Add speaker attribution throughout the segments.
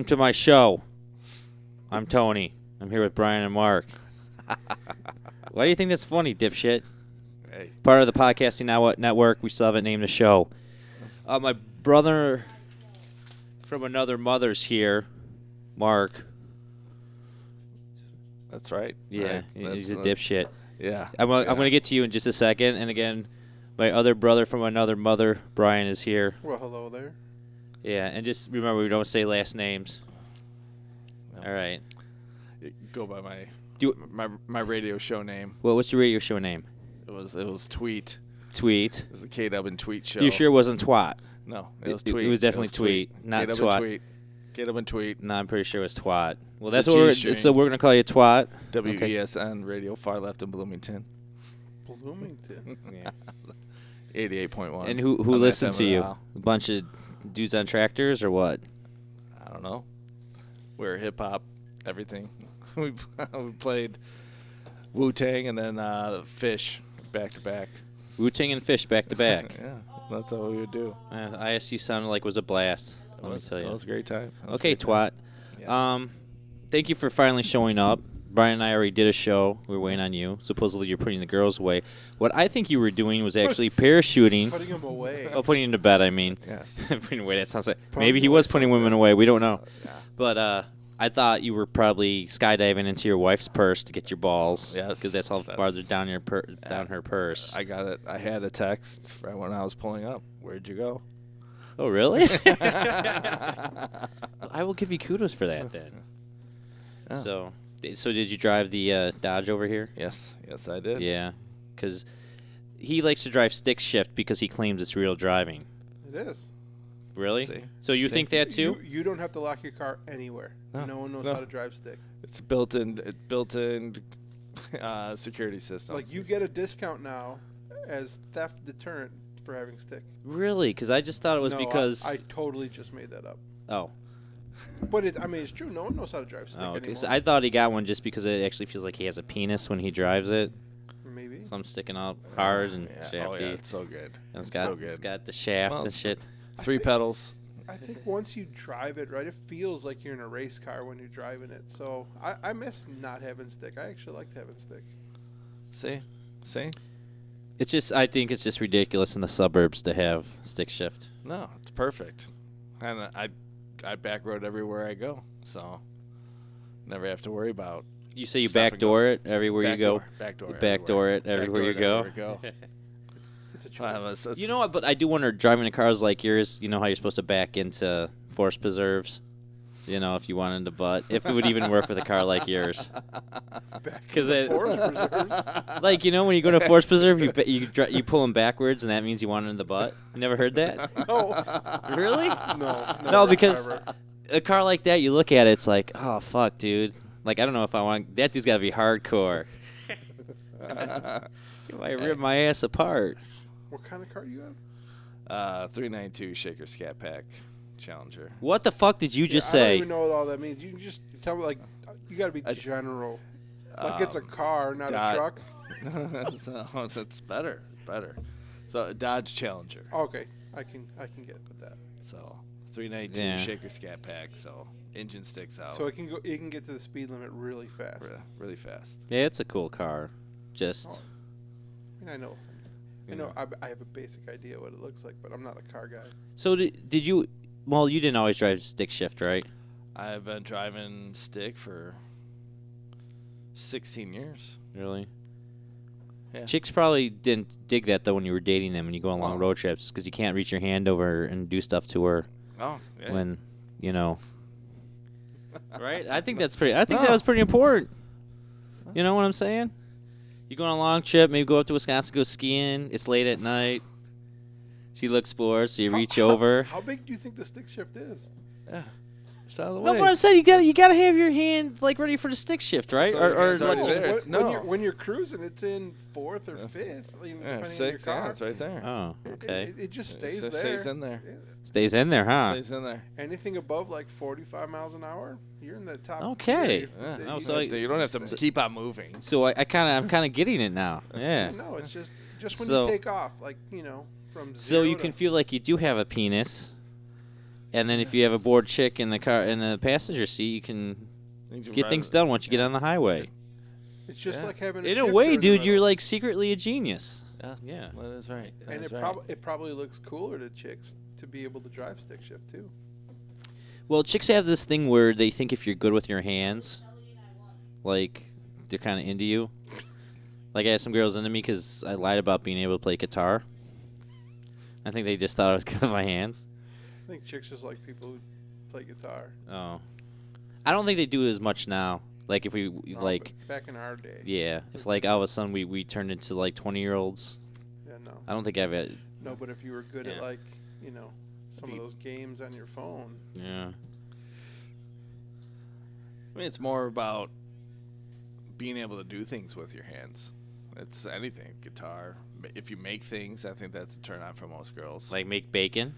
Speaker 1: Welcome to my show. I'm Tony. I'm here with Brian and Mark. Why do you think that's funny, dipshit?
Speaker 2: Hey.
Speaker 1: Part of the podcasting now network. We still haven't named the show. Uh, my brother from another mother's here, Mark.
Speaker 2: That's right.
Speaker 1: Yeah,
Speaker 2: Right.
Speaker 1: he's a
Speaker 2: That's, uh,
Speaker 1: dipshit.
Speaker 2: Yeah.
Speaker 1: I'm, gonna-
Speaker 2: yeah.
Speaker 1: I'm going to get to you in just a second. And again, my other brother from another mother, Brian, is here.
Speaker 3: Well, hello there.
Speaker 1: Yeah, and just remember, we don't say last names.
Speaker 2: No.
Speaker 1: All right.
Speaker 2: go by my
Speaker 1: Do-
Speaker 2: my my radio show name.
Speaker 1: Well, what's your radio show name?
Speaker 2: It was it was Tweet.
Speaker 1: Tweet.
Speaker 2: It was the K Dub and Tweet show.
Speaker 1: You sure it wasn't twat?
Speaker 2: No,
Speaker 1: It-
Speaker 2: it was
Speaker 1: it- it
Speaker 2: Tweet.
Speaker 1: was definitely Tweet, not
Speaker 2: K-Dub
Speaker 1: twat.
Speaker 2: And tweet. K Dub and Tweet.
Speaker 1: No, I'm pretty sure it was twat. Well,
Speaker 2: It's
Speaker 1: that's
Speaker 2: the
Speaker 1: what we're,
Speaker 2: G-string.
Speaker 1: so we're gonna call you twat.
Speaker 2: WESN E Radio Far Left in Bloomington,
Speaker 3: Bloomington.
Speaker 1: Yeah.
Speaker 2: eighty-eight point one.
Speaker 1: And who who listened to you? A bunch of dudes on tractors or what?
Speaker 2: I don't know. We were hip hop, everything. we we played Wu Tang and then uh, Fish back to back.
Speaker 1: Wu Tang and Fish back to back.
Speaker 2: yeah, that's all we would do.
Speaker 1: Uh, ISU sounded like it was a blast.
Speaker 2: It
Speaker 1: Let
Speaker 2: was-
Speaker 1: me tell you.
Speaker 2: That was a great time. That was a
Speaker 1: okay,
Speaker 2: great time.
Speaker 1: twat.
Speaker 2: Yeah.
Speaker 1: Um, thank you for finally showing up. Brian and I already did a show. We were waiting on you. Supposedly you're putting the girls away. What I think you were doing was actually parachuting.
Speaker 3: Putting him away.
Speaker 1: Oh, putting into bed. I mean,
Speaker 2: Yes.
Speaker 1: putting away. That sounds like
Speaker 3: Probably
Speaker 1: maybe he
Speaker 3: away
Speaker 1: was putting women away. We don't know.
Speaker 2: Yeah.
Speaker 1: But uh, I thought you were probably skydiving into your wife's purse to get your balls.
Speaker 2: Yes,
Speaker 1: because that's how
Speaker 2: that's-
Speaker 1: farther down your per- down her purse.
Speaker 2: I got it. I had a text right when I was pulling up. Where'd you go?
Speaker 1: oh, really? I will give you kudos for that then.
Speaker 2: Yeah.
Speaker 1: So, so did you drive the uh, Dodge over here?
Speaker 2: Yes, yes, I did.
Speaker 1: Yeah, because he likes to drive stick shift because he claims it's real driving.
Speaker 3: It is.
Speaker 1: Really?
Speaker 2: See.
Speaker 1: So you
Speaker 2: See.
Speaker 1: think that too?
Speaker 3: You, you don't have to lock your car anywhere.
Speaker 2: No,
Speaker 3: No, one knows
Speaker 2: no.
Speaker 3: how to drive stick.
Speaker 2: It's built-in, it built-in uh, security system.
Speaker 3: Like you get a discount now as theft deterrent for having stick.
Speaker 1: Really? Because I just thought it was
Speaker 3: No, I-
Speaker 1: because
Speaker 3: I, totally just made that up.
Speaker 1: oh.
Speaker 3: But it, I mean, it's true. No one knows how to drive stick
Speaker 1: Oh, okay.
Speaker 3: anymore.
Speaker 1: So I thought he got one just because it actually feels like he has a penis when he drives it.
Speaker 3: Maybe.
Speaker 1: So I'm sticking out hard and
Speaker 2: Yeah.
Speaker 1: shafty.
Speaker 2: Oh yeah, it's so good.
Speaker 1: and
Speaker 2: It's,
Speaker 1: it's got,
Speaker 2: so good.
Speaker 1: it's got the shaft
Speaker 2: Well,
Speaker 1: and
Speaker 2: it's-
Speaker 1: shit.
Speaker 2: Three pedals.
Speaker 3: I think once you drive it right, it feels like you're in a race car when you're driving it. So I, I miss not having stick. I actually liked having stick.
Speaker 2: See, see.
Speaker 1: It's just, I think it's just ridiculous in the suburbs to have stick shift.
Speaker 2: No, it's perfect. And I, I back road everywhere I go, so never have to worry about
Speaker 1: You say you
Speaker 2: Stop and
Speaker 1: backdoor it everywhere you go.
Speaker 2: backdoor, Backdoor.
Speaker 1: You backdoor it everywhere you go.
Speaker 3: It's a choice.
Speaker 2: Well, it's- it's-
Speaker 1: You know what? But I do wonder driving a car is like yours. You know how you're supposed to back into forest preserves. You know, if you wanted to butt, if it would even work with a car like yours, because
Speaker 3: Forest preserves.
Speaker 1: like you know when you go to forest preserve, you ba- you dri- you pull them backwards, and that means you want it in the butt. You never heard that?
Speaker 3: No.
Speaker 1: Really?
Speaker 3: No.
Speaker 1: No, because uh,
Speaker 3: never.
Speaker 1: a car like that, you look at it, it's like, oh fuck, dude. Like I don't know if I want that dude's got to be hardcore. He
Speaker 3: Uh,
Speaker 1: might rip my ass apart.
Speaker 3: What kind of car you have?
Speaker 2: Uh, 392 Shaker Scat Pack Challenger.
Speaker 1: What the fuck did you just
Speaker 3: I
Speaker 1: say?
Speaker 3: don't even know what all that means. You can just tell me like you got to be general. Like it's a car, not
Speaker 2: Um, dot-
Speaker 3: a truck.
Speaker 2: so it's better, better. So a Dodge Challenger.
Speaker 3: Okay, I can I can get with that.
Speaker 2: So 392
Speaker 1: Yeah.
Speaker 2: Shaker Scat Pack. So engine sticks out.
Speaker 3: So it can go. It can get to the speed limit really fast.
Speaker 2: re- Oh. really fast.
Speaker 1: Yeah, it's a cool car.
Speaker 3: Oh.
Speaker 1: Just
Speaker 3: I, mean, I know. I know. I, I have a basic idea what it looks like, but I'm not a car guy.
Speaker 1: so did, did you? Well, you didn't always drive stick shift, right?
Speaker 2: I've been driving stick for 16 years.
Speaker 1: Really?
Speaker 2: Yeah.
Speaker 1: Chicks probably didn't dig that though when you were dating them when you go on long
Speaker 2: Oh.
Speaker 1: road trips because you can't reach your hand over and do stuff to her
Speaker 2: Oh, yeah.
Speaker 1: when you know. right? I think that's pretty. I think that
Speaker 2: No.
Speaker 1: was pretty important. You know what I'm saying? You go on a long trip, maybe go up to Wisconsin, go skiing. It's late at night. She looks bored, so you
Speaker 3: How-
Speaker 1: reach
Speaker 3: how-
Speaker 1: over.
Speaker 3: How, big do you think the stick shift is?
Speaker 2: yeah. It's out of the
Speaker 1: No,
Speaker 2: way.
Speaker 1: but I'm saying you got you got to have your hand like ready for the stick shift, right?
Speaker 2: So
Speaker 1: or
Speaker 2: your
Speaker 1: or
Speaker 2: hand's already
Speaker 1: like-
Speaker 2: there.
Speaker 3: When,
Speaker 2: It's-
Speaker 3: when
Speaker 2: no.
Speaker 3: you're when you're cruising, it's in fourth or fifth, you know,
Speaker 2: yeah,
Speaker 3: depending
Speaker 2: six
Speaker 3: on your car.
Speaker 2: ounce right there.
Speaker 1: oh, okay.
Speaker 3: It, it, it just stays
Speaker 2: it
Speaker 3: there.
Speaker 2: stays in there.
Speaker 1: Stays in there, huh?
Speaker 2: Stays in there.
Speaker 3: Anything above like 45 miles an hour, you're in the top.
Speaker 1: Okay.
Speaker 3: tier.
Speaker 2: Yeah.
Speaker 3: That
Speaker 1: Oh,
Speaker 3: you
Speaker 1: so
Speaker 3: just-
Speaker 1: I-
Speaker 2: you don't have to keep on moving.
Speaker 1: so I, I kind of I'm kind of getting it now. Yeah.
Speaker 3: No, it's just just when
Speaker 1: So-
Speaker 3: you take off, like you know, from
Speaker 1: So
Speaker 3: zero
Speaker 1: you
Speaker 3: to-
Speaker 1: can feel like you do have a penis, And then if you have a bored chick in the car in the passenger seat, you can
Speaker 2: You can
Speaker 1: get
Speaker 2: ride
Speaker 1: things
Speaker 2: it.
Speaker 1: done once you get on the highway.
Speaker 3: It's just
Speaker 2: Yeah.
Speaker 3: like having a
Speaker 1: In a
Speaker 3: shifter
Speaker 1: way,
Speaker 3: the
Speaker 1: dude, you're
Speaker 3: middle.
Speaker 1: like secretly a genius.
Speaker 2: Yeah.
Speaker 1: Yeah.
Speaker 2: That is right. That
Speaker 3: and
Speaker 2: is
Speaker 3: it,
Speaker 2: right.
Speaker 3: prob- it probably looks cooler to chicks to be able to drive stick shift too.
Speaker 1: Well, chicks have this thing where they think if you're good with your hands, like they're kind of into you. Like I had some girls into me because I lied about being able to play guitar. I think they just thought I was good with my hands.
Speaker 3: I think chicks just like people who play guitar.
Speaker 1: Oh, I don't think they do as much now. Like if we
Speaker 3: No, but
Speaker 1: like,
Speaker 3: back in our day.
Speaker 1: yeah, if like all of a sudden we we turned into like twenty year olds.
Speaker 3: Yeah, no,
Speaker 1: I don't think I've had.
Speaker 3: no. But if you were good
Speaker 1: Yeah.
Speaker 3: at like you know some of
Speaker 2: you-
Speaker 3: those games on your phone,
Speaker 1: Yeah.
Speaker 2: I mean, it's more about being able to do things with your hands. It's anything, guitar. M- If you make things, I think that's a turn on for most girls.
Speaker 1: Like make bacon,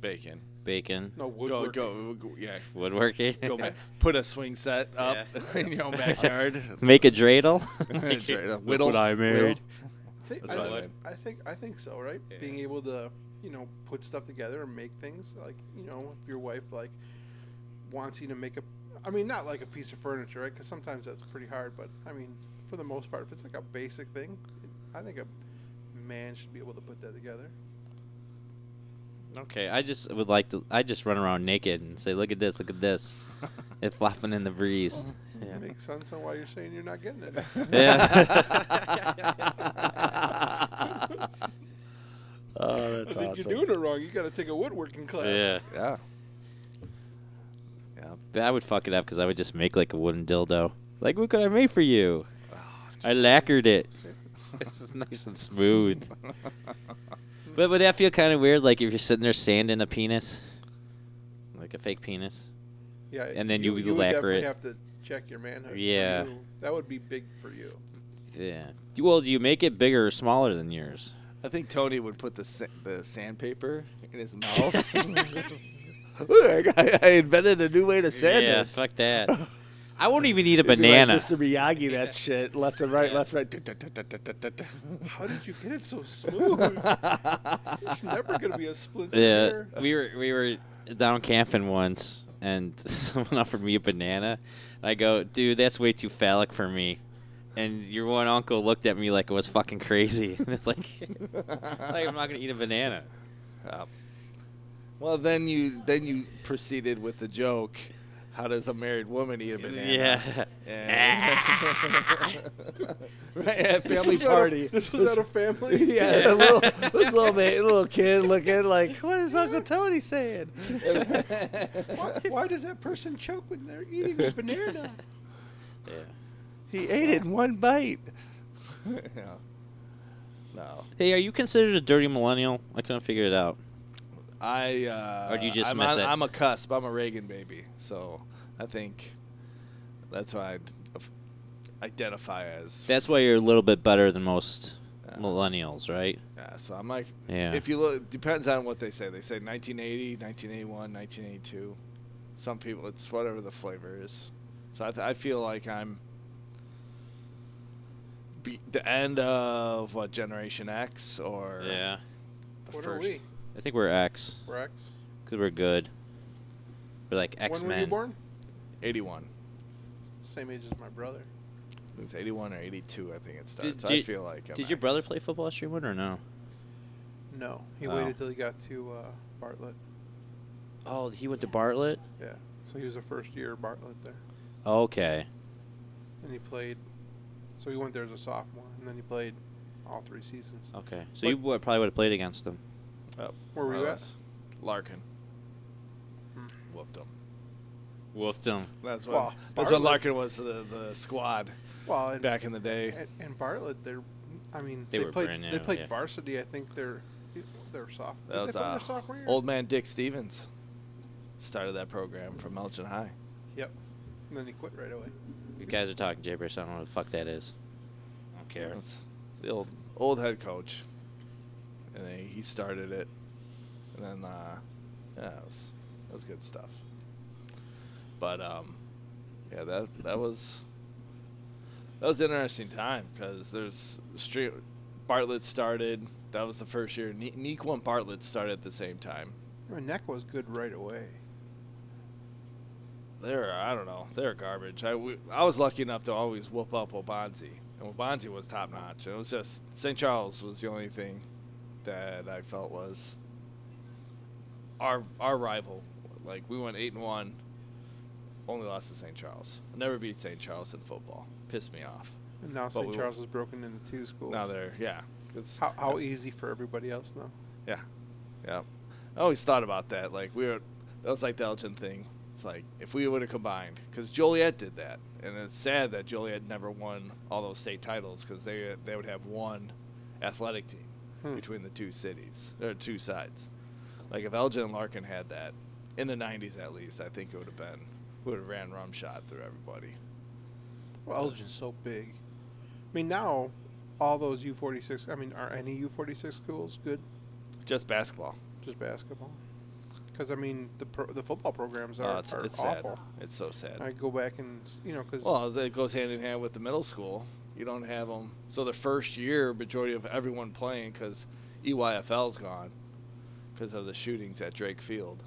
Speaker 2: bacon.
Speaker 1: bacon,
Speaker 3: no
Speaker 2: Go,
Speaker 3: woodwork.
Speaker 2: go, go, yeah.
Speaker 1: woodworking,
Speaker 2: Go ma- put a swing set up in your own backyard.
Speaker 1: make a dreidel.
Speaker 2: Straight up.
Speaker 1: Look what I made.
Speaker 2: whittle.
Speaker 3: I think,
Speaker 2: That's
Speaker 3: I,
Speaker 2: what I
Speaker 3: think- I think I think so, right?
Speaker 2: Yeah.
Speaker 3: Being able to, you know, put stuff together and make things like you know, if your wife like wants you to make a, I mean, not like a piece of furniture, right? Because sometimes that's pretty hard, but I mean, for the most part, if it's like a basic thing, I think a man should be able to put that together.
Speaker 1: Okay, I just would like to. I just run around naked and say, "Look at this! Look at this!" it flopping in the breeze.
Speaker 3: It makes sense on why you're saying you're not getting it.
Speaker 1: Yeah.
Speaker 2: Oh,
Speaker 3: I think you're doing it wrong. You got to take a woodworking class.
Speaker 1: yeah.
Speaker 2: Yeah. Yeah.
Speaker 1: But I would fuck it up because I would just make like a wooden dildo. Like, look what I made for you. I lacquered it. It's just nice and smooth. but would that feel kind of weird? Like if you're sitting there sanding a penis, like a fake penis.
Speaker 3: Yeah,
Speaker 1: And then you
Speaker 3: you would
Speaker 1: lacquer
Speaker 3: definitely
Speaker 1: it.
Speaker 3: have to check your manhood. for
Speaker 1: Yeah.
Speaker 3: you. that would be big for you.
Speaker 1: Yeah. Well, do you make it bigger or smaller than yours?
Speaker 2: I think Tony would put the sa- the sandpaper in his mouth. Look, I, I invented a new way to sand
Speaker 1: yeah,
Speaker 2: it.
Speaker 1: fuck that. I won't even eat a
Speaker 4: It'd be
Speaker 1: banana.
Speaker 4: Like Mr. Miyagi, that shit, left and right, left and right. Du-du-du-du-du-du-du.
Speaker 3: How did you get it so smooth? There's never gonna be a splinter
Speaker 1: Yeah,
Speaker 3: here.
Speaker 1: we were we were down camping once, and someone offered me a banana. And I go, dude, that's way too phallic for me. And your one uncle looked at me like I was fucking crazy. it's like, like I'm not gonna eat a banana.
Speaker 2: Uh, well, then you then you proceeded with the joke. How does a married woman eat a banana?
Speaker 1: Yeah,
Speaker 2: And- right at
Speaker 4: This
Speaker 2: family
Speaker 4: was out of-
Speaker 2: party.
Speaker 3: This was at a family.
Speaker 4: yeah, the little, this little, man, little kid looking like, what is Uncle Tony saying?
Speaker 3: Why, why does that person choke when they're eating a banana?
Speaker 1: yeah.
Speaker 4: He ate it in one bite.
Speaker 2: Yeah. No,
Speaker 1: Hey, are you considered a dirty millennial? I couldn't figure it out.
Speaker 2: I. Uh,
Speaker 1: Or do you just
Speaker 2: I'm,
Speaker 1: miss
Speaker 2: on-
Speaker 1: it?
Speaker 2: I'm a cusp. I'm a Reagan baby, so I think that's why I d- of- identify as.
Speaker 1: That's why you're a little bit better than most
Speaker 2: Yeah.
Speaker 1: millennials, right?
Speaker 2: Yeah, so I'm like,
Speaker 1: Yeah.
Speaker 2: if you look, depends on what they say. They say 1980, 1981, 1982. Some people, it's whatever the flavor is. So I, th- I feel like I'm be- the end of what Generation X or
Speaker 1: Yeah.
Speaker 2: the
Speaker 3: What are
Speaker 2: first.
Speaker 3: we?
Speaker 1: I think we're X
Speaker 3: Rex.
Speaker 1: because we're good. We're like X
Speaker 3: When were you
Speaker 1: Men.
Speaker 3: born?
Speaker 2: 81.
Speaker 3: Same age as my brother.
Speaker 2: It was 81 or 82, I think it
Speaker 1: Did-
Speaker 2: starts. I
Speaker 1: did-
Speaker 2: feel like. I'm
Speaker 1: Did your
Speaker 2: X.
Speaker 1: brother play football at Streamwood or no?
Speaker 3: No, he
Speaker 1: Oh.
Speaker 3: waited till he got to uh, Bartlett.
Speaker 1: Oh, he went to Bartlett.
Speaker 3: Yeah, so he was a first year Bartlett there,
Speaker 1: Okay.
Speaker 3: and he played. So he went there as a sophomore, and then he played all three seasons.
Speaker 1: Okay. So you would, probably would have played against them.
Speaker 2: Oh,
Speaker 3: Where were
Speaker 2: more
Speaker 3: you
Speaker 2: or
Speaker 3: at?
Speaker 2: less. Larkin.
Speaker 3: Hmm.
Speaker 2: Whooped him.
Speaker 1: Woofed them.
Speaker 2: That's what.
Speaker 3: Wow,
Speaker 2: that's what
Speaker 3: Bartlett.
Speaker 2: Larkin was to the the squad
Speaker 3: Well, and
Speaker 2: back in the day.
Speaker 3: And, and Bartlett, they're, I mean,
Speaker 1: They
Speaker 3: they,
Speaker 1: were
Speaker 3: played.
Speaker 1: brand
Speaker 3: they
Speaker 1: new,
Speaker 3: played
Speaker 1: yeah.
Speaker 3: varsity. I think they're, they're soft.
Speaker 2: That
Speaker 3: did
Speaker 2: was,
Speaker 3: they play
Speaker 2: uh,
Speaker 3: their sophomore year?
Speaker 2: Old man Dick Stevens started that program from Elgin High.
Speaker 3: Yep. And then he quit right away.
Speaker 1: You guys are talking gibberish. I don't know what the fuck that is. I don't care.
Speaker 2: That's The old old head coach, and then he started it, and then uh, yeah, it was it was good stuff. But um, yeah, that that was that was an interesting time because there's street Bartlett started. That was the first year. Ne- Nequan Bartlett started at the same time.
Speaker 3: My neck was good right away.
Speaker 2: They're I don't know. They're garbage. I, we, I was lucky enough to always whoop up Wabanzi, and Wabanzi was top notch. It was just St. Charles was the only thing that I felt was our our rival. Like we went eight and one, only lost to St. Charles. Never beat St. Charles in football. Pissed me off.
Speaker 3: And now
Speaker 2: But we
Speaker 3: St.
Speaker 2: won't.
Speaker 3: Charles is broken into two schools.
Speaker 2: Now they're yeah. 'cause-
Speaker 3: how, how easy for everybody else now.
Speaker 2: Yeah, yeah. I always thought about that. Like we were, that was like the Elgin thing. It's like if we would have combined, because Joliet did that, and it's sad that Joliet never won all those state titles because they they would have one athletic team
Speaker 3: Hmm.
Speaker 2: between the two cities or two sides. Like if Elgin and Larkin had that in the '90s at least, I think it would have been we would have ran rumshot through everybody.
Speaker 3: Well, Elgin's so big. I mean, now all those U46. I mean, are any U46 schools good?
Speaker 2: Just basketball.
Speaker 3: Just basketball? Because I mean, the pro, the football programs
Speaker 2: Oh,
Speaker 3: are,
Speaker 2: it's,
Speaker 3: are
Speaker 2: it's
Speaker 3: awful.
Speaker 2: sad. It's so sad.
Speaker 3: I go back and s- you know because
Speaker 2: Well, it goes hand in hand with the middle school. You don't have them. So the first year, majority of everyone playing E because EYFL's gone because of the shootings at Drake Field.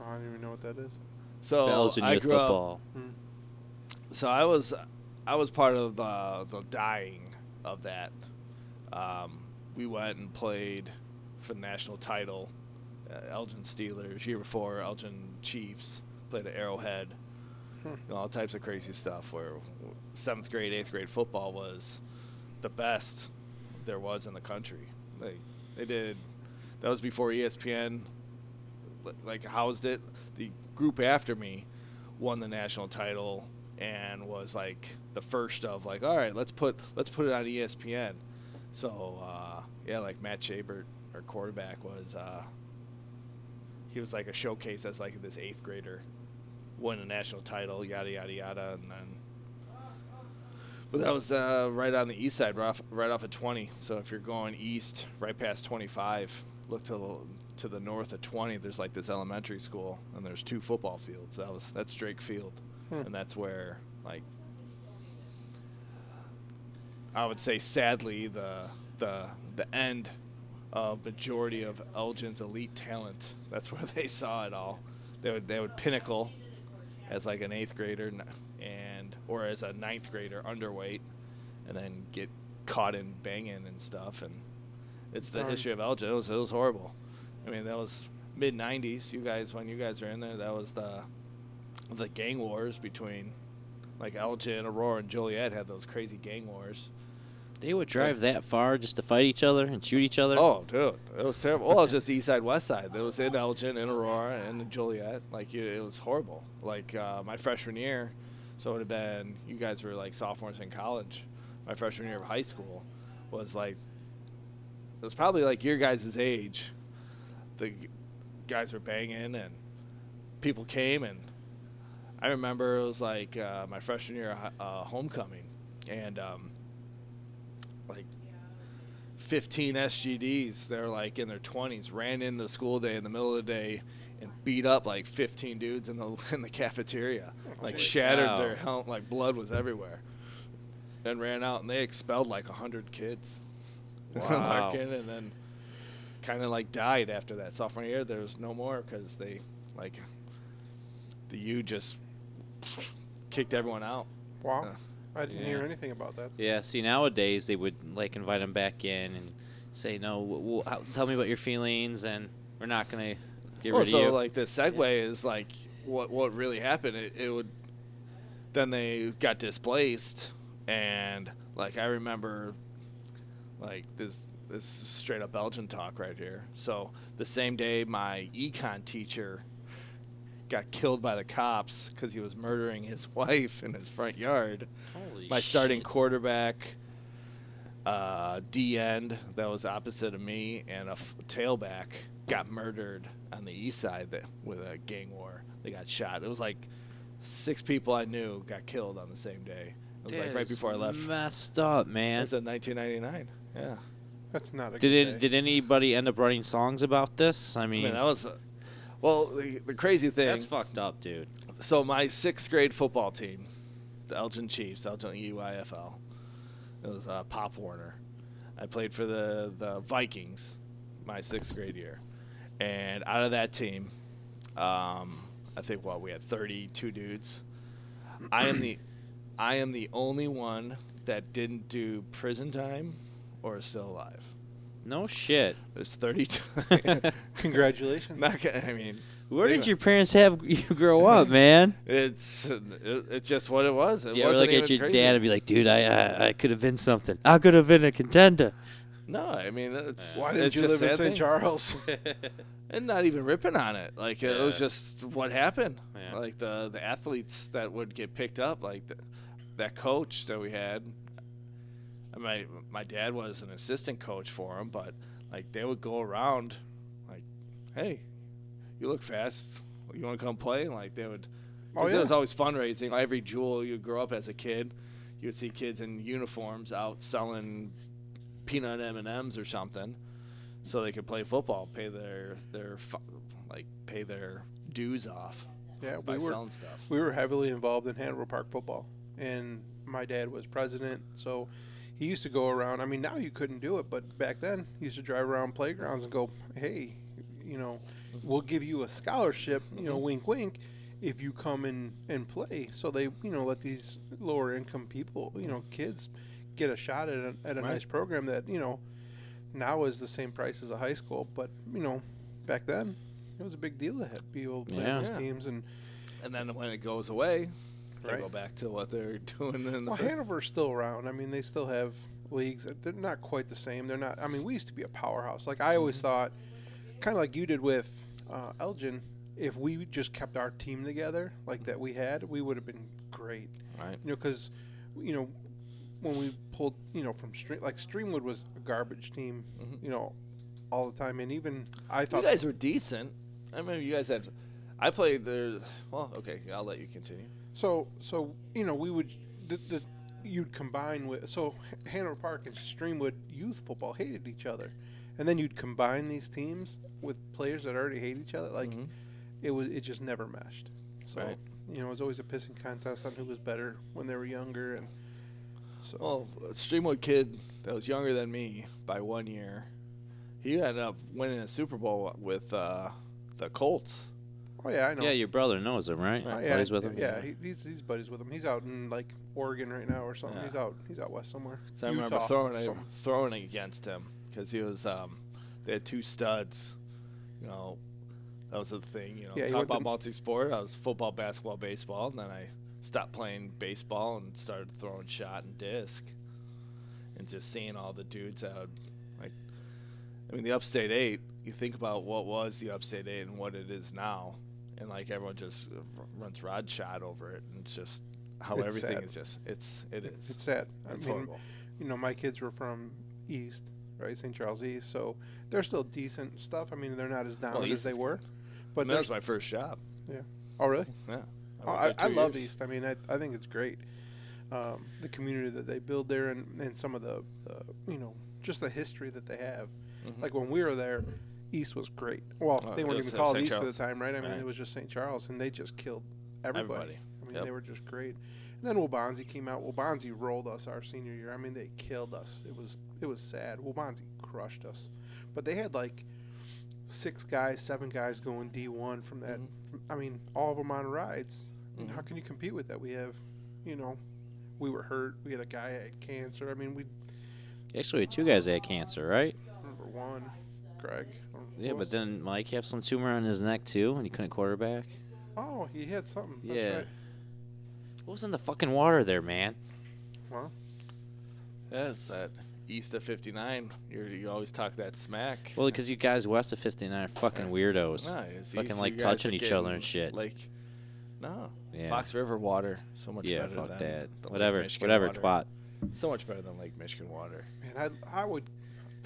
Speaker 3: I don't even know what that is.
Speaker 2: So
Speaker 1: Belgian
Speaker 2: I
Speaker 1: youth
Speaker 2: grew up-
Speaker 1: football.
Speaker 2: so I was, I was part of the the dying of that. Um, we went and played for the national title. Uh, Elgin Steelers year before Elgin Chiefs played at Arrowhead. You know, all types of crazy stuff. Where seventh grade, eighth grade football was the best there was in the country. They they did. That was before E ESPN li- like housed it. The group after me won the national title and was like the first of like, all right, let's put let's put it on E ESPN. So uh, yeah, like Matt Shabert, our quarterback, was uh, he was like a showcase as like this eighth grader, won a national title, yada yada yada, and then. But that was uh, right on the east side, right off, right off of 20. So if you're going east, right past 25, look to the, to the north of 20. There's like this elementary school, and there's two football fields. That was that's Drake Field, and that's where like I would say sadly the the the end of majority of Elgin's elite talent. That's where they saw it all. They would they would pinnacle as like an eighth grader n- and or as a ninth grader underweight, and then get caught in banging and stuff. And it's the
Speaker 3: Darn.
Speaker 2: history of Elgin. It was it was horrible. I mean that was mid '90s. You guys when you guys were in there, that was the the gang wars between like Elgin, Aurora, and Joliet had those crazy gang wars.
Speaker 1: They would drive that far just to fight each other and shoot each other.
Speaker 2: Oh, dude, it was terrible. Well, it was just east side, west side. It was in Elgin, in Aurora, and in Joliet. Like you, it was horrible. Like uh, my freshman year, so it would have been you guys were like sophomores in college. My freshman year of high school was like it was probably like your guys' age. The g- guys were banging, and people came, and I remember it was like uh, my freshman year of hi- uh, homecoming, and um, like 15 SGDs. They're like in their 20s, ran in the school day in the middle of the day and beat up like 15 dudes in the in the cafeteria. Like
Speaker 1: Holy
Speaker 2: shattered
Speaker 1: cow.
Speaker 2: their helmet, like blood was everywhere. And ran out and they expelled like 100 kids.
Speaker 1: Wow.
Speaker 2: Larkin, and then kind of like died after that sophomore year. There was no more because they like the U just kicked everyone out.
Speaker 3: Wow,
Speaker 2: Huh.
Speaker 3: I didn't hear
Speaker 1: Yeah.
Speaker 3: anything about that.
Speaker 1: Yeah. See, nowadays they would like invite them back in and say, "No, w- w- how- tell me about your feelings, and we're not gonna get
Speaker 2: well,
Speaker 1: rid
Speaker 2: so
Speaker 1: of you."
Speaker 2: like the segue is like what what really happened. It, it would then they got displaced, and like I remember, like this this is straight up Belgian talk right here. So the same day my econ teacher got killed by the cops because he was murdering his wife in his front yard.
Speaker 1: Holy
Speaker 2: my starting
Speaker 1: shit.
Speaker 2: quarterback, uh, D end that was opposite of me, and a f- tailback got murdered on the east side that, with a gang war. They got shot. It was like six people I knew got killed on the same day. It was like
Speaker 1: That
Speaker 2: right
Speaker 1: is
Speaker 2: before I left.
Speaker 1: Messed up,
Speaker 2: It
Speaker 1: man.
Speaker 2: was in 1999. Yeah.
Speaker 3: That's not a
Speaker 1: Did
Speaker 3: good
Speaker 1: it,
Speaker 3: day.
Speaker 1: did anybody end up writing songs about this? I
Speaker 2: I
Speaker 1: mean,
Speaker 2: mean, that was. Well, the, the crazy thing.
Speaker 1: that's fucked up, dude.
Speaker 2: so my sixth grade football team, the Elgin Chiefs, Elgin UIFL. It was uh, Pop Warner. I played for the the Vikings, my sixth grade year, And out of that team, um, I think what we had 32 dudes. I am the, I am the only one that didn't do prison time, or is still alive.
Speaker 1: No shit.
Speaker 2: There's 32.
Speaker 3: Congratulations.
Speaker 2: Not gonna- I mean,
Speaker 1: Where
Speaker 2: they-
Speaker 1: did your parents have you grow up, man?
Speaker 2: It's it, it's just what it was. It
Speaker 1: Do you ever
Speaker 2: wasn't
Speaker 1: look at
Speaker 2: even
Speaker 1: your
Speaker 2: crazy.
Speaker 1: dad and be like, "Dude, I I, I could have been something. I could have been a contender."
Speaker 2: No, I mean, it's,
Speaker 3: Why didn't
Speaker 2: it's
Speaker 3: you
Speaker 2: just
Speaker 3: live
Speaker 2: sad
Speaker 3: in St.
Speaker 2: thing.
Speaker 3: Charles?
Speaker 2: And not even ripping on it. Like it was
Speaker 1: Yeah.
Speaker 2: just what happened.
Speaker 1: Yeah.
Speaker 2: Like the the athletes that would get picked up, like the, that coach that we had. and My my dad was an assistant coach for him, but like they would go around, like, hey, you look fast. You want to come play? And like they would.
Speaker 3: Oh,
Speaker 2: 'cause
Speaker 3: yeah.
Speaker 2: It was always fundraising. Like, every jewel you grow up as a kid, you would see kids in uniforms out selling peanut M and M's or something, so they could play football, pay their their fu- like pay their dues off
Speaker 3: yeah,
Speaker 2: by
Speaker 3: we were
Speaker 2: selling stuff.
Speaker 3: we were heavily involved in Hanover Park football, and my dad was president, so he used to go around. I mean, now you couldn't do it, but back then, he used to drive around playgrounds and go, "Hey, you know, we'll give you a scholarship, you know, wink, wink." If you come in and play, so they you know let these lower income people, you know, kids get a shot at a, at a nice program that you know now is the same price as a high school, but you know, back then it was a big deal to have people play
Speaker 1: Yeah.
Speaker 3: on those
Speaker 2: Yeah.
Speaker 3: teams. And
Speaker 2: And then when it goes away, they
Speaker 3: Right.
Speaker 2: go back to what they're doing in the
Speaker 3: well,
Speaker 2: fir-
Speaker 3: Hanover's still around. I mean, they still have leagues. They're not quite the same. They're not. I mean, we used to be a powerhouse. Like I
Speaker 2: Mm-hmm.
Speaker 3: always thought, kind of like you did with uh, Elgin. If we just kept our team together like that we had, we would have been great.
Speaker 2: right.
Speaker 3: You know, because you know when we pulled, you know, from stream like Streamwood was a garbage team. You know, all the time, and even
Speaker 2: Mm-hmm.
Speaker 3: I
Speaker 2: You
Speaker 3: thought
Speaker 2: guys were decent. I remember you guys had. I played there. Well, okay, I'll let you continue.
Speaker 3: So, so you know, we would the, the you'd combine with so Hanover Park and Streamwood youth football hated each other, and then you'd combine these teams with players that already hate each other. Like it was, it just never meshed. So
Speaker 2: Mm-hmm. Right.
Speaker 3: you know, it was always a pissing contest on who was better when they were younger. And so
Speaker 2: Well, a Streamwood kid that was younger than me by one year, he ended up winning a Super Bowl with uh, the Colts.
Speaker 3: oh yeah, I know.
Speaker 1: Yeah, your brother knows him, right?
Speaker 3: Oh, yeah,
Speaker 1: Plays with him.
Speaker 3: yeah, he, he's, he's buddies with him. He's out in like Oregon right now or something.
Speaker 2: Yeah.
Speaker 3: He's out. He's out west somewhere.
Speaker 2: So I remember
Speaker 3: Utah,
Speaker 2: throwing a,
Speaker 3: something.
Speaker 2: throwing against him because he was um, they had two studs, you know. That was the thing, you know.
Speaker 3: Yeah, he
Speaker 2: talk
Speaker 3: went to-
Speaker 2: about multi-sport. I was football, basketball, baseball, and then I stopped playing baseball and started throwing shot and disc, and just seeing all the dudes that would, like, I mean, the Upstate Eight. You think about what was the Upstate Eight and what it is now, and like everyone just uh, r- runs rod shot over it, and it's just how
Speaker 3: It's
Speaker 2: everything
Speaker 3: sad.
Speaker 2: is just it's it is.
Speaker 3: It's sad.
Speaker 2: It's
Speaker 3: I mean,
Speaker 2: horrible.
Speaker 3: you know, my kids were from East, right, St. Charles East, so they're still decent stuff. I mean, they're not as down
Speaker 2: Well,
Speaker 3: as
Speaker 2: East
Speaker 3: they
Speaker 2: is
Speaker 3: were,
Speaker 2: But
Speaker 3: but
Speaker 2: that
Speaker 3: they're
Speaker 2: was my first job.
Speaker 3: yeah. Oh, really?
Speaker 2: Yeah.
Speaker 3: Oh, I, I love East. I mean, I, I think it's great. Um, the community that they build there, and, and some of the, the you know just the history that they have. Like when we were there, East was great. Well,
Speaker 2: Mm-hmm. Oh,
Speaker 3: they
Speaker 2: it
Speaker 3: weren't
Speaker 2: was,
Speaker 3: even
Speaker 2: uh,
Speaker 3: called
Speaker 2: St.
Speaker 3: East at
Speaker 2: Charles.
Speaker 3: the time, right? I mean,
Speaker 2: Right.
Speaker 3: it was just St. Charles, and they just killed everybody.
Speaker 2: Everybody.
Speaker 3: I mean,
Speaker 2: Yep.
Speaker 3: they were just great. And then Wobonzi came out. Wobonzi rolled us our senior year. I mean, they killed us. It was it was sad. Wobonzi crushed us, but they had like six guys, seven guys going D one from that. From, I mean, all of them on rides. And how can you compete with that? We have, you know, we were hurt. We had a guy had cancer. I mean, we
Speaker 1: Actually, we had two guys that had cancer, right?
Speaker 3: number one, Greg. or who
Speaker 1: Yeah, but
Speaker 3: else?
Speaker 1: then Mike have some tumor on his neck too, and he couldn't quarterback.
Speaker 3: oh, he had something. That's
Speaker 1: Yeah.
Speaker 3: right.
Speaker 1: What was in the fucking water there, man?
Speaker 3: Well,
Speaker 2: Yeah, it's that east of 59. You're, you always talk that smack.
Speaker 1: Well, because you guys west of 59 are fucking weirdos.
Speaker 2: No, it's
Speaker 1: fucking
Speaker 2: east,
Speaker 1: like
Speaker 2: you guys are
Speaker 1: touching each other
Speaker 2: getting,
Speaker 1: and shit.
Speaker 2: Like, no.
Speaker 1: Yeah.
Speaker 2: Fox River water. So much
Speaker 1: yeah,
Speaker 2: better
Speaker 1: fuck
Speaker 2: than
Speaker 1: that.
Speaker 2: the Lake
Speaker 1: Whatever,
Speaker 2: Michigan
Speaker 1: whatever,
Speaker 2: water.
Speaker 1: twat.
Speaker 2: So much better than Lake Michigan water.
Speaker 3: man, I I would,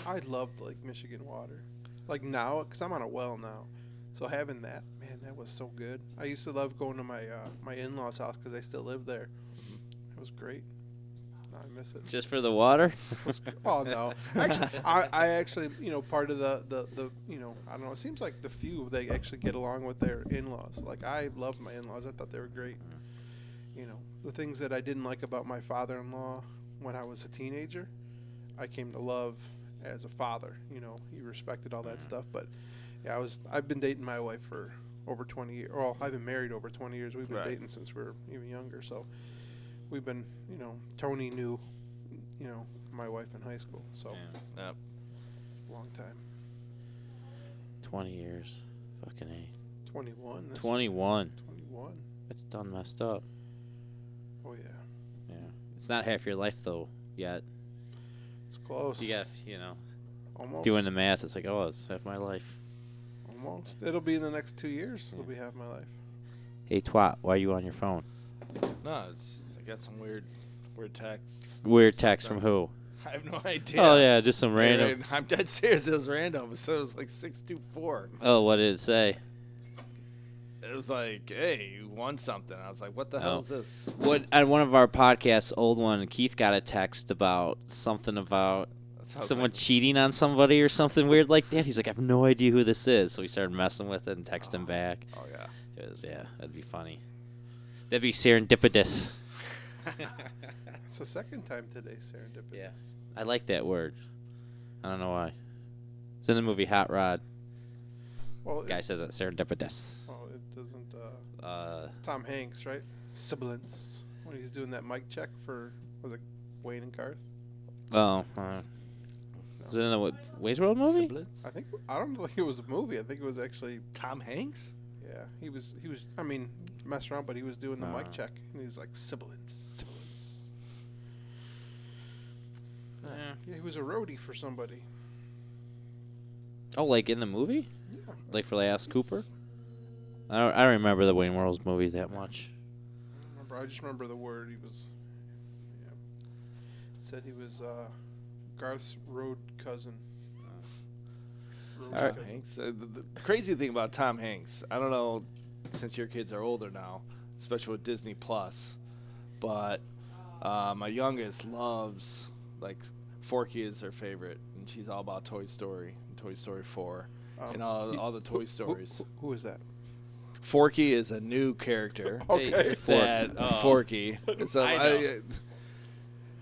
Speaker 3: I loved like Michigan water, like now because I'm on a well now. So having that, man, that was so good. I used to love going to my uh, my in-laws' house because they still live there. It was great. Now I miss it.
Speaker 1: Just for the water?
Speaker 3: Oh no! Actually, I, I actually, you know, part of the, the the you know, I don't know. It seems like the few they actually get along with their in-laws. Like I loved my in-laws. I thought they were great. You know, the things that I didn't like about my father-in-law when I was a teenager, I came to love as a father. You know, he respected all that stuff, but Yeah, I was. I've been dating my wife for over 20 years. Well, I've been married over 20 years. We've been
Speaker 2: Right.
Speaker 3: dating since we were even younger. So we've been, you know, Tony knew, you know, my wife in high school. So
Speaker 2: Yep.
Speaker 3: long time.
Speaker 1: 20 years. Fucking A.
Speaker 3: 21. That's
Speaker 1: 21.
Speaker 3: 21.
Speaker 1: That's done messed up.
Speaker 3: Oh yeah,
Speaker 1: Yeah. It's not half your life, though, yet.
Speaker 3: it's close.
Speaker 1: You got, you know,
Speaker 3: almost
Speaker 1: doing the math, it's like, oh, it's half my life.
Speaker 3: Almost. It'll be in the next two years. It'll
Speaker 1: Yeah.
Speaker 3: be half my life.
Speaker 1: Hey, twat, why are you on your phone?
Speaker 2: No, it's, I got some weird, weird text.
Speaker 1: Weird text from who?
Speaker 2: I have no idea.
Speaker 1: Oh, yeah, just some
Speaker 2: It
Speaker 1: random.
Speaker 2: ran- I'm dead serious. It was random. So it was like six two four.
Speaker 1: Oh, what did it say?
Speaker 2: It was like, hey, you won something. I was like, what the
Speaker 1: Oh.
Speaker 2: hell is this?
Speaker 1: What on one of our podcasts, old one, Keith got a text about something about
Speaker 2: That's how it's
Speaker 1: someone
Speaker 2: like,
Speaker 1: cheating on somebody or something weird like that. He's like, I have no idea who this is. So we started messing with it and texting him back.
Speaker 2: oh yeah.
Speaker 1: It was, yeah, that'd be funny. That'd be serendipitous.
Speaker 3: It's the second time today, serendipitous.
Speaker 1: I like that word. I don't know why. It's in the movie Hot Rod.
Speaker 3: Well,
Speaker 1: The guy
Speaker 3: it,
Speaker 1: says it serendipitous.
Speaker 3: well, it doesn't. Uh,
Speaker 1: Uh,
Speaker 3: Tom Hanks, right? Sibilance. When he's doing that mic check for was it Wayne and Garth?
Speaker 1: oh, uh, is it in the what, Wayne's World movie?
Speaker 2: Siblings?
Speaker 3: I think I don't think it was a movie. I think it was actually
Speaker 2: Tom Hanks?
Speaker 3: yeah. He was he was I mean messing around, but he was doing the
Speaker 1: Ah.
Speaker 2: Uh-huh.
Speaker 3: mic check and he's like sibilance, sibilance.
Speaker 1: Yeah.
Speaker 3: Yeah, he was a roadie for somebody.
Speaker 1: Oh, like in the movie?
Speaker 3: Yeah,
Speaker 1: Like for Last Cooper? I don't, I don't remember the Wayne World's movies that much.
Speaker 3: I don't remember. I just remember the word he was. Yeah, said he was uh, Garth's road cousin. Road
Speaker 1: All right.
Speaker 2: Tom
Speaker 3: cousin.
Speaker 2: Hanks. Uh, the, the crazy thing about Tom Hanks, I don't know, since your kids are older now, especially with Disney Plus, but uh, my youngest loves like Forky is her favorite, and she's all about Toy Story, and Toy Story Four, and all,
Speaker 3: he-
Speaker 2: all the Toy
Speaker 3: Um, who-
Speaker 2: Stories.
Speaker 3: Who, who is that?
Speaker 2: Forky is a new character
Speaker 1: Hey,
Speaker 3: Okay.
Speaker 1: Fork.
Speaker 2: that
Speaker 1: Oh.
Speaker 2: Forky. It's a,
Speaker 1: I know.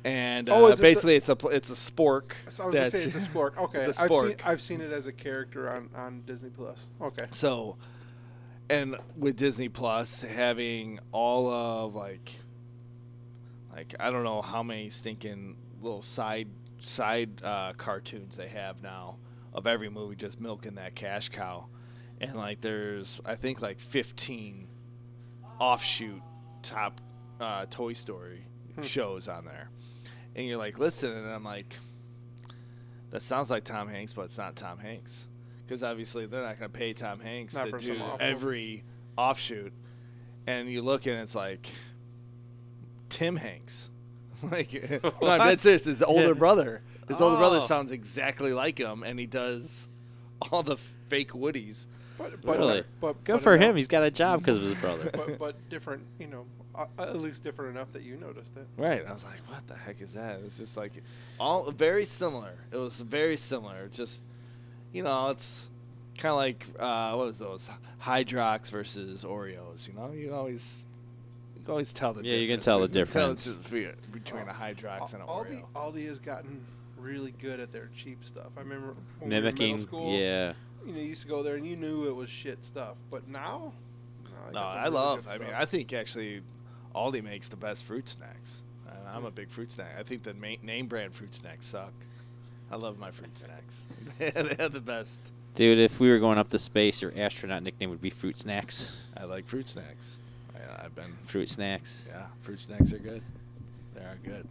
Speaker 2: and uh,
Speaker 3: Oh, is it the-
Speaker 2: basically, it's a pl- it's a spork.
Speaker 3: So I was gonna say it's a spork. Okay,
Speaker 2: It's a
Speaker 3: I've seen
Speaker 2: spork.
Speaker 3: I've seen it as a character on, on Disney Plus. Okay,
Speaker 2: So, and with Disney Plus having all of like, like I don't know how many stinking little side side uh, cartoons they have now of every movie just milking that cash cow, and like there's I think like 15 offshoot top uh, Toy Story
Speaker 3: Hmm.
Speaker 2: shows on there, and you're like listen, and I'm like, that sounds like Tom Hanks, but it's not Tom Hanks. Because obviously they're not going to pay Tom Hanks
Speaker 3: Not
Speaker 2: to
Speaker 3: for some
Speaker 2: do
Speaker 3: awful-
Speaker 2: every offshoot. And you look and it's like Tim Hanks. like, no, I'm dead serious. His older brother. His older
Speaker 1: Oh.
Speaker 2: brother sounds exactly like him, and he does all the fake Woodies.
Speaker 3: but but
Speaker 1: really?
Speaker 3: but
Speaker 1: Good
Speaker 3: but
Speaker 1: for
Speaker 3: enough-
Speaker 1: him. He's got a job because of his brother.
Speaker 3: But but different, you know, uh, at least different enough that you noticed it.
Speaker 2: Right. And I was like, what the heck is that? It was just like all very similar. It was very similar. Just you know, it's kind of like uh, what was those Hydrox versus Oreos. You know, you always you can always tell the
Speaker 1: Yeah,
Speaker 2: difference.
Speaker 1: you can tell the
Speaker 2: just be- between a Hydrox and an
Speaker 3: Al-
Speaker 2: Oreo.
Speaker 3: Aldi Aldi has gotten really good at their cheap stuff. I remember when we were in
Speaker 1: Mimicking,
Speaker 3: middle school.
Speaker 1: yeah.
Speaker 3: you know, you used to go there and you knew it was shit stuff. But now, I
Speaker 2: No, I love. I mean, I think actually, Aldi makes the best fruit snacks. I- I'm a big fruit snack. I think the ma- name brand fruit snacks suck. I love my fruit snacks. they have the best.
Speaker 1: Dude, if we were going up to space, your astronaut nickname would be Fruit Snacks.
Speaker 2: I like fruit snacks. I, I've been.
Speaker 1: Fruit Snacks.
Speaker 2: Yeah, fruit snacks are good. They are good.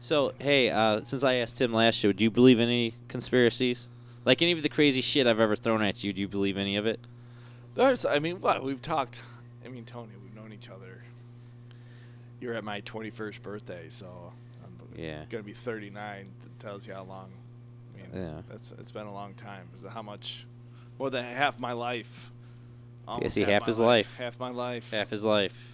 Speaker 1: So, hey, uh, since I asked Tim last show, do you believe in any conspiracies? Like any of the crazy shit I've ever thrown at you, do you believe any of it?
Speaker 2: There's, I mean, what we've talked. I mean, Tony, we've known each other. You're at my 21st birthday, so I'm
Speaker 1: Yeah.
Speaker 2: gonna be 39. That tells you how long. I mean,
Speaker 1: Yeah.
Speaker 2: that's it's been a long time. So How much? More than half my life. Almost
Speaker 1: see, half
Speaker 2: my
Speaker 1: his life.
Speaker 2: Half my life.
Speaker 1: Half his life.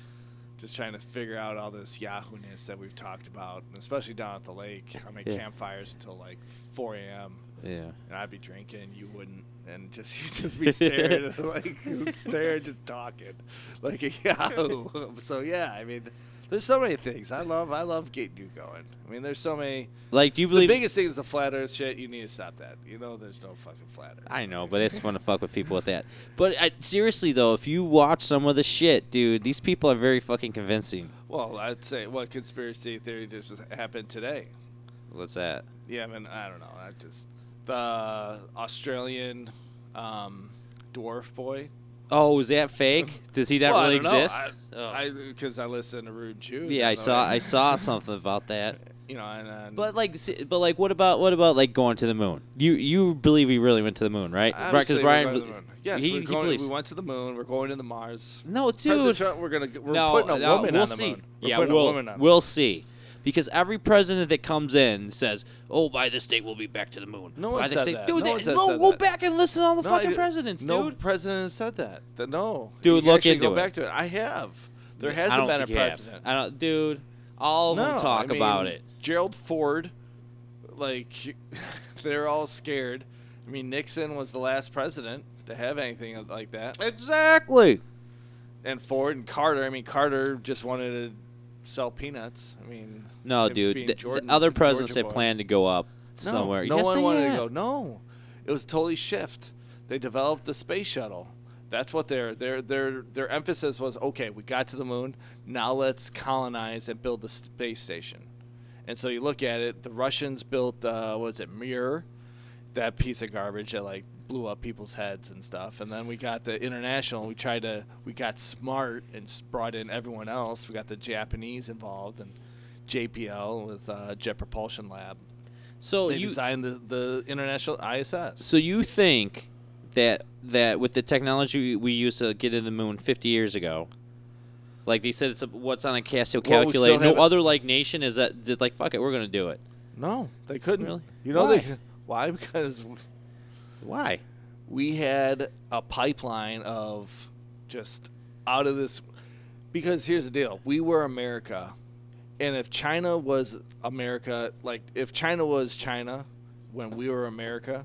Speaker 2: just trying to figure out all this Yahoo ness that we've talked about, and especially down at the lake. I make
Speaker 1: Yeah.
Speaker 2: campfires until like 4 a.m.
Speaker 1: Yeah.
Speaker 2: and I'd be drinking, you wouldn't, and just you'd just be staring, at, like staring, just talking, like a yahoo. So yeah, I mean, There's so many things I love. I love getting you going. I mean, there's so many.
Speaker 1: Like, do you
Speaker 2: The
Speaker 1: believe?
Speaker 2: biggest thing is the flat Earth shit. You need to stop that. You know, there's no fucking flat Earth.
Speaker 1: I know, but I just want to fuck with people with that. But I, seriously though, if you watch some of the shit, dude, these people are very fucking convincing.
Speaker 2: Well, I'd say what conspiracy theory just happened today.
Speaker 1: What's that?
Speaker 2: Yeah, I mean, I don't know. I just the Australian um, dwarf boy.
Speaker 1: Oh, is that fake? Does he not
Speaker 2: Well,
Speaker 1: really
Speaker 2: I don't know.
Speaker 1: exist? Oh.
Speaker 2: I because I, listen to Rude Jew.
Speaker 1: yeah, I saw I saw something about that.
Speaker 2: You know, and, and
Speaker 1: But like, s- but like, what about what about like going to the moon? You you believe we really went to the moon, right? Right, 'cause
Speaker 2: obviously we're
Speaker 1: Brian,
Speaker 2: going to
Speaker 1: be-
Speaker 2: the moon. Yes,
Speaker 1: he,
Speaker 2: we're
Speaker 1: he
Speaker 2: going,
Speaker 1: believes.
Speaker 2: we went to the moon. We're going to the Mars.
Speaker 1: no, dude,
Speaker 2: President Trump, we're gonna we're
Speaker 1: no,
Speaker 2: putting a
Speaker 1: no,
Speaker 2: woman
Speaker 1: we'll
Speaker 2: on the
Speaker 1: see.
Speaker 2: moon. We're
Speaker 1: yeah,
Speaker 2: putting
Speaker 1: we'll
Speaker 2: a woman on. the
Speaker 1: we'll see. Because every president that comes in says, "Oh, by this date we'll be back to the moon."
Speaker 2: No
Speaker 1: by
Speaker 2: one
Speaker 1: this
Speaker 2: said
Speaker 1: date-
Speaker 2: that.
Speaker 1: Dude,
Speaker 2: No one said-
Speaker 1: go-
Speaker 2: said
Speaker 1: go
Speaker 2: that.
Speaker 1: back and listen to all the
Speaker 2: No, I
Speaker 1: fucking
Speaker 2: did-
Speaker 1: presidents,
Speaker 2: No
Speaker 1: dude.
Speaker 2: president has said that. Th- no.
Speaker 1: Dude,
Speaker 2: You can
Speaker 1: look
Speaker 2: actually
Speaker 1: into
Speaker 2: go
Speaker 1: it.
Speaker 2: back to it. I have. There
Speaker 1: I
Speaker 2: hasn't
Speaker 1: don't
Speaker 2: been a
Speaker 1: think you have.
Speaker 2: president.
Speaker 1: I don't, dude. All of
Speaker 2: no,
Speaker 1: them
Speaker 2: I
Speaker 1: talk
Speaker 2: mean,
Speaker 1: about it.
Speaker 2: Gerald Ford, like, they're all scared. I mean, Nixon was the last president to have anything like that.
Speaker 1: Exactly.
Speaker 2: And Ford and Carter. I mean, Carter just wanted to sell peanuts. I mean,
Speaker 1: No,
Speaker 2: him
Speaker 1: dude.
Speaker 2: being
Speaker 1: The, the
Speaker 2: Jordan-
Speaker 1: other
Speaker 2: Georgia
Speaker 1: presidents that
Speaker 2: boy.
Speaker 1: planned to go up somewhere.
Speaker 2: No
Speaker 1: Yes,
Speaker 2: one
Speaker 1: they
Speaker 2: wanted
Speaker 1: have.
Speaker 2: to go. No, it was a totally shift. They developed the space shuttle. That's what their their their their emphasis was. Okay, we got to the moon. Now let's colonize and build the space station. And so you look at it. The Russians built uh, what was it Mir, that piece of garbage that like blew up people's heads and stuff. And then we got the international. We tried to we got smart and s- brought in everyone else. We got the Japanese involved and JPL with uh, Jet Propulsion Lab
Speaker 1: So
Speaker 2: they
Speaker 1: Oh, you
Speaker 2: designed the, the international ISS.
Speaker 1: So you think that that with the technology we used to get to the moon 50 years ago, like they said, it's a, what's on a Casio
Speaker 2: Well, we
Speaker 1: calculator.
Speaker 2: still
Speaker 1: no
Speaker 2: haven't-
Speaker 1: other like nation is that did like fuck it, we're gonna do it.
Speaker 2: No, they couldn't.
Speaker 1: Really?
Speaker 2: You know they
Speaker 1: Why?
Speaker 2: they why? Because
Speaker 1: Why?
Speaker 2: we had a pipeline of just out of this. Because here's the deal: we were America, and if China was America, like if China was China when we were America,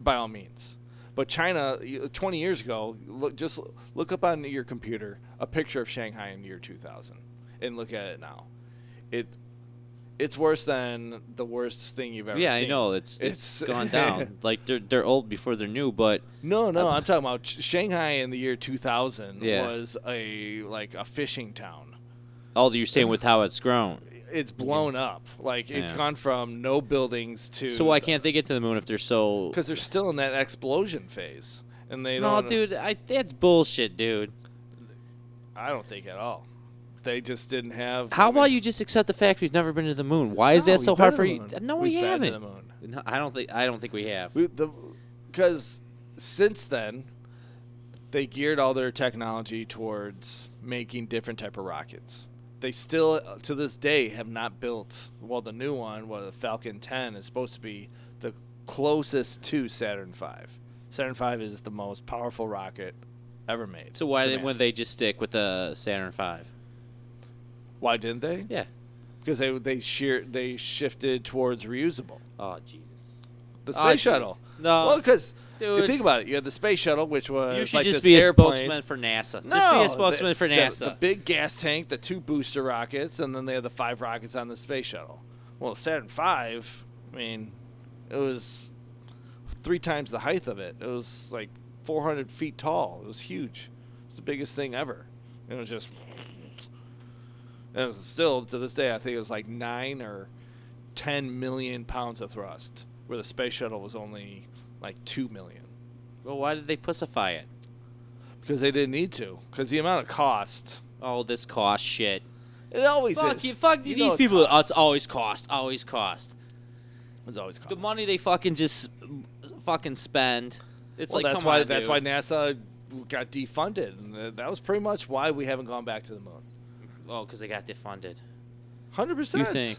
Speaker 2: by all means. But China, y- 20 years ago, look just look up on your computer a picture of Shanghai in the year 2000, and look at it now. It it's worse than the worst thing you've ever
Speaker 1: yeah,
Speaker 2: seen.
Speaker 1: I know it's it's
Speaker 2: It's-
Speaker 1: gone down. like they're they're old before they're new, but
Speaker 2: No, no, I'm talking about Sh- Shanghai in the year 2000
Speaker 1: Yeah.
Speaker 2: was a like a fishing town.
Speaker 1: all you're saying with how it's grown.
Speaker 2: It's blown up. Like it's
Speaker 1: Yeah.
Speaker 2: gone from no buildings to
Speaker 1: So why can't they get to the moon if they're so?
Speaker 2: because they're still in that explosion phase and they
Speaker 1: No,
Speaker 2: don't.
Speaker 1: dude, I, that's bullshit, dude.
Speaker 2: I don't think at all. They just didn't have.
Speaker 1: How
Speaker 2: I
Speaker 1: about
Speaker 2: mean-
Speaker 1: you just accept the fact we've never been to the moon? Why is
Speaker 2: No,
Speaker 1: that so
Speaker 2: we've
Speaker 1: hard for
Speaker 2: been
Speaker 1: you?
Speaker 2: to the moon.
Speaker 1: No,
Speaker 2: We've
Speaker 1: we
Speaker 2: been to
Speaker 1: haven't.
Speaker 2: the moon.
Speaker 1: No, I don't think I don't think we have.
Speaker 2: We, the because since then they geared all their technology towards making different type of rockets. They still uh, to this day have not built well the new one, well the Falcon 10 is supposed to be the closest to Saturn 5. Saturn 5 is the most powerful rocket ever made.
Speaker 1: So why
Speaker 2: to
Speaker 1: didn't
Speaker 2: man.
Speaker 1: when they just stick with the Saturn Five?
Speaker 2: Why didn't they?
Speaker 1: Yeah.
Speaker 2: Because they they sheer, they shifted towards reusable.
Speaker 1: Oh Jesus.
Speaker 2: The space
Speaker 1: Ah, dude.
Speaker 2: shuttle.
Speaker 1: No.
Speaker 2: Well, because
Speaker 1: Dude.
Speaker 2: think about it, you had the space shuttle, which was
Speaker 1: you should
Speaker 2: Uh, like
Speaker 1: just
Speaker 2: this
Speaker 1: be a
Speaker 2: airplane.
Speaker 1: spokesman for NASA. just
Speaker 2: No,
Speaker 1: be a
Speaker 2: the-
Speaker 1: spokesman for
Speaker 2: the-
Speaker 1: NASA.
Speaker 2: The, big gas tank, the two booster rockets, and then they had the five rockets on the space shuttle. Well, Saturn Five, I mean, it was three times the height of it. It was like 400 feet tall. It was huge. It was the biggest thing ever. It was just, and it was still to this day. I think it was like nine or 10 million pounds of thrust, where the space shuttle was only like two million
Speaker 1: well, why did they pussify it?
Speaker 2: because they didn't need to because the amount of cost.
Speaker 1: All this cost shit.
Speaker 2: It always
Speaker 1: Fuck
Speaker 2: is.
Speaker 1: you, fuck
Speaker 2: You know
Speaker 1: these
Speaker 2: it's
Speaker 1: people.
Speaker 2: cost.
Speaker 1: It's always cost. Always cost.
Speaker 2: It's always cost.
Speaker 1: The money they fucking just fucking spend. It's
Speaker 2: Well,
Speaker 1: like
Speaker 2: that's
Speaker 1: come
Speaker 2: why
Speaker 1: on,
Speaker 2: that's
Speaker 1: dude.
Speaker 2: why NASA got defunded, and uh, that was pretty much why we haven't gone back to the moon.
Speaker 1: Oh, because they got defunded.
Speaker 2: Hundred
Speaker 1: You
Speaker 2: percent.
Speaker 1: think?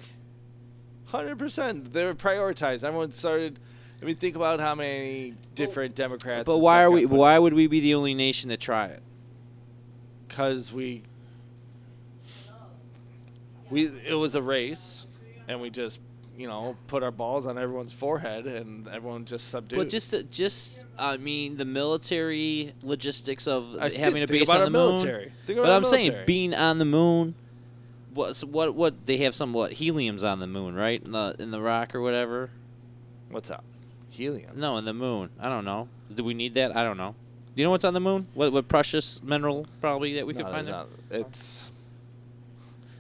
Speaker 2: Hundred percent. They were prioritized. Everyone started. I mean, think about how many different Democrats.
Speaker 1: But why are we? Why would we be the only nation to try it?
Speaker 2: Because we. We it was a race, and we just you know put our balls on everyone's forehead, and everyone just subdued.
Speaker 1: But just, just I mean, the military logistics of
Speaker 2: I said,
Speaker 1: having a
Speaker 2: think
Speaker 1: base
Speaker 2: about
Speaker 1: on
Speaker 2: our
Speaker 1: the
Speaker 2: military.
Speaker 1: moon.
Speaker 2: Think
Speaker 1: but
Speaker 2: about our
Speaker 1: I'm saying
Speaker 2: military.
Speaker 1: being on the moon, what so what what they have some what helium's on the moon, right? In the in the rock or whatever.
Speaker 2: What's up? Helium.
Speaker 1: No, in the moon. I don't know. Do we need that? I don't know. Do you know what's on the moon? What what precious mineral probably that we could
Speaker 2: No, there's
Speaker 1: find? There?
Speaker 2: not- It's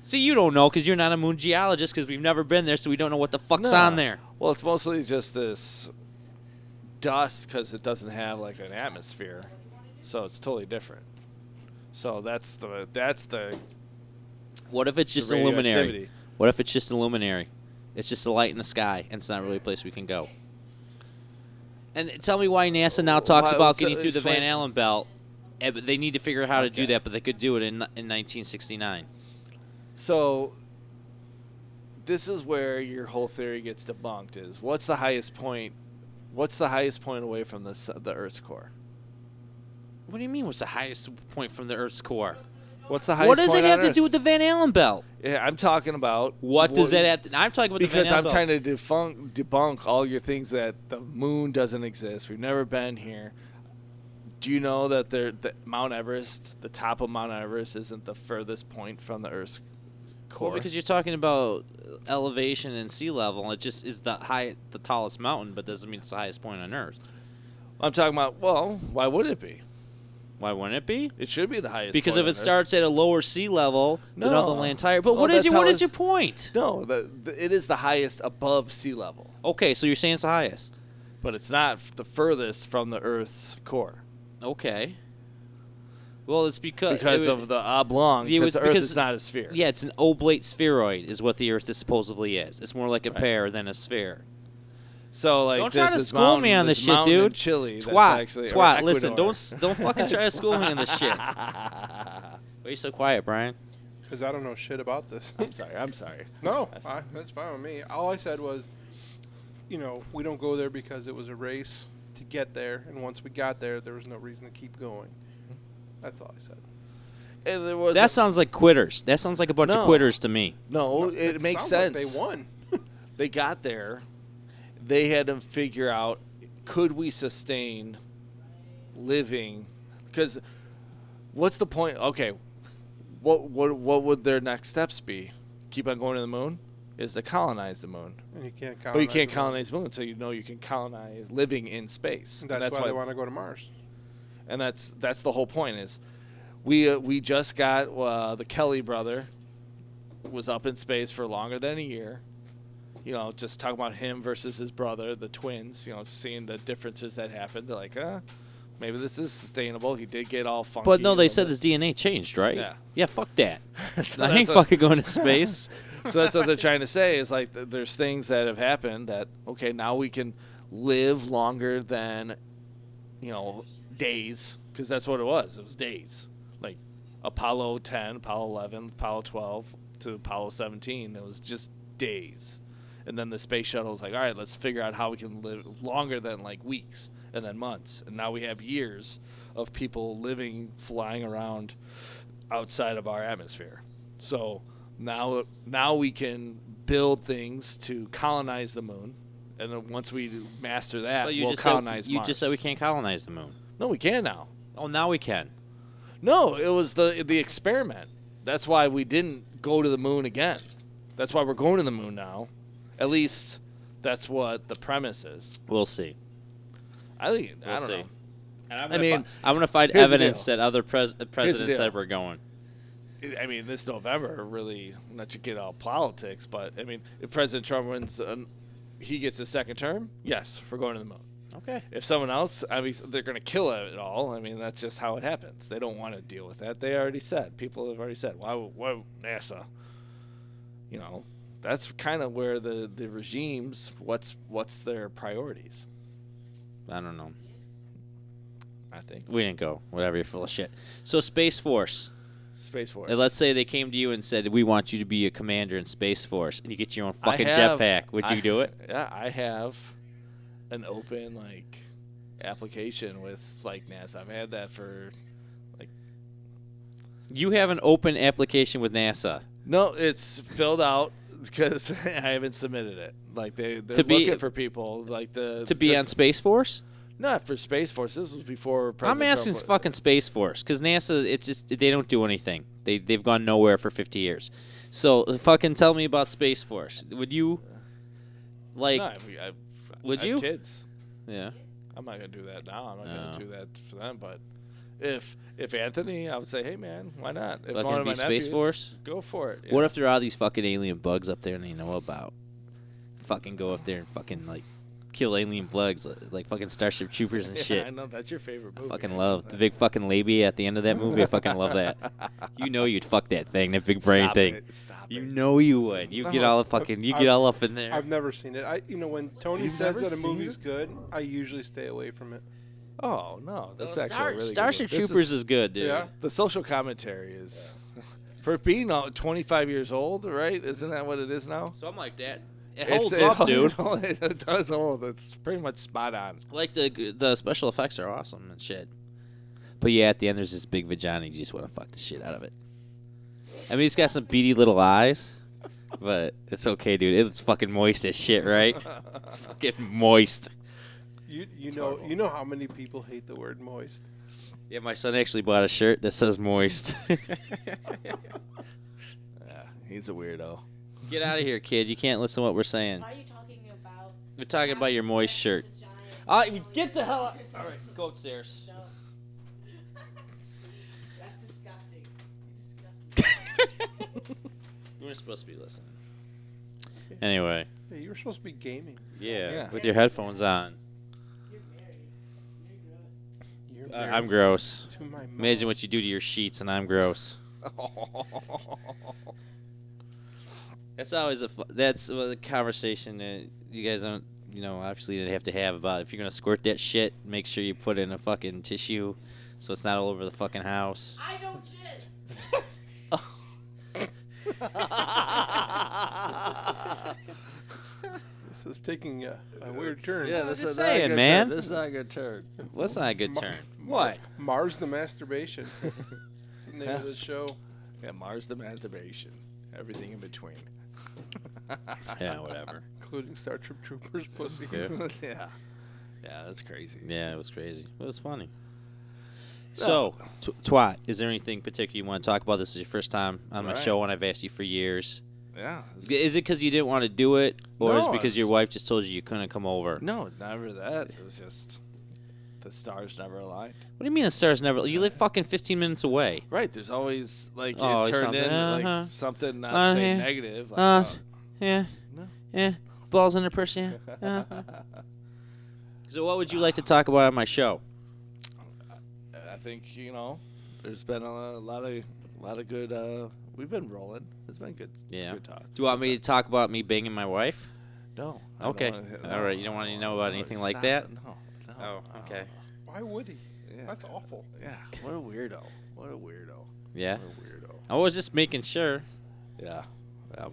Speaker 1: See, you don't know because you're not a moon geologist because we've never been there, so we don't know what the fuck's on
Speaker 2: No.
Speaker 1: there.
Speaker 2: Well, it's mostly just this dust because it doesn't have like an atmosphere, so it's totally different. So that's the that's the
Speaker 1: What if it's just a luminary?
Speaker 2: radioactivity.
Speaker 1: What if it's just a luminary? It's just a light in the sky, and it's not really a place we can go. And tell me why NASA now talks
Speaker 2: Why-
Speaker 1: about
Speaker 2: what's-
Speaker 1: getting through the Van
Speaker 2: explain-
Speaker 1: Allen belt. eh, but they need to figure out how to do
Speaker 2: Okay.
Speaker 1: that, but they could do it in, in 1969.
Speaker 2: So this is where your whole theory gets debunked is what's the highest point what's the highest point away from the s- the earth's core?
Speaker 1: What do you mean? What's the highest point from the Earth's core?
Speaker 2: What's the highest
Speaker 1: What does
Speaker 2: point
Speaker 1: it have
Speaker 2: on
Speaker 1: to
Speaker 2: Earth?
Speaker 1: do with the Van Allen belt?
Speaker 2: Yeah, I'm talking about
Speaker 1: What does that have to? I'm talking about the
Speaker 2: because
Speaker 1: Van Allen
Speaker 2: I'm
Speaker 1: belt.
Speaker 2: trying to defunk, debunk all your things that the moon doesn't exist. We've never been here. Do you know that there, that Mount Everest, the top of Mount Everest, isn't the furthest point from the Earth's core?
Speaker 1: Well, because you're talking about elevation and sea level, it just is the high, the tallest mountain, but doesn't mean it's the highest point on Earth.
Speaker 2: I'm talking about. Well, why would it be?
Speaker 1: Why wouldn't it be?
Speaker 2: It should be the highest.
Speaker 1: Because if
Speaker 2: point
Speaker 1: it
Speaker 2: on Earth.
Speaker 1: starts at a lower sea level, than all the
Speaker 2: No.
Speaker 1: land higher. But
Speaker 2: Well,
Speaker 1: what is
Speaker 2: that's
Speaker 1: your what
Speaker 2: how
Speaker 1: is your
Speaker 2: it's-
Speaker 1: point?
Speaker 2: no, the, the, it is the highest above sea level,
Speaker 1: Okay, so you're saying it's the highest.
Speaker 2: but it's not f- the furthest from the Earth's core
Speaker 1: Okay. Well, it's because it
Speaker 2: because
Speaker 1: would-
Speaker 2: of the oblong.
Speaker 1: it
Speaker 2: Because
Speaker 1: would-
Speaker 2: the Earth
Speaker 1: because-
Speaker 2: is not a sphere.
Speaker 1: Yeah, it's an oblate spheroid, is what the Earth is supposedly is. It's more like a
Speaker 2: Right.
Speaker 1: pear than a sphere.
Speaker 2: So like,
Speaker 1: don't
Speaker 2: there's
Speaker 1: try to
Speaker 2: this
Speaker 1: school
Speaker 2: mountain,
Speaker 1: me on this, shit,
Speaker 2: mountain in
Speaker 1: dude.
Speaker 2: Chile, that's
Speaker 1: twat,
Speaker 2: actually, or
Speaker 1: twat. Listen,
Speaker 2: Ecuador.
Speaker 1: don't s- don't fucking try to school me on this shit. Why are you so quiet, Brian?
Speaker 3: because I don't know shit about this.
Speaker 2: I'm sorry. I'm sorry.
Speaker 3: no, I, that's fine with me. All I said was, you know, we don't go there because it was a race to get there, and once we got there, there was no reason to keep going.
Speaker 2: Mm-hmm.
Speaker 3: That's all I said.
Speaker 2: And there was
Speaker 1: That sounds like quitters. That sounds like a bunch of
Speaker 2: No.
Speaker 1: quitters to me.
Speaker 2: no.
Speaker 3: No,
Speaker 2: it, makes
Speaker 3: sounds
Speaker 2: sense.
Speaker 3: like they won.
Speaker 2: They got there. They had to figure out could we sustain living because what's the point? Okay, what what what would their next steps be? Keep on going to the moon is to colonize the moon,
Speaker 3: and you can't colonize.
Speaker 2: but you can't
Speaker 3: the moon.
Speaker 2: colonize the moon until you know you can colonize living in space.
Speaker 3: That's,
Speaker 2: and that's
Speaker 3: why, they want to go to Mars.
Speaker 2: and that's that's the whole point is we uh, we just got uh, the Kelly brother was up in space for longer than a year. You know, just talking about him versus his brother, the twins. You know, seeing the differences that happened. They're like, uh, maybe this is sustainable. He did get all funky.
Speaker 1: But no,
Speaker 2: a
Speaker 1: they
Speaker 2: little
Speaker 1: said
Speaker 2: bit.
Speaker 1: his DNA changed, right?
Speaker 2: Yeah.
Speaker 1: Yeah, fuck that.
Speaker 2: So
Speaker 1: I
Speaker 2: that's
Speaker 1: ain't
Speaker 2: what-
Speaker 1: fucking going to space.
Speaker 2: so that's what they're trying to say is like th- there's things that have happened that okay now we can live longer than you know days because that's what it was it was days like apollo 10 apollo 11 apollo 12 to apollo 17 it was just days and then the space shuttle was like all right let's figure out how we can live longer than like weeks and then months and now we have years of people living flying around outside of our atmosphere. So now now we can build things to colonize the moon, and then once we master that,
Speaker 1: But you
Speaker 2: we'll
Speaker 1: just
Speaker 2: colonize
Speaker 1: said, you
Speaker 2: Mars.
Speaker 1: just said we can't colonize the moon.
Speaker 2: no, we can now.
Speaker 1: Oh, now we can.
Speaker 2: No, it was the the experiment. That's why we didn't go to the moon again. That's why we're going to the moon now. At least that's what the premise is.
Speaker 1: We'll see.
Speaker 2: I think I
Speaker 1: We'll
Speaker 2: don't
Speaker 1: see.
Speaker 2: know.
Speaker 1: And I'm
Speaker 2: I
Speaker 1: gonna
Speaker 2: mean,
Speaker 1: fi- I'm gonna find
Speaker 2: here's the
Speaker 1: evidence
Speaker 2: deal.
Speaker 1: that other pres- uh, presidents
Speaker 2: deal.
Speaker 1: said we're going.
Speaker 2: I mean, this November really not to get all politics, but I mean, if President Trump wins, an, he gets his second term. Yes, we're going to the moon.
Speaker 1: Okay.
Speaker 2: If someone else, I mean, they're going to kill it all. I mean, that's just how it happens. They don't want to deal with that. They already said. People have already said, "Why, would- why would NASA?" You know, that's kind of where the the regimes. What's what's their priorities?
Speaker 1: I don't know.
Speaker 2: I think
Speaker 1: We didn't go. Whatever. You're full of shit. So Space Force.
Speaker 2: Space Force.
Speaker 1: And let's say they came to you and said, "We want you to be a commander in Space Force, and you get your own
Speaker 2: I
Speaker 1: fucking
Speaker 2: have-
Speaker 1: jetpack." Would you
Speaker 2: I-
Speaker 1: do it?
Speaker 2: Yeah, I have an open like application with like NASA. I've had that for
Speaker 1: You have an open application with NASA
Speaker 2: no, it's filled out because I haven't submitted it. Like they they're
Speaker 1: To be-
Speaker 2: looking for people like the
Speaker 1: to be on
Speaker 2: because-
Speaker 1: Space Force.
Speaker 2: not for Space Force. This was before. President
Speaker 1: I'm asking
Speaker 2: Trump,
Speaker 1: fucking Space Force because NASA. It's just they don't do anything. They they've gone nowhere for 50 years. So fucking tell me about Space Force. Would you like?
Speaker 2: no, I, mean, I,
Speaker 1: would
Speaker 2: I have
Speaker 1: you?
Speaker 2: kids?
Speaker 1: Yeah.
Speaker 2: I'm not gonna do that now. I'm not
Speaker 1: No.
Speaker 2: gonna do that for them. But if if Anthony, I would say, hey man, why not? If
Speaker 1: Fucking
Speaker 2: one of
Speaker 1: be
Speaker 2: my
Speaker 1: Space
Speaker 2: nephews,
Speaker 1: Force?
Speaker 2: Go for it.
Speaker 1: What if there are these fucking alien bugs up there and they know about? Fucking go up there and fucking like kill alien bugs li- like fucking Starship Troopers and
Speaker 2: yeah,
Speaker 1: shit.
Speaker 2: I know that's your favorite movie.
Speaker 1: fucking
Speaker 2: I know
Speaker 1: love
Speaker 2: that.
Speaker 1: the big fucking labia at the end of that movie. I fucking love that. You know you'd fuck that thing, that big brain
Speaker 2: Stop
Speaker 1: thing.
Speaker 2: it, stop
Speaker 1: You
Speaker 2: it.
Speaker 1: know you would. You get
Speaker 3: No,
Speaker 1: all fucking. You
Speaker 3: I've-
Speaker 1: get all up in there.
Speaker 3: I've never seen it. I, you know, when Tony
Speaker 2: You've
Speaker 3: says
Speaker 2: never
Speaker 3: that a
Speaker 2: seen
Speaker 3: movie's
Speaker 2: it?
Speaker 3: good, I usually stay away from it.
Speaker 2: Oh no, that's
Speaker 1: Star-
Speaker 2: actually a really good
Speaker 1: Starship
Speaker 2: movie. This
Speaker 1: Troopers is,
Speaker 2: is-
Speaker 1: good, dude.
Speaker 3: Yeah.
Speaker 2: the social commentary is for being all 25 years old, right? Isn't that what it is now?
Speaker 1: So I'm like that. It
Speaker 2: It's-
Speaker 1: holds up,
Speaker 2: it,
Speaker 1: dude.
Speaker 2: It does hold. It's pretty much spot on.
Speaker 1: Like the the special effects are awesome and shit. But yeah, at the end there's this big vagina. You just want to fuck the shit out of it. I mean, it's got some beady little eyes, but it's okay, dude. It's fucking moist as shit, right? It's fucking moist.
Speaker 3: You you know you know how many people hate the word moist.
Speaker 1: Yeah, my son actually bought a shirt that says moist.
Speaker 2: Yeah, he's a weirdo.
Speaker 1: Get out of here, kid. You can't listen to what we're saying.
Speaker 5: Why are you talking about?
Speaker 1: We're talking about your moist shirt. Uh, get the hell out. All right, go upstairs.
Speaker 5: No. That's disgusting. You disgust me.
Speaker 1: We're supposed to be listening. Anyway,
Speaker 3: Hey, you were supposed to be gaming.
Speaker 1: yeah,
Speaker 2: Yeah.
Speaker 1: with your headphones on.
Speaker 5: You're married. You're
Speaker 3: You're
Speaker 5: gross.
Speaker 1: Uh,
Speaker 3: married
Speaker 1: I'm gross.
Speaker 3: to my mom.
Speaker 1: Imagine what you do to your sheets, and I'm gross. That's always a fu- that's uh, the conversation that you guys don't you know obviously they have to have about if you're gonna squirt that shit, make sure you put it in a fucking tissue, so it's not all over the fucking house.
Speaker 5: I don't jizz.
Speaker 3: This is taking a, a weird turn.
Speaker 4: Yeah,
Speaker 1: I'm
Speaker 4: this
Speaker 1: just
Speaker 4: is not a
Speaker 1: saying,
Speaker 4: good
Speaker 1: man.
Speaker 4: Turn. This is not a good turn.
Speaker 1: What's not a good
Speaker 3: Ma-
Speaker 1: turn?
Speaker 2: What?
Speaker 3: Mars the masturbation. It's the name of the show.
Speaker 2: Yeah, Mars the masturbation. Everything in between.
Speaker 1: Yeah, whatever.
Speaker 3: including Star Trek Troopers pussy.
Speaker 1: Yeah.
Speaker 2: yeah. Yeah, that's crazy.
Speaker 1: Yeah, it was crazy. It was funny. So, tw- twat, is there anything particular you want to talk about? This is your first time on my
Speaker 2: Right.
Speaker 1: show, and I've asked you for years.
Speaker 2: Yeah.
Speaker 1: G- Is it because you didn't want to do it, or is it
Speaker 2: No,
Speaker 1: because
Speaker 2: it's-
Speaker 1: your wife just told you you couldn't come over?
Speaker 2: No, never that. It was just the stars never aligned.
Speaker 1: What do you mean the stars never? You live fucking 15 minutes away.
Speaker 2: Right. There's always like it
Speaker 1: Always
Speaker 2: turned
Speaker 1: something.
Speaker 2: in
Speaker 1: Uh-huh.
Speaker 2: like something not
Speaker 1: Uh,
Speaker 2: saying
Speaker 1: yeah.
Speaker 2: negative. Like,
Speaker 1: Uh,
Speaker 2: oh,
Speaker 1: yeah,
Speaker 2: No.
Speaker 1: yeah. Balls in her purse, yeah. Uh-huh. so, what would you like to talk about on my show?
Speaker 2: uh, I think you know. There's been a lot of lot of good. Uh, we've been rolling. It's been good.
Speaker 1: Yeah.
Speaker 2: Good talks.
Speaker 1: Do you want me to talk about me banging my wife?
Speaker 2: No. I don't
Speaker 1: Okay.
Speaker 2: wanna-
Speaker 1: All right, you don't wanna
Speaker 2: no,
Speaker 1: know about
Speaker 2: no,
Speaker 1: anything like
Speaker 2: stop.
Speaker 1: that?
Speaker 2: No. no,
Speaker 1: Oh,
Speaker 2: no.
Speaker 1: okay.
Speaker 3: Why would he?
Speaker 2: Yeah.
Speaker 3: That's awful.
Speaker 2: Yeah. What a weirdo. What a weirdo.
Speaker 1: Yeah.
Speaker 2: What a weirdo.
Speaker 1: I was just making sure.
Speaker 2: Yeah. Yeah.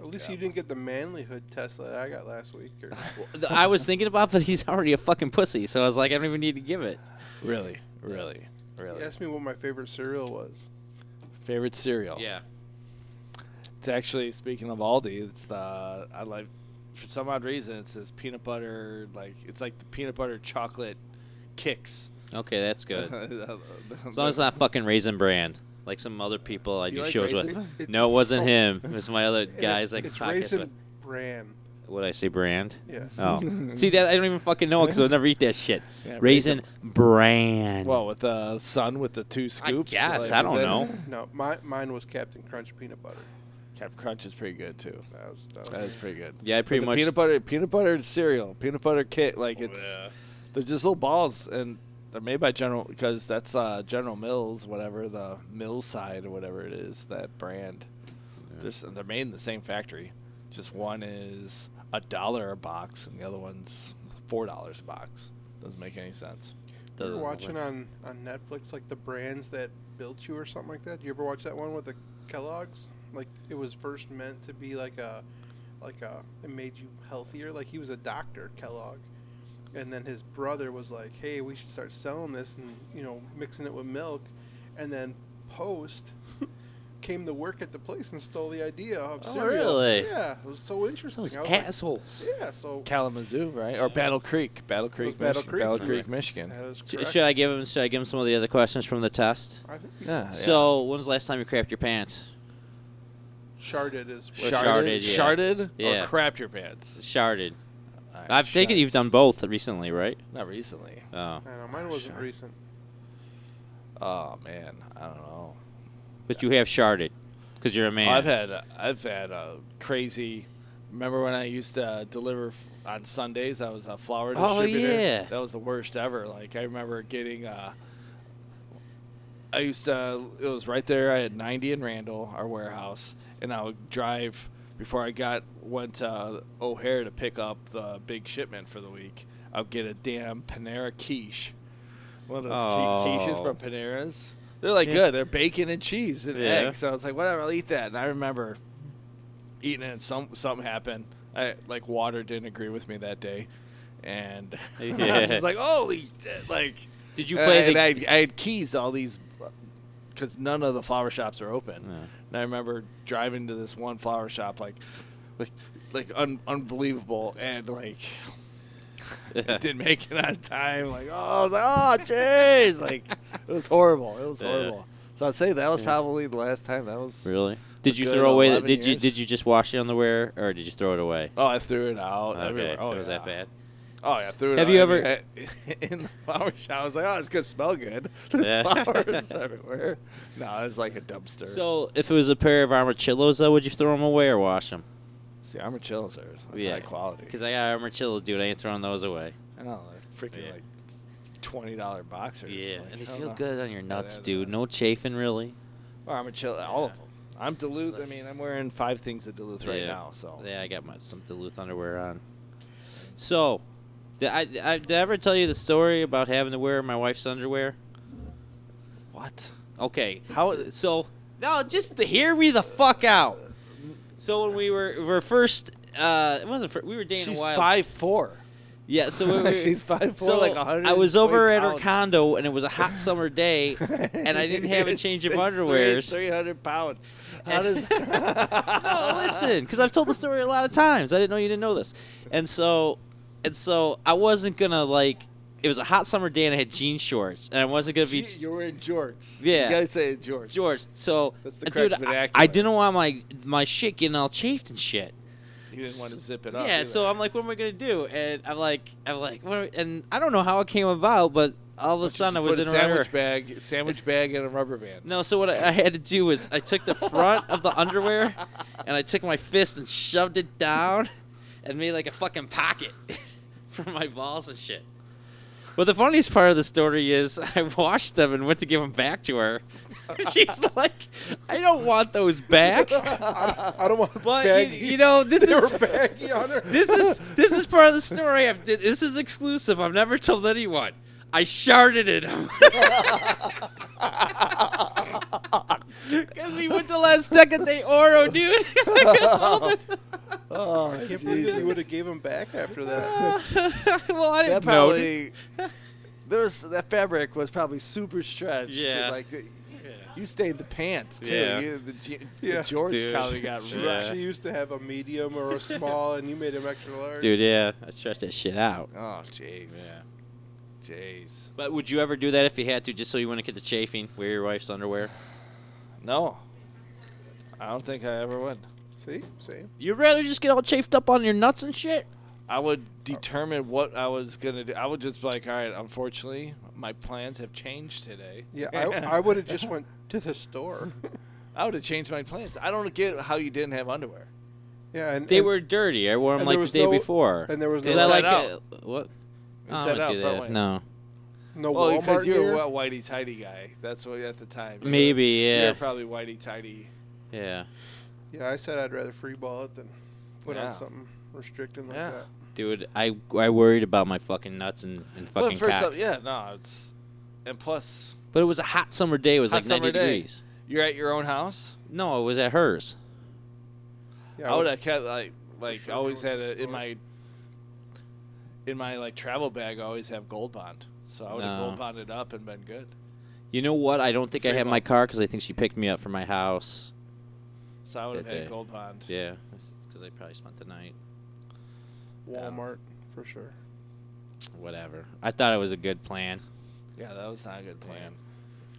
Speaker 3: At least you didn't get the manlyhood test that I got last week. Or,
Speaker 1: I was thinking about, but he's already a fucking pussy, so I was like, I don't even need to give it.
Speaker 2: Really. Really. Really.
Speaker 3: he asked me what my favorite cereal was.
Speaker 2: Favorite cereal.
Speaker 1: Yeah.
Speaker 2: It's actually speaking of Aldi, it's the I like for some odd reason it's this peanut butter like it's like the peanut butter chocolate kicks.
Speaker 1: Okay, that's good. As long as it's
Speaker 2: As
Speaker 1: not fucking Raisin Brand, like some other people I do
Speaker 2: like
Speaker 1: shows
Speaker 2: Raisin oh.
Speaker 1: with.
Speaker 3: Bran?
Speaker 1: no, it wasn't him. It was my other
Speaker 3: And
Speaker 1: guys I
Speaker 3: it's,
Speaker 1: could
Speaker 3: it's
Speaker 1: podcast
Speaker 3: raisin
Speaker 1: with.
Speaker 3: bran.
Speaker 1: What I say, Brand?
Speaker 3: Yeah.
Speaker 1: Oh, see that I don't even fucking know it because I'll never eat that shit.
Speaker 2: Yeah,
Speaker 1: raisin
Speaker 2: Raisin-
Speaker 1: Brand.
Speaker 2: well with the sun with the two scoops.
Speaker 1: guess,
Speaker 2: like,
Speaker 1: I
Speaker 2: is
Speaker 1: don't
Speaker 2: that-
Speaker 1: know.
Speaker 3: No, my, mine was Captain Crunch peanut butter.
Speaker 2: Captain Crunch is pretty good too.
Speaker 3: That was, that was
Speaker 2: That is pretty good.
Speaker 1: Yeah, I
Speaker 2: But
Speaker 1: pretty
Speaker 2: the
Speaker 1: much-
Speaker 2: peanut butter peanut butter cereal, peanut butter kit like it's they're just little balls and they're made by General because that's uh, General Mills, whatever the Mills side or whatever it is that brand. They're, s- they're made in the same factory. Just one is a dollar a box and the other one's four dollars a box. Doesn't make any sense.
Speaker 3: You
Speaker 1: Doesn't
Speaker 3: ever
Speaker 1: look
Speaker 3: watching
Speaker 1: like-
Speaker 3: on, on Netflix like the brands that built you or something like that? Do you ever watch that one with the Kellogg's? Like it was first meant to be like a like a it made you healthier. Like he was a doctor, Kellogg. And then his brother was like, Hey, we should start selling this and you know, mixing it with milk and then post came to work at the place and stole the idea of
Speaker 1: Oh,
Speaker 3: cereal.
Speaker 1: really?
Speaker 3: Yeah, it was so interesting.
Speaker 1: Those
Speaker 3: I was like,
Speaker 1: assholes.
Speaker 3: yeah, so
Speaker 2: Kalamazoo, right? Or Battle Creek. Battle Creek,
Speaker 3: Battle
Speaker 2: Michigan.
Speaker 3: Creek.
Speaker 2: Battle
Speaker 3: Mhm.
Speaker 2: Creek, Michigan.
Speaker 3: that is
Speaker 1: Sh-
Speaker 3: correct.
Speaker 1: Should I give him? Should I give him some of the other questions from the test?
Speaker 3: I think
Speaker 2: Oh, Yeah, yeah.
Speaker 1: So, when's the last time you crapped your pants?
Speaker 3: sharded is
Speaker 1: Or
Speaker 2: sharded,
Speaker 1: sharded,
Speaker 2: sharded,
Speaker 1: Yeah.
Speaker 2: or crap your pants.
Speaker 1: Sharded.
Speaker 2: All right,
Speaker 1: I've taken you've done
Speaker 2: shards.
Speaker 1: both recently, right?
Speaker 2: Not recently.
Speaker 1: Oh,
Speaker 3: I know, mine wasn't
Speaker 2: Shard.
Speaker 3: recent.
Speaker 2: Oh man, I don't know.
Speaker 1: but you have sharded because you're a man.
Speaker 2: I've had I've had a crazy. Remember when I used to deliver f- on Sundays? I was a flower
Speaker 1: Oh,
Speaker 2: distributor.
Speaker 1: yeah.
Speaker 2: That was the worst ever. Like I remember getting. Uh, I used to. It was right there. I had 90 in Randall, our warehouse, and I would drive before I got went to O'Hare to pick up the big shipment for the week. I'd get a damn Panera quiche, one of those qui- quiches
Speaker 1: Oh.
Speaker 2: from Panera's. They're like
Speaker 1: Yeah.
Speaker 2: good. They're bacon and cheese and
Speaker 1: Yeah.
Speaker 2: eggs. So I was like, whatever, I'll eat that. And I remember eating it. And some something happened. I like water didn't agree with me that day, and I
Speaker 1: Yeah.
Speaker 2: was just like, holy shit! Like,
Speaker 1: Did you
Speaker 2: and
Speaker 1: play
Speaker 2: I,
Speaker 1: the-
Speaker 2: and I, I had keys to all these because none of the flower shops are open.
Speaker 1: Yeah.
Speaker 2: And I remember driving to this one flower shop, like, like, like un- unbelievable, and like. didn't make it on time. Like, oh, I was like, oh, jeez, like it was horrible. It was
Speaker 1: Yeah.
Speaker 2: horrible. So I'd say that was probably the last time. That was.
Speaker 1: really? Did you
Speaker 2: good
Speaker 1: throw away? The,
Speaker 2: 11
Speaker 1: did you
Speaker 2: years.
Speaker 1: did you just wash the underwear or did you throw it away?
Speaker 2: Oh, I threw it out. everywhere. Oh,
Speaker 1: it was
Speaker 2: yeah.
Speaker 1: that bad.
Speaker 2: Oh yeah, I threw it.
Speaker 1: Have
Speaker 2: out
Speaker 1: you
Speaker 2: every-
Speaker 1: ever-
Speaker 2: in the flower shop? I was like, oh, it's gonna smell good.
Speaker 1: Yeah.
Speaker 2: Flowers everywhere. No, it was like a dumpster.
Speaker 1: So, if it was a pair of armadillos, though, would you throw them away or wash them?
Speaker 2: see, armadillos are that's high quality.
Speaker 1: Because I got armadillos, dude. I ain't throwing those away.
Speaker 2: I don't know, they're freaking
Speaker 1: Yeah.
Speaker 2: like twenty dollar boxers.
Speaker 1: Yeah,
Speaker 2: like,
Speaker 1: and they
Speaker 2: I don't
Speaker 1: feel
Speaker 2: know.
Speaker 1: good on your nuts,
Speaker 2: they're
Speaker 1: dude.
Speaker 2: nice.
Speaker 1: No chafing, really.
Speaker 2: Or armadillo, all of
Speaker 1: Yeah.
Speaker 2: them. I'm Duluth. I mean, I'm wearing five things of Duluth right
Speaker 1: yeah.
Speaker 2: now. So
Speaker 1: yeah, I got my some Duluth underwear on. So, did I, I did I ever tell you the story about having to wear my wife's underwear?
Speaker 2: what?
Speaker 1: Okay,
Speaker 2: How-
Speaker 1: So no, just to hear me the fuck out. So when we were we were first, uh, it wasn't fir- we were dating
Speaker 2: She's
Speaker 1: a while.
Speaker 2: five four.
Speaker 1: Yeah, so we were,
Speaker 2: She's 5'4",
Speaker 1: so
Speaker 2: like 120
Speaker 1: I was over at her
Speaker 2: pounds.
Speaker 1: condo and it was a hot summer day, and I didn't have a change of underwear.
Speaker 2: Three hundred pounds. How
Speaker 1: And-
Speaker 2: does?
Speaker 1: no, listen, because I've told the story a lot of times. I didn't know you didn't know this, and so, and so I wasn't gonna like. It was a hot summer day, and I had jean shorts, and I wasn't gonna be
Speaker 2: You were in jorts.
Speaker 1: Yeah.
Speaker 2: You gotta say it jorts.
Speaker 1: George. So,
Speaker 2: That's the
Speaker 1: dude,
Speaker 2: correct
Speaker 1: I, I
Speaker 2: vernacular.
Speaker 1: didn't want my my shit getting all chafed and shit.
Speaker 2: You didn't want to zip it up.
Speaker 1: Yeah, so I'm like, what am I gonna do? And I'm like, I'm like, what? Are, and I don't know how it came about, but all of a sudden I was in
Speaker 2: a
Speaker 1: a
Speaker 2: sandwich
Speaker 1: rubber-
Speaker 2: bag, sandwich bag, and a rubber band.
Speaker 1: No, so what I, I had to do was I took the front of the underwear, and I took my fist and shoved it down, and made like a fucking pocket for my balls and shit. But the funniest part of the story is I washed them and went to give them back to her. She's like, I don't want those back.
Speaker 3: I, I don't want to
Speaker 1: But you, you know, this
Speaker 3: they
Speaker 1: is
Speaker 3: were baggy on her.
Speaker 1: this is this is part of the story. I've, th- this is exclusive. I've never told anyone. I sharded it. Because we went the last second they Oro, dude.
Speaker 2: Oh, I
Speaker 3: can't believe they would have gave him back after that.
Speaker 1: well, I
Speaker 2: That
Speaker 1: didn't know. dude.
Speaker 2: probably. There was that fabric was probably super stretched.
Speaker 1: Yeah.
Speaker 2: Like, you stayed the pants too.
Speaker 1: Yeah.
Speaker 2: You, the, je-
Speaker 3: Yeah.
Speaker 2: the jorts
Speaker 1: Dude.
Speaker 2: probably got
Speaker 1: She-
Speaker 3: She,
Speaker 1: Yeah.
Speaker 2: ripped.
Speaker 3: she used to have a medium or a small, and you made him extra large.
Speaker 1: Dude, yeah, I stretched that shit out.
Speaker 2: Oh, jeez. Jeez.
Speaker 1: But would you ever do that if you had to, just so you wouldn't get the chafing? Wear your wife's underwear.
Speaker 2: No. I don't think I ever would.
Speaker 3: See, same.
Speaker 1: You'd rather just get all chafed up on your nuts and shit.
Speaker 2: I would determine what I was gonna do. I would just be like, all right, unfortunately, my plans have changed today.
Speaker 3: Yeah, I, I would have just went to the store.
Speaker 2: I would have changed my plans. I don't get how you didn't have underwear.
Speaker 3: Yeah, and
Speaker 1: They
Speaker 3: and-
Speaker 1: were dirty. I wore them
Speaker 3: and
Speaker 1: like
Speaker 3: there
Speaker 1: the
Speaker 3: was
Speaker 1: day
Speaker 3: no-
Speaker 1: before.
Speaker 3: and there was no
Speaker 1: Is that
Speaker 2: Inside
Speaker 1: like
Speaker 2: out.
Speaker 1: a- what? I
Speaker 2: Inside
Speaker 1: don't
Speaker 2: out,
Speaker 1: do
Speaker 2: front
Speaker 1: that.
Speaker 2: ways.
Speaker 1: No.
Speaker 3: no
Speaker 2: Well,
Speaker 3: Walmart
Speaker 2: because oh, you were
Speaker 3: gear.
Speaker 2: a whitey tidy guy. That's what at the time. you were-
Speaker 1: Maybe,
Speaker 2: You
Speaker 1: yeah.
Speaker 2: were probably whitey tidy.
Speaker 1: Yeah.
Speaker 3: Yeah, I said I'd rather free ball it than put
Speaker 2: Yeah.
Speaker 3: on something restricting like
Speaker 2: Yeah.
Speaker 3: that.
Speaker 1: Dude, I I worried about my fucking nuts and, and
Speaker 2: But
Speaker 1: fucking
Speaker 2: first
Speaker 1: cock.
Speaker 2: up, yeah, no, it's and plus
Speaker 1: But it was a hot summer day. It was
Speaker 2: Hot
Speaker 1: like 90
Speaker 2: summer day.
Speaker 1: degrees.
Speaker 2: you're at your own house.
Speaker 1: No, it was at hers.
Speaker 3: Yeah,
Speaker 2: I would have kept like like
Speaker 3: sure,
Speaker 2: always
Speaker 3: going
Speaker 2: had
Speaker 3: to
Speaker 2: a,
Speaker 3: the
Speaker 2: in
Speaker 3: store.
Speaker 2: my in my like travel bag. I always have gold bond, so I would have
Speaker 1: No.
Speaker 2: gold bonded up and been good.
Speaker 1: You know what? I don't think I
Speaker 2: Free
Speaker 1: had my
Speaker 2: ball.
Speaker 1: car because I think she picked me up from my house.
Speaker 2: So I would have
Speaker 1: That
Speaker 2: had
Speaker 1: day.
Speaker 2: Gold Pond.
Speaker 1: Yeah, because I probably spent the night.
Speaker 3: Walmart for sure.
Speaker 1: Whatever. I thought it was a good plan.
Speaker 2: Yeah, that was not a good plan.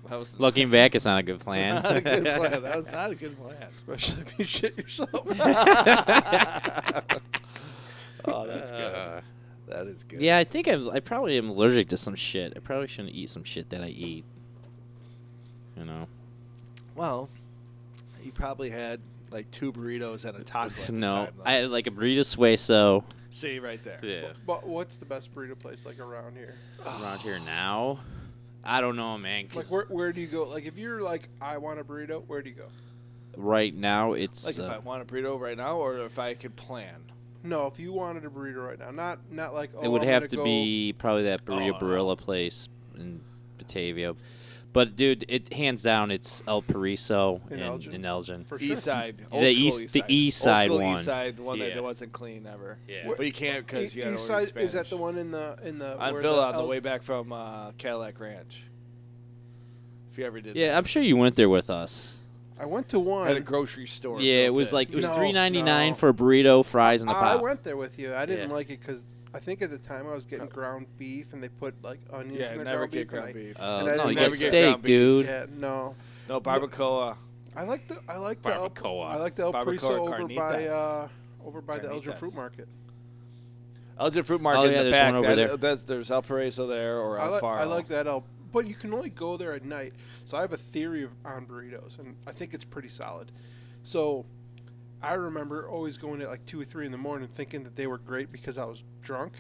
Speaker 2: That was
Speaker 1: Looking back, it's not a good plan.
Speaker 2: not a good plan. That was not a good plan.
Speaker 3: Especially if you shit yourself.
Speaker 2: Oh, that's good.
Speaker 1: Uh,
Speaker 2: that is good.
Speaker 1: yeah, I think I'm, I probably am allergic to some shit. I probably shouldn't eat some shit that I eat. You know?
Speaker 2: Well, you probably had like two burritos and a taco. At the
Speaker 1: no,
Speaker 2: time, though.
Speaker 1: I had like a burrito sueso
Speaker 2: see right there.
Speaker 3: but what's the best burrito place like around here?
Speaker 1: around here now. I don't know, man. 'cause
Speaker 3: Like where where do you go? Like if you're like I want a burrito, where do you go?
Speaker 1: right now it's
Speaker 2: Like if
Speaker 1: uh,
Speaker 2: I want a burrito right now, or if I could plan.
Speaker 3: No, if you wanted a burrito right now, not not like oh,
Speaker 1: it would
Speaker 3: I'm
Speaker 1: have
Speaker 3: gonna
Speaker 1: to
Speaker 3: go-
Speaker 1: be probably that
Speaker 2: Oh,
Speaker 1: Burrito
Speaker 2: I
Speaker 1: Barilla place in Batavia. But dude, it hands down it's El Pariso
Speaker 3: In
Speaker 1: in,
Speaker 3: Elgin?
Speaker 1: in Elgin.
Speaker 3: for sure.
Speaker 2: East side,
Speaker 1: The
Speaker 2: old school
Speaker 1: east- the east side
Speaker 2: old school
Speaker 1: one.
Speaker 2: East side, the one
Speaker 1: Yeah.
Speaker 2: that wasn't clean ever.
Speaker 1: Yeah.
Speaker 2: but you can't because
Speaker 3: E-
Speaker 2: you got
Speaker 3: East side is that the one in the in the
Speaker 2: on
Speaker 3: where
Speaker 2: Villa on the
Speaker 3: El-
Speaker 2: way back from uh, Cadillac Ranch. If you ever did,
Speaker 1: Yeah, I'm sure you went there with us.
Speaker 3: I went to
Speaker 2: that.
Speaker 3: one.
Speaker 2: at a grocery store.
Speaker 1: Yeah, it
Speaker 2: built
Speaker 1: was
Speaker 2: in.
Speaker 1: like it was
Speaker 3: No,
Speaker 1: three ninety nine
Speaker 3: no.
Speaker 1: for a burrito, fries, and a
Speaker 3: I
Speaker 1: pop.
Speaker 3: went there with you. I didn't
Speaker 1: Yeah.
Speaker 3: like it because I think at the time I was getting ground beef and they put like onions
Speaker 2: yeah,
Speaker 3: in their
Speaker 2: never
Speaker 3: ground
Speaker 2: get
Speaker 3: beef. and
Speaker 2: ground
Speaker 3: I-
Speaker 2: beef.
Speaker 1: Uh,
Speaker 3: And I
Speaker 1: no,
Speaker 3: didn't
Speaker 1: you
Speaker 3: never
Speaker 1: got
Speaker 3: get
Speaker 1: steak,
Speaker 2: ground beef.
Speaker 1: dude.
Speaker 3: Yeah, no.
Speaker 2: no barbacoa.
Speaker 3: I like the I like the El,
Speaker 1: Barbacoa.
Speaker 3: I like the El
Speaker 2: Barbacoa
Speaker 3: Priso over by
Speaker 2: carnitas.
Speaker 3: uh, over by the Elgin
Speaker 2: Carnitas.
Speaker 3: Fruit Market.
Speaker 2: Elgin Fruit Market
Speaker 1: yeah,
Speaker 2: in the
Speaker 1: there's
Speaker 2: back.
Speaker 1: one over
Speaker 2: that,
Speaker 1: there.
Speaker 2: That's, there's El Paraiso there or
Speaker 3: I
Speaker 2: El
Speaker 3: like
Speaker 2: Faro.
Speaker 3: I like that El, but you can only go there at night. So I have a theory of, on burritos, and I think it's pretty solid. So I remember always going at like two or three in the morning, thinking that they were great because I was drunk.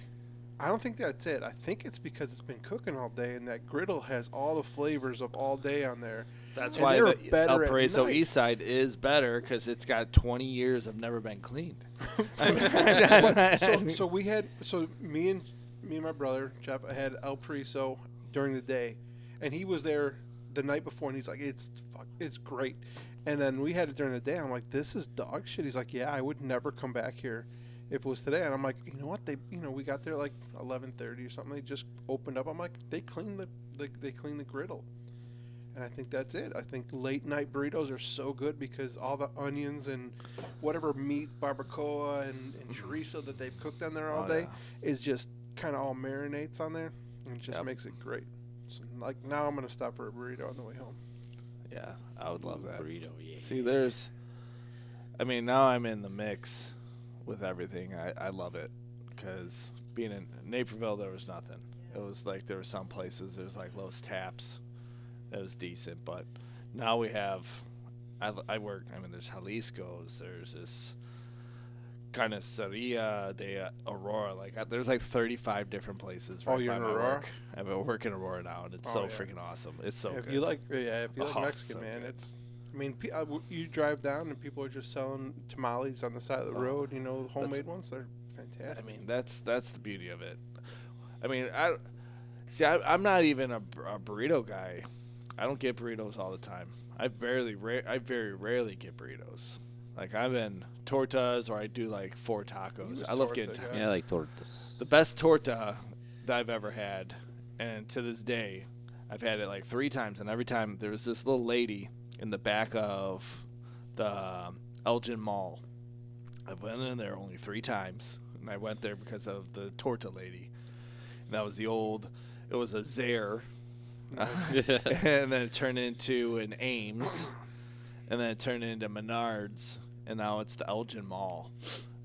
Speaker 3: I don't think that's it. I think it's because it's been cooking all day, and that griddle has all the flavors of all day on there.
Speaker 2: That's
Speaker 3: And
Speaker 2: why
Speaker 3: they were
Speaker 2: the El
Speaker 3: better at
Speaker 2: Paraiso
Speaker 3: night.
Speaker 2: East Side is better because it's got 20 years of never been cleaned. I mean,
Speaker 3: But- so, so we had so me and me and my brother Jeff I had El Priso during the day, and he was there the night before, and he's like, "It's fuck, it's great," and then we had it during the day. I'm like, "This is dog shit." He's like, "Yeah, I would never come back here if it was today." And I'm like, "You know what? They you know we got there like 11:30 or something. They just opened up. I'm like, they cleaned the they, they cleaned the griddle." And I think that's it. I think late night burritos are so good because all the onions and whatever meat, barbacoa and, and chorizo that they've cooked on there all
Speaker 2: Mm-hmm. Oh,
Speaker 3: day is just kind of all marinates on there and just
Speaker 2: Yep.
Speaker 3: makes it great. So, like now I'm gonna stop for a burrito on the way home.
Speaker 2: yeah, I would love that.
Speaker 1: burrito. Yeah.
Speaker 2: See, there's. I mean, now I'm in the mix with everything. I, I love it because being in Naperville, there was nothing. It was like there were some places, there's like Los Taps. That was decent, but now we have. I, l- I work, I mean, there's Jalisco's, there's this Carniceria de Aurora. Like, uh, there's like 35 different places
Speaker 3: Oh,
Speaker 2: right
Speaker 3: you're
Speaker 2: by
Speaker 3: in
Speaker 2: my
Speaker 3: Aurora?
Speaker 2: work. I mean, I work in Aurora now, and it's
Speaker 3: Oh,
Speaker 2: so
Speaker 3: yeah.
Speaker 2: freaking awesome. It's so
Speaker 3: if
Speaker 2: good.
Speaker 3: you like, uh, yeah, if you like
Speaker 2: Oh, so
Speaker 3: Mexican, man,
Speaker 2: good.
Speaker 3: it's. I mean, pe- I w- you drive down and people are just selling tamales on the side of the
Speaker 2: Oh,
Speaker 3: road. You know, homemade ones. They're fantastic.
Speaker 2: I mean, that's that's the beauty of it. I mean, I see. I, I'm not even a, bur- a burrito guy. I don't get burritos all the time. I barely, ra- I very rarely get burritos. Like I'm in tortas, or I do like four tacos.
Speaker 3: was
Speaker 2: I love
Speaker 3: torta
Speaker 2: getting
Speaker 3: guy.
Speaker 2: ta-
Speaker 1: Yeah, I like tortas.
Speaker 2: the best torta that I've ever had, and to this day, I've had it like three times, and every time there was this little lady in the back of the Elgin Mall. I went in there only three times, and I went there because of the torta lady. And that was the old. It was a Zare, and then it turned into an Ames, and then it turned into Menards, and now it's the Elgin Mall,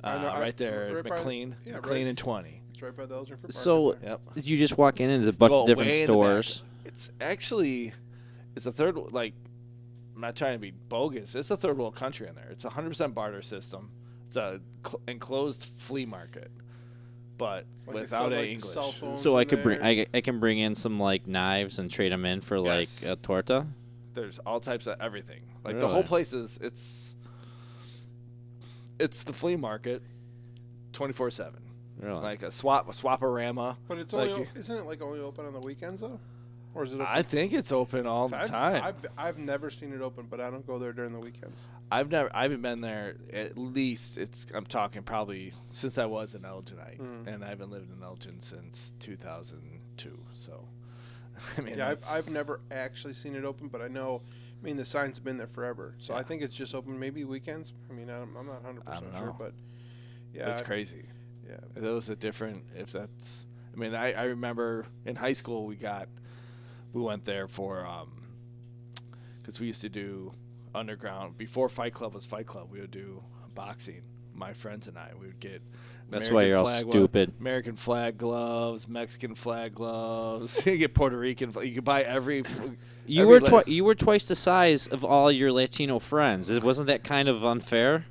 Speaker 3: I
Speaker 2: uh,
Speaker 3: know, I-
Speaker 2: right there,
Speaker 3: right
Speaker 2: at
Speaker 3: by-
Speaker 2: McLean,
Speaker 3: yeah,
Speaker 2: McLean
Speaker 3: right-
Speaker 2: and Twenty.
Speaker 3: it's right by the Elgin Fruit Market
Speaker 1: So
Speaker 3: there.
Speaker 2: Yep.
Speaker 1: you just walk in and there's a bunch
Speaker 2: Go
Speaker 1: of different
Speaker 2: way in the back.
Speaker 1: stores.
Speaker 2: It's actually, it's a third wo- like, I'm not trying to be bogus. It's a third world country in there. It's a hundred percent barter system. It's a cl- enclosed flea market, but
Speaker 3: Like they
Speaker 2: without
Speaker 3: sell,
Speaker 2: a
Speaker 3: like,
Speaker 2: English.
Speaker 3: cell phone-
Speaker 1: So
Speaker 3: Phones
Speaker 1: I
Speaker 3: in
Speaker 1: could bring
Speaker 3: there.
Speaker 1: I, I can bring in some like knives and trade them in for
Speaker 2: Yes.
Speaker 1: like a torta.
Speaker 2: There's all types of everything. Like the whole
Speaker 1: Really?
Speaker 2: place is it's, it's the flea market, twenty four seven.
Speaker 1: Really?
Speaker 2: Like a swap a swaparama.
Speaker 3: But it's
Speaker 2: Like
Speaker 3: only
Speaker 2: you-
Speaker 3: o isn't it like only open on the weekends though, or is it? Open
Speaker 2: I think it's open all the
Speaker 3: I've,
Speaker 2: time.
Speaker 3: I've, I've never seen it open, but I don't go there during the weekends.
Speaker 2: I've never, I haven't been there. At least it's, I'm talking probably since I was an Elginite,
Speaker 3: Mm.
Speaker 2: and I haven't lived in Elgin since 2002. So, I mean,
Speaker 3: yeah, I've,
Speaker 2: that's-
Speaker 3: I've never actually seen it open, but I know I mean, the sign's been there forever, so I think it's just open maybe weekends. I mean, I'm, I'm not 100
Speaker 2: I
Speaker 3: percent
Speaker 2: don't
Speaker 3: sure,
Speaker 2: know.
Speaker 3: but yeah,
Speaker 2: That's crazy.
Speaker 3: yeah.
Speaker 2: If that was a different. If that's, I mean, I, I remember in high school we got, we went there for, um, because we used to do underground before Fight Club was Fight Club. We would do boxing. My friends and I, we would get.
Speaker 1: That's why you're all
Speaker 2: flag wa-
Speaker 1: stupid.
Speaker 2: American flag gloves, Mexican flag gloves. you get Puerto Rican. fl- You could buy every. fl-
Speaker 1: You
Speaker 2: every
Speaker 1: were
Speaker 2: la-
Speaker 1: twi- you were twice the size of all your Latino friends. It wasn't that kind of unfair.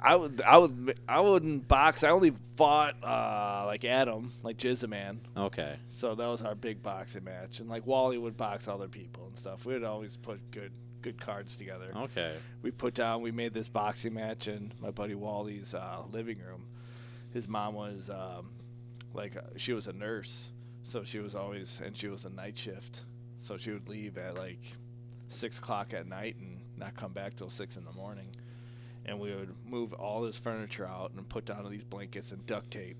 Speaker 2: I would. I would. I wouldn't box. I only fought uh, like Adam, like Jizzaman.
Speaker 1: Okay.
Speaker 2: So that was our big boxing match, and like Wally would box other people and stuff. We'd always put good good cards together.
Speaker 1: Okay.
Speaker 2: We put down. We made this boxing match in my buddy Wally's uh, living room. His mom was um, like uh, she was a nurse, so she was always and she was a night shift, so she would leave at like six o'clock at night and not come back till six in the morning. And we would move all this furniture out and put down these blankets and duct tape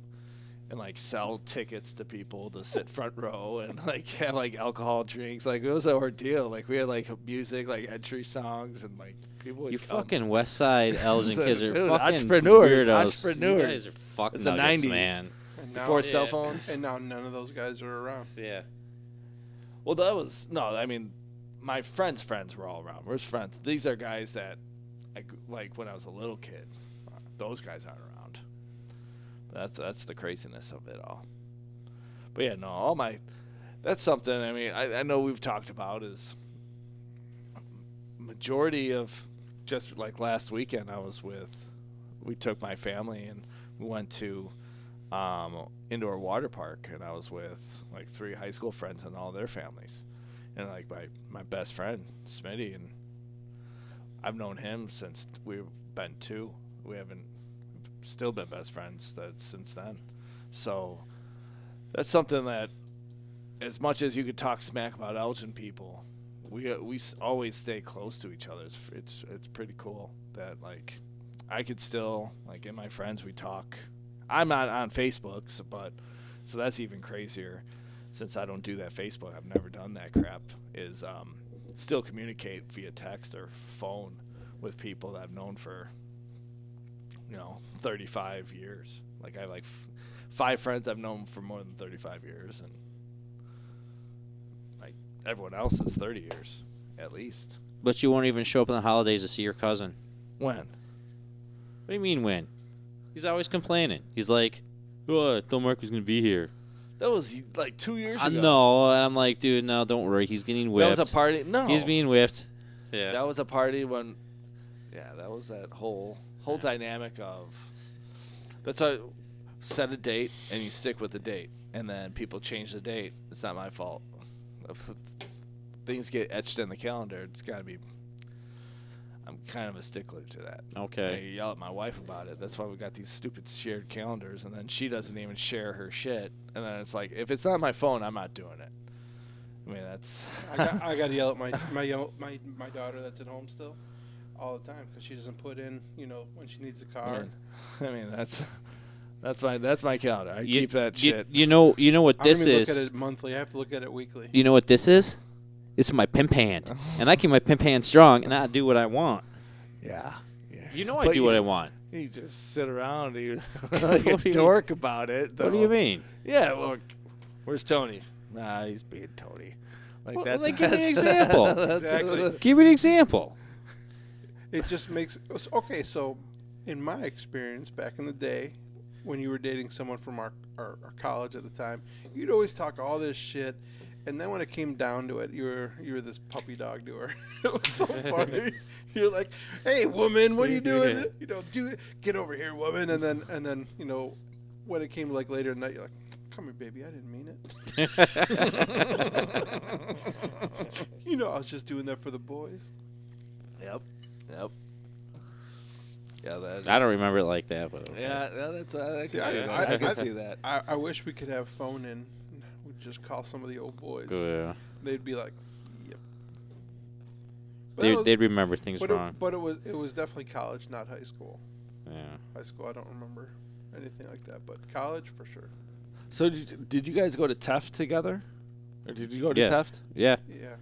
Speaker 2: and like sell tickets to people to sit front row and like have like alcohol drinks. Like it was an ordeal. Like we had like music, like entry songs, and like people. Would
Speaker 1: You
Speaker 2: come.
Speaker 1: fucking West Side elves and
Speaker 2: So,
Speaker 1: kids are
Speaker 2: dude,
Speaker 1: fucking weirdos.
Speaker 2: entrepreneurs,
Speaker 1: You
Speaker 2: entrepreneurs.
Speaker 1: guys are fuck
Speaker 2: It's the
Speaker 1: nuggets,
Speaker 2: 90s.
Speaker 1: man.
Speaker 3: And now,
Speaker 2: before cell
Speaker 1: yeah.
Speaker 2: phones.
Speaker 3: and now none of those guys are around.
Speaker 1: Yeah.
Speaker 2: Well, that was no. I mean, my friends' friends were all around. We're just friends. These are guys that, I, g- like when I was a little kid, those guys aren't around. That's that's the craziness of it all. But yeah, no, all my, that's something. I mean, I, I know we've talked about is majority of just like last weekend I was with, we took my family and we went to um, indoor water park, and I was with like three high school friends and all their families, and like my my best friend Smitty, and I've known him since we've been two. We haven't still been best friends that since then. So that's something that, as much as you could talk smack about Elgin people, we we s- always stay close to each other. It's f- it's it's pretty cool that like I could still like in my friends we talk. I'm not on Facebook, so, but so that's even crazier. Since I don't do that Facebook, I've never done that crap. Is um, still communicate via text or phone with people that I've known for you know 35 years. Like I have like f- five friends I've known for more than 35 years, and like everyone else is 30 years at least.
Speaker 1: But you won't even show up on the holidays to see your cousin.
Speaker 2: When?
Speaker 1: What do you mean when? He's always complaining. He's like, "Oh, I thought Mark was gonna be here."
Speaker 2: That was like two years
Speaker 1: I
Speaker 2: ago.
Speaker 1: know, and I'm like, dude, no, don't worry. He's getting whipped.
Speaker 2: That was a party. No,
Speaker 1: He's being whipped. Yeah.
Speaker 2: Oh. that was a party when yeah that was that whole whole dynamic of that's how set a date and you stick with the date and then people change the date it's not my fault things get etched in the calendar it's got to be i'm kind of a stickler to that I
Speaker 1: okay.
Speaker 2: yell at my wife about it. That's why we got these stupid shared calendars, and then she doesn't even share her shit. And then it's like, if it's not my phone, I'm not doing it. I mean, that's
Speaker 3: I got, I got to yell at my my yell- my my daughter that's at home still all the time because she doesn't put in you know when she needs a
Speaker 2: I
Speaker 3: car.
Speaker 2: mean, I mean that's that's my that's my calendar. I
Speaker 1: You-
Speaker 2: keep that
Speaker 1: you-
Speaker 2: shit.
Speaker 1: You know, you know what
Speaker 3: I don't
Speaker 1: this
Speaker 3: even
Speaker 1: is.
Speaker 3: look at it monthly. I have to look at it weekly.
Speaker 1: You know what this is? It's my pimp hand, and I keep my pimp hand strong, and I do what I want.
Speaker 2: yeah. yeah.
Speaker 1: You know, I
Speaker 2: But
Speaker 1: do
Speaker 2: you
Speaker 1: what I
Speaker 2: don't-
Speaker 1: want.
Speaker 2: You just sit around and you like a
Speaker 1: What do you-
Speaker 2: dork about it.
Speaker 1: What do
Speaker 2: though.
Speaker 1: you mean?
Speaker 2: Yeah, look, where's Tony? Nah, he's being Tony. Like
Speaker 1: Well,
Speaker 2: that's
Speaker 1: like, give me an
Speaker 2: that's-
Speaker 1: example.
Speaker 2: that's-
Speaker 3: Exactly.
Speaker 1: Give me an example.
Speaker 3: It just makes it's- okay. So, in my experience back in the day, when you were dating someone from our, our, our college at the time, you'd always talk all this shit, and then when it came down to it, you were you were this puppy dog to her. it was so funny. You're like, "Hey, woman, what are you doing? You know, do get over here, woman." And then and then you know, when it came like later at night, you're like, "Come here, baby, I didn't mean it." you know, I was just doing that for the boys.
Speaker 2: Yep. Yep. Yeah, that.
Speaker 1: I don't
Speaker 2: is-
Speaker 1: remember it like that, but okay.
Speaker 2: Yeah, yeah, that's. I, I
Speaker 3: See,
Speaker 2: can
Speaker 3: I-
Speaker 2: see that.
Speaker 3: I-
Speaker 2: I, can
Speaker 3: I-
Speaker 2: see that.
Speaker 3: I, I wish we could have phone in. We'd just call some of the old boys.
Speaker 1: Yeah.
Speaker 3: They'd be like, "Yep." But,
Speaker 1: They,
Speaker 3: that was-
Speaker 1: they'd remember things
Speaker 3: but,
Speaker 1: wrong.
Speaker 3: it, but it was it was definitely college, not high school.
Speaker 1: yeah.
Speaker 3: High school, I don't remember anything like that. But college, for sure.
Speaker 2: So did, did you guys go to Teft together, or did you go to
Speaker 1: Yeah.
Speaker 2: Teft?
Speaker 1: Yeah.
Speaker 3: Yeah.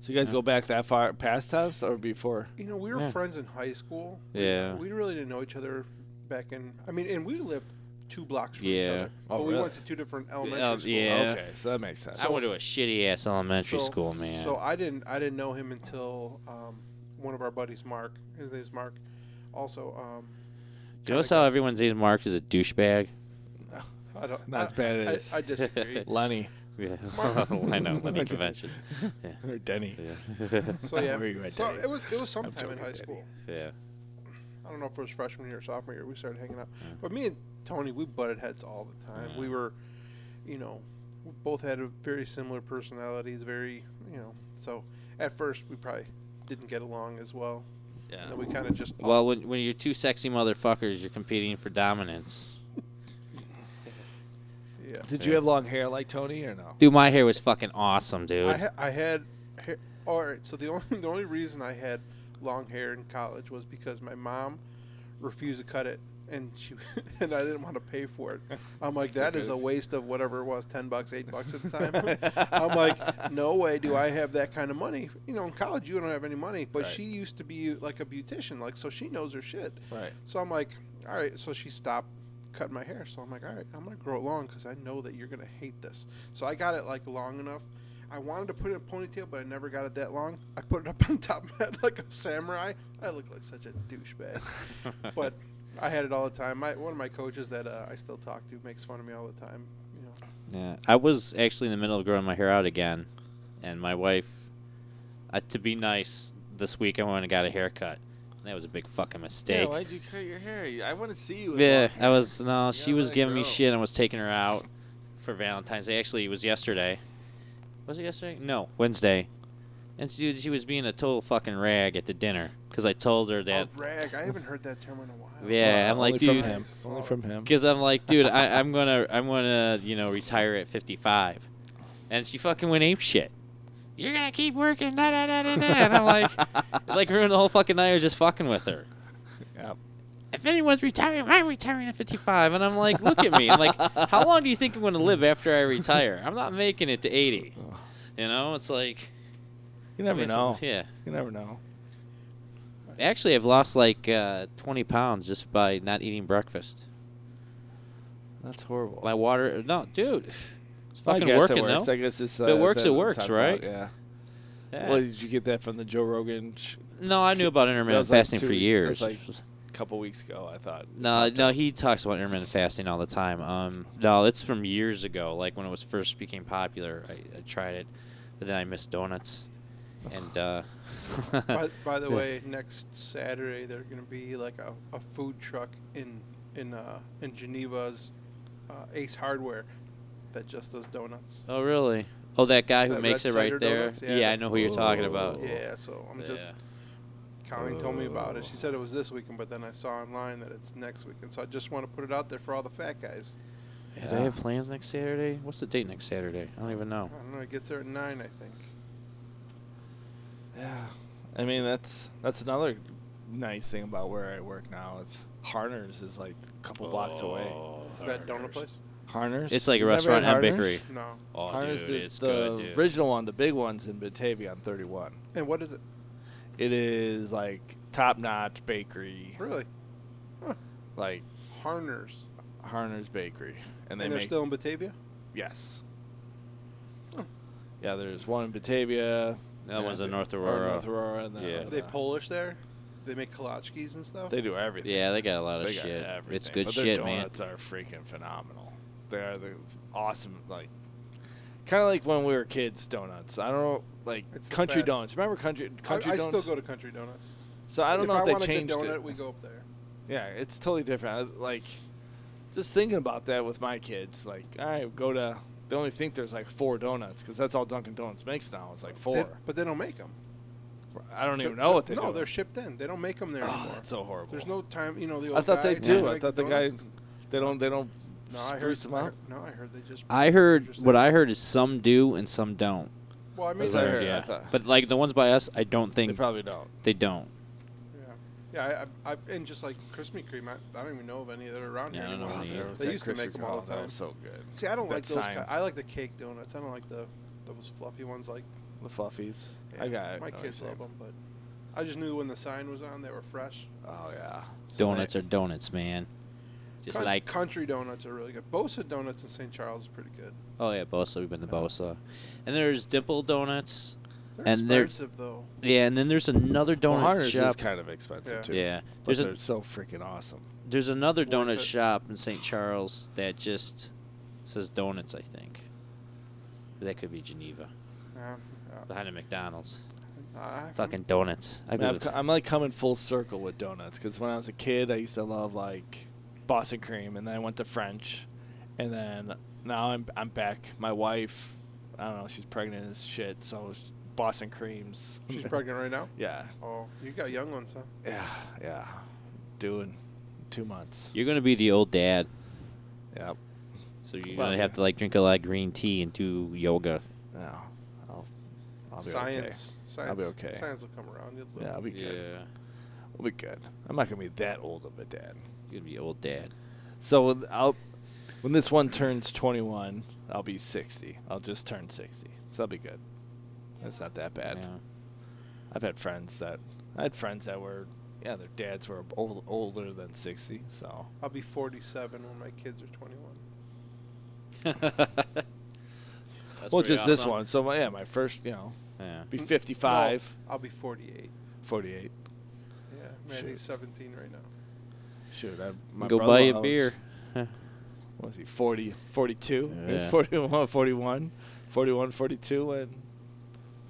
Speaker 2: So you guys go back that far past us or before?
Speaker 3: You know, we were
Speaker 1: Yeah.
Speaker 3: friends in high school.
Speaker 1: Yeah.
Speaker 3: We really didn't know each other back in. I mean, and we lived two blocks from each
Speaker 1: Yeah.
Speaker 3: other.
Speaker 2: Oh,
Speaker 3: but
Speaker 2: really?
Speaker 3: we went to two different elementary
Speaker 1: Um,
Speaker 3: schools.
Speaker 1: yeah.
Speaker 2: Okay, so that makes sense.
Speaker 1: I went to a shitty ass elementary
Speaker 3: So-
Speaker 1: school, man.
Speaker 3: So I didn't I didn't know him until um, one of our buddies, Mark. His name's Mark. Also, um,
Speaker 1: Do you notice how everyone's name marked as a douchebag?
Speaker 3: I don't,
Speaker 2: Not as bad as-
Speaker 3: I, I disagree.
Speaker 2: Lenny
Speaker 1: Yeah. I know, Lenny Convention.
Speaker 2: or Denny.
Speaker 1: Yeah.
Speaker 3: So yeah,
Speaker 2: Where you at,
Speaker 3: so
Speaker 2: Daddy?
Speaker 3: it was it was sometime in
Speaker 2: joking,
Speaker 3: high
Speaker 2: Daddy.
Speaker 3: school.
Speaker 1: yeah.
Speaker 3: I don't know if it was freshman year or sophomore year. We started hanging out, but me and Tony we butted heads all the time. We were, you know, we both had a very similar personalities. Very, you know, so at first we probably didn't get along as well. And then we kind of just
Speaker 1: Well, when, when you're two sexy motherfuckers, you're competing for dominance.
Speaker 3: yeah.
Speaker 2: Did you have long hair like Tony or no?
Speaker 1: Dude, my hair was fucking awesome, dude.
Speaker 3: I, ha- I had, hair- all right. So the only the only reason I had long hair in college was because my mom refused to cut it, and she and I didn't want to pay for it. I'm like, that is a waste of whatever it was, ten bucks, eight bucks at the time. I'm like, no way do I have that kind of money. You know, in college you don't have any money, but
Speaker 2: Right.
Speaker 3: she used to be like a beautician, like so she knows her shit.
Speaker 2: Right.
Speaker 3: So I'm like, all right. So she stopped cutting my hair. So I'm like, all right, I'm gonna grow it long because I know that you're gonna hate this. So I got it like long enough. I wanted to put it in a ponytail, but I never got it that long. I put it up on top of my head like a samurai. I look like such a douchebag. but I had it all the time. My one of my coaches that uh, I still talk to makes fun of me all the time. You know,
Speaker 1: Yeah, I was actually in the middle of growing my hair out again, and my wife, uh, to be nice, this week I went and got a haircut. And that was a big fucking mistake.
Speaker 2: you cut your hair? You- I want to see you. with
Speaker 1: Yeah,
Speaker 2: long
Speaker 1: I
Speaker 2: hair.
Speaker 1: was no. She
Speaker 2: gotta
Speaker 1: was
Speaker 2: let it
Speaker 1: giving me
Speaker 2: grow.
Speaker 1: shit. and I was taking her out for Valentine's Day. Actually, it was yesterday. Was it yesterday? No, Wednesday. And she she was being a total fucking rag at the dinner because I told her that.
Speaker 3: oh, rag. I haven't heard that term in a while.
Speaker 1: Yeah, I'm like,
Speaker 2: only
Speaker 1: dude,
Speaker 2: From him. Only from him.
Speaker 1: because I'm like, dude, I, I'm gonna, I'm gonna, you know, retire at 55, and she fucking went ape shit. You're gonna keep working, da da da da da, and I'm like, it, like ruined the whole fucking night. I was just fucking with her.
Speaker 2: Yep.
Speaker 1: If anyone's retiring, I'm retiring at 55, and I'm like, look at me. I'm like, how long do you think I'm gonna live after I retire? I'm not making it to 80. You know, it's like,
Speaker 2: You never know.
Speaker 1: Yeah,
Speaker 2: You never know.
Speaker 1: actually, I've lost like uh, 20 pounds just by not eating breakfast.
Speaker 4: That's horrible.
Speaker 1: My water, no, dude. It's
Speaker 2: I
Speaker 1: fucking
Speaker 2: guess
Speaker 1: working
Speaker 2: it works.
Speaker 1: though.
Speaker 2: I guess it's,
Speaker 1: If it
Speaker 2: uh,
Speaker 1: works,
Speaker 2: been
Speaker 1: it works,
Speaker 2: talked
Speaker 1: right?
Speaker 2: about, Yeah.
Speaker 1: Yeah.
Speaker 2: Well, did you get that from the Joe Rogan sh-
Speaker 1: No, I knew about
Speaker 2: That
Speaker 1: intermittent
Speaker 2: was like
Speaker 1: fasting
Speaker 2: two-
Speaker 1: for
Speaker 2: that was
Speaker 1: years.
Speaker 2: like a couple weeks ago? I thought.
Speaker 1: no, no, he talks about intermittent fasting all the time. Um, no, it's from years ago, like when it was first became popular. I, I tried it, but then I missed donuts, and uh,
Speaker 3: by, by the way, next Saturday they're going to be like a, a food truck in in uh, in Geneva's uh, Ace Hardware that just does donuts.
Speaker 1: oh really? Oh, that guy who
Speaker 3: That
Speaker 1: makes
Speaker 3: red
Speaker 1: it right
Speaker 3: cider
Speaker 1: there.
Speaker 3: donuts?
Speaker 1: yeah,
Speaker 3: Yeah,
Speaker 1: I
Speaker 3: that-
Speaker 1: know who you're talking
Speaker 2: Oh,
Speaker 1: about.
Speaker 3: Yeah, so I'm just
Speaker 1: Yeah.
Speaker 3: Connie told me about it. She said it
Speaker 2: Oh.
Speaker 3: was this weekend, but then I saw online that it's next weekend. So I just want to put it out there for all the fat guys.
Speaker 1: Yeah, Do they have plans next Saturday? What's the date next Saturday? I don't even
Speaker 3: I
Speaker 1: know.
Speaker 3: don't know. It gets there at nine, I think.
Speaker 2: Yeah. I mean, that's that's another nice thing about where I work now. It's Harner's is like a couple blocks away.
Speaker 1: Oh,
Speaker 3: that donut place?
Speaker 2: Harner's.
Speaker 1: It's like a
Speaker 2: You never had
Speaker 1: restaurant and
Speaker 2: Harner's?
Speaker 1: bakery.
Speaker 3: No.
Speaker 1: Oh,
Speaker 2: Harner's,
Speaker 1: dude,
Speaker 2: there's
Speaker 1: it's
Speaker 2: the
Speaker 1: good, dude.
Speaker 2: original one, the big one's in Batavia on 31.
Speaker 3: And what is it?
Speaker 2: It is like top notch bakery,
Speaker 3: Really?
Speaker 2: like
Speaker 3: Harners.
Speaker 2: Harner's Bakery, and
Speaker 3: And,
Speaker 2: they
Speaker 3: they're
Speaker 2: make
Speaker 3: still in Batavia?
Speaker 2: yes.
Speaker 3: Huh.
Speaker 2: Yeah, there's one in Batavia.
Speaker 1: That
Speaker 2: and
Speaker 1: one's in
Speaker 2: the-
Speaker 1: North
Speaker 2: or
Speaker 1: Aurora.
Speaker 2: North Aurora. And then
Speaker 1: Yeah.
Speaker 2: over
Speaker 3: Are they
Speaker 2: there.
Speaker 3: Polish there? They make kolachkis and stuff?
Speaker 2: They do everything.
Speaker 1: Yeah, they got a lot of
Speaker 2: They got
Speaker 1: shit.
Speaker 2: everything.
Speaker 1: It's good
Speaker 2: but
Speaker 1: shit,
Speaker 2: their
Speaker 1: man.
Speaker 2: donuts are freaking phenomenal. They are the awesome, like kind of like when we were kids. Donuts. I don't know, like
Speaker 3: It's the
Speaker 2: country
Speaker 3: fast-
Speaker 2: donuts. Remember country
Speaker 3: I,
Speaker 2: country
Speaker 3: I
Speaker 2: donuts?
Speaker 3: still go to Country Donuts.
Speaker 2: so I don't
Speaker 3: if
Speaker 2: know
Speaker 3: I
Speaker 2: if they
Speaker 3: want
Speaker 2: changed
Speaker 3: a good donut,
Speaker 2: it.
Speaker 3: we go up there.
Speaker 2: Yeah, it's totally different. I, like, just thinking about that with my kids, like, all right, go to. They only think there's like four donuts because that's all Dunkin' Donuts makes now. It's like four.
Speaker 3: They- but they don't make them.
Speaker 2: I don't even know what they
Speaker 3: No,
Speaker 2: do.
Speaker 3: they're shipped in. They don't make them there
Speaker 2: oh,
Speaker 3: anymore.
Speaker 2: that's so horrible.
Speaker 3: There's no time, you know. The old
Speaker 2: I thought they
Speaker 3: guy-
Speaker 2: do.
Speaker 3: Yeah.
Speaker 2: I thought the guy.
Speaker 3: donuts-
Speaker 2: They don't. They don't.
Speaker 3: No, I heard.
Speaker 2: spruce
Speaker 3: I
Speaker 2: them up.
Speaker 3: heard- no, I heard they just.
Speaker 1: I heard
Speaker 3: just
Speaker 1: what
Speaker 3: say-
Speaker 1: I heard is some do and some don't.
Speaker 3: Well, I mean,
Speaker 2: That's
Speaker 1: I
Speaker 2: what I
Speaker 1: heard,
Speaker 2: heard, I
Speaker 1: yeah.
Speaker 2: thought.
Speaker 1: But like the ones by us, I don't
Speaker 2: They
Speaker 1: think they,
Speaker 2: probably don't.
Speaker 1: don't.
Speaker 3: yeah, yeah. I, I, and just like Krispy Kreme, I, I don't even know of any that are around
Speaker 1: Yeah, I
Speaker 3: here
Speaker 1: don't know
Speaker 3: anymore.
Speaker 1: either.
Speaker 3: They used to make them all the time.
Speaker 2: so good.
Speaker 3: See, I don't
Speaker 2: That
Speaker 3: like those.
Speaker 2: sign.
Speaker 3: ki- I like the cake donuts. I don't like the those fluffy ones like
Speaker 2: the fluffies.
Speaker 3: Yeah,
Speaker 2: I got
Speaker 3: my
Speaker 2: no
Speaker 3: kids
Speaker 2: idea.
Speaker 3: love them, but I just knew when the sign was on, they were fresh.
Speaker 2: Oh yeah, So they-
Speaker 1: Donuts are donuts, man. Just
Speaker 3: Coun-
Speaker 1: like
Speaker 3: country donuts are really good. Bosa donuts in St. Charles is pretty good.
Speaker 1: oh yeah, Bosa. We've been to Bosa, and there's Dimple Donuts.
Speaker 3: They're
Speaker 1: And they're-
Speaker 3: expensive though.
Speaker 1: Yeah, and then there's another
Speaker 2: Well,
Speaker 1: donut
Speaker 2: Harner's
Speaker 1: shop.
Speaker 2: is kind of expensive
Speaker 3: Yeah.
Speaker 2: too.
Speaker 1: yeah,
Speaker 2: but
Speaker 1: there's
Speaker 2: they're
Speaker 1: a,
Speaker 2: so freaking awesome.
Speaker 1: there's another
Speaker 3: Worth
Speaker 1: donut
Speaker 3: it.
Speaker 1: shop in St. Charles that just says donuts. I think that could be Geneva
Speaker 3: Yeah, yeah.
Speaker 1: behind a McDonald's.
Speaker 3: I-
Speaker 1: Fucking donuts. I
Speaker 2: I mean,
Speaker 1: go
Speaker 2: I've
Speaker 1: with
Speaker 2: co- I'm like coming full circle with donuts because when I was a kid, I used to love like Boston cream, and then I went to French, and then now I'm I'm back. My wife, I don't know, she's pregnant as shit, so sh- Boston creams.
Speaker 3: She's pregnant right now.
Speaker 2: Yeah,
Speaker 3: Oh, you got young ones, huh?
Speaker 2: yeah, yeah. Doing two months.
Speaker 1: You're gonna be the old dad,
Speaker 2: Yep.
Speaker 1: so you're
Speaker 2: Well,
Speaker 1: gonna have
Speaker 2: yeah.
Speaker 1: to like drink a lot of green tea and do yoga.
Speaker 2: No, I'll, I'll be
Speaker 3: science, science.
Speaker 2: I'll be okay.
Speaker 3: Science will come around. You'll
Speaker 2: okay. Yeah, I'll be good. I'll be good. I'm not gonna be that old of a dad.
Speaker 1: you're gonna be old dad.
Speaker 2: So when- I'll when this one turns 21, I'll be 60. I'll just turn 60. So I'll be good. It's not that bad.
Speaker 1: Yeah.
Speaker 2: I've had friends that I had friends that were yeah, their dads were old, older than 60. So
Speaker 3: I'll be 47 when my kids are 21.
Speaker 2: well, just this one. So my, yeah, my first, you know,
Speaker 1: Yeah.
Speaker 2: be
Speaker 3: Mm,
Speaker 2: 55,
Speaker 3: No, I'll be 48.
Speaker 2: 48.
Speaker 3: Yeah, Mandy's
Speaker 2: Shoot.
Speaker 3: 17 right now.
Speaker 2: Shoot, I, my
Speaker 1: Go buy
Speaker 2: brother-in-law
Speaker 1: a
Speaker 2: was-
Speaker 1: beer.
Speaker 2: What was he 40, 42? He was
Speaker 1: Yeah.
Speaker 2: 41, 41, 41, 42 when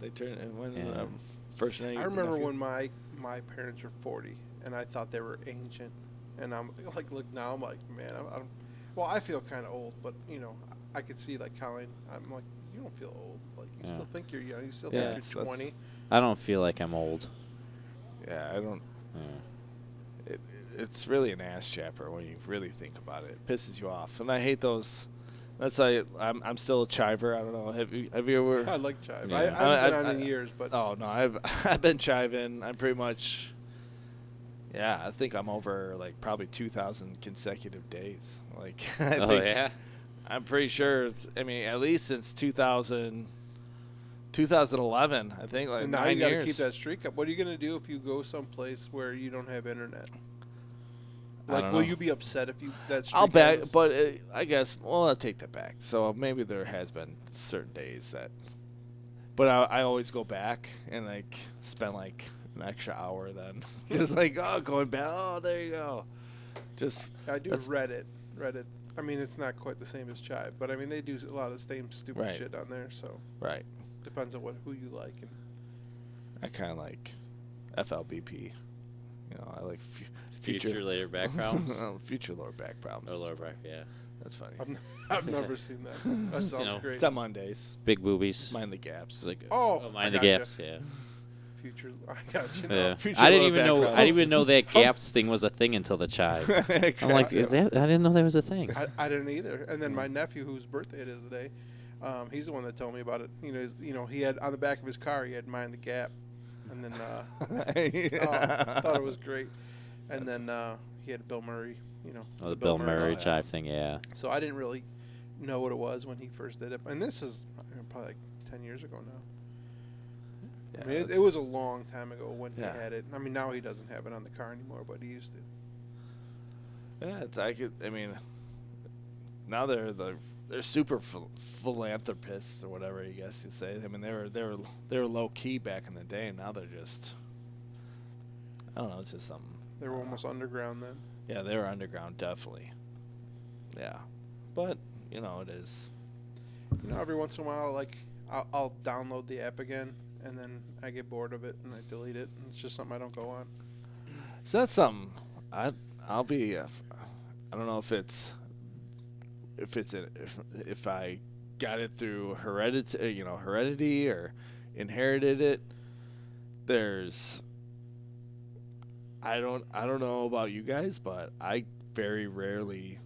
Speaker 2: they turned and when
Speaker 1: Yeah.
Speaker 2: um, first night.
Speaker 3: I remember when my my parents were 40, and I thought they were ancient. And I'm like, look now, I'm like, man, I'm, I'm well, I feel kind of old, but you know, I could see like Colin. I'm like, you don't feel old. Like you
Speaker 1: Yeah.
Speaker 3: still think you're young. You still
Speaker 2: Yeah,
Speaker 3: think
Speaker 2: it's-
Speaker 3: you're
Speaker 2: that's-
Speaker 3: 20.
Speaker 1: I don't feel like I'm old.
Speaker 2: Yeah, I don't.
Speaker 1: Yeah.
Speaker 2: It, it's really an ass chapper when you really think about it. It pisses you off, and I hate those. That's why I'm I'm still a chiver. I don't know. Have you have you
Speaker 3: I
Speaker 2: ever?
Speaker 3: like chive.
Speaker 1: Yeah.
Speaker 3: I, I haven't
Speaker 2: I-
Speaker 3: been
Speaker 2: I-
Speaker 3: on in
Speaker 2: I-
Speaker 3: years, but
Speaker 2: Oh no, I've I've been chiving. I'm pretty much. Yeah, I think I'm over like probably 2,000 consecutive days. Like, I
Speaker 1: oh
Speaker 2: think
Speaker 1: yeah.
Speaker 2: I'm pretty sure it's. I mean, at least since 2000, 2011, I think like
Speaker 3: now
Speaker 2: nine
Speaker 3: you gotta
Speaker 2: years.
Speaker 3: keep that streak up. What are you gonna do if you go someplace where you don't have internet?
Speaker 2: I
Speaker 3: Like,
Speaker 2: don't
Speaker 3: will
Speaker 2: know.
Speaker 3: you be upset if you that streak
Speaker 2: I'll back,
Speaker 3: ends?
Speaker 2: but uh, I guess well, I'll take that back. So maybe there has been certain days that, but I, I always go back and like spend like an extra hour then, just like oh going back, oh there you go, just
Speaker 3: I do
Speaker 2: That's-
Speaker 3: Reddit. Reddit. I mean, it's not quite the same as Chive, but I mean, they do a lot of the same stupid
Speaker 2: Right.
Speaker 3: shit on there. So
Speaker 2: right.
Speaker 3: depends on what who you like. And
Speaker 2: I kind of like FLBP, you know. I like fu-
Speaker 1: Future, later back problems.
Speaker 2: Oh, future lower back problems.
Speaker 1: oh, lower back. Yeah.
Speaker 2: That's funny.
Speaker 3: I've, n- I've never seen that. That sounds
Speaker 1: know,
Speaker 3: great.
Speaker 2: It's on Mondays.
Speaker 1: Big boobies.
Speaker 2: Mind the gaps.
Speaker 1: It's like,
Speaker 3: Oh, I
Speaker 1: mind the
Speaker 3: gotcha.
Speaker 1: gaps. Yeah.
Speaker 3: Future. I got you. Now.
Speaker 1: yeah.
Speaker 2: future
Speaker 1: I didn't
Speaker 2: lower
Speaker 1: even
Speaker 2: back
Speaker 1: know. I didn't
Speaker 2: problems.
Speaker 1: even know that gaps thing was a thing until the chive. I'm like, is that, I didn't know that was a thing.
Speaker 3: I, I didn't either. And then my
Speaker 1: Mm.
Speaker 3: nephew, whose birthday it is today, um, he's the one that told me about it. You know, he's- you know, he had on the back of his car, he had mind the gap, and then uh, oh, thought it was great. And then uh, he had Bill Murray. You know,
Speaker 1: Oh, the Bill Murray
Speaker 2: oh, yeah.
Speaker 1: chive thing. Yeah.
Speaker 3: So I didn't really know what it was when he first did it. And this is I mean, probably like 10 years ago now. I mean, it, it was a long time ago when
Speaker 2: Yeah.
Speaker 3: he had it. I mean, now he doesn't have it on the car anymore, but he used to.
Speaker 2: Yeah, it's, I could. I mean, now they're the they're super ph- philanthropists or whatever you guess you say. I mean, they were they were they were low key back in the day. and Now they're just. I don't know. It's just something.
Speaker 3: They were
Speaker 2: Uh,
Speaker 3: almost underground then.
Speaker 2: Yeah, they were underground definitely. Yeah, but you know it is.
Speaker 3: You know, every once in a while, like, I'll, I'll download the app again, and then I get bored of it and I delete it. And it's just something I don't go on.
Speaker 2: So that's something. I I'll be. uh, I don't know if it's if it's a, if if I got it through heredity, you know, heredity or inherited it. There's. I don't I don't know about you guys, but I very rarely.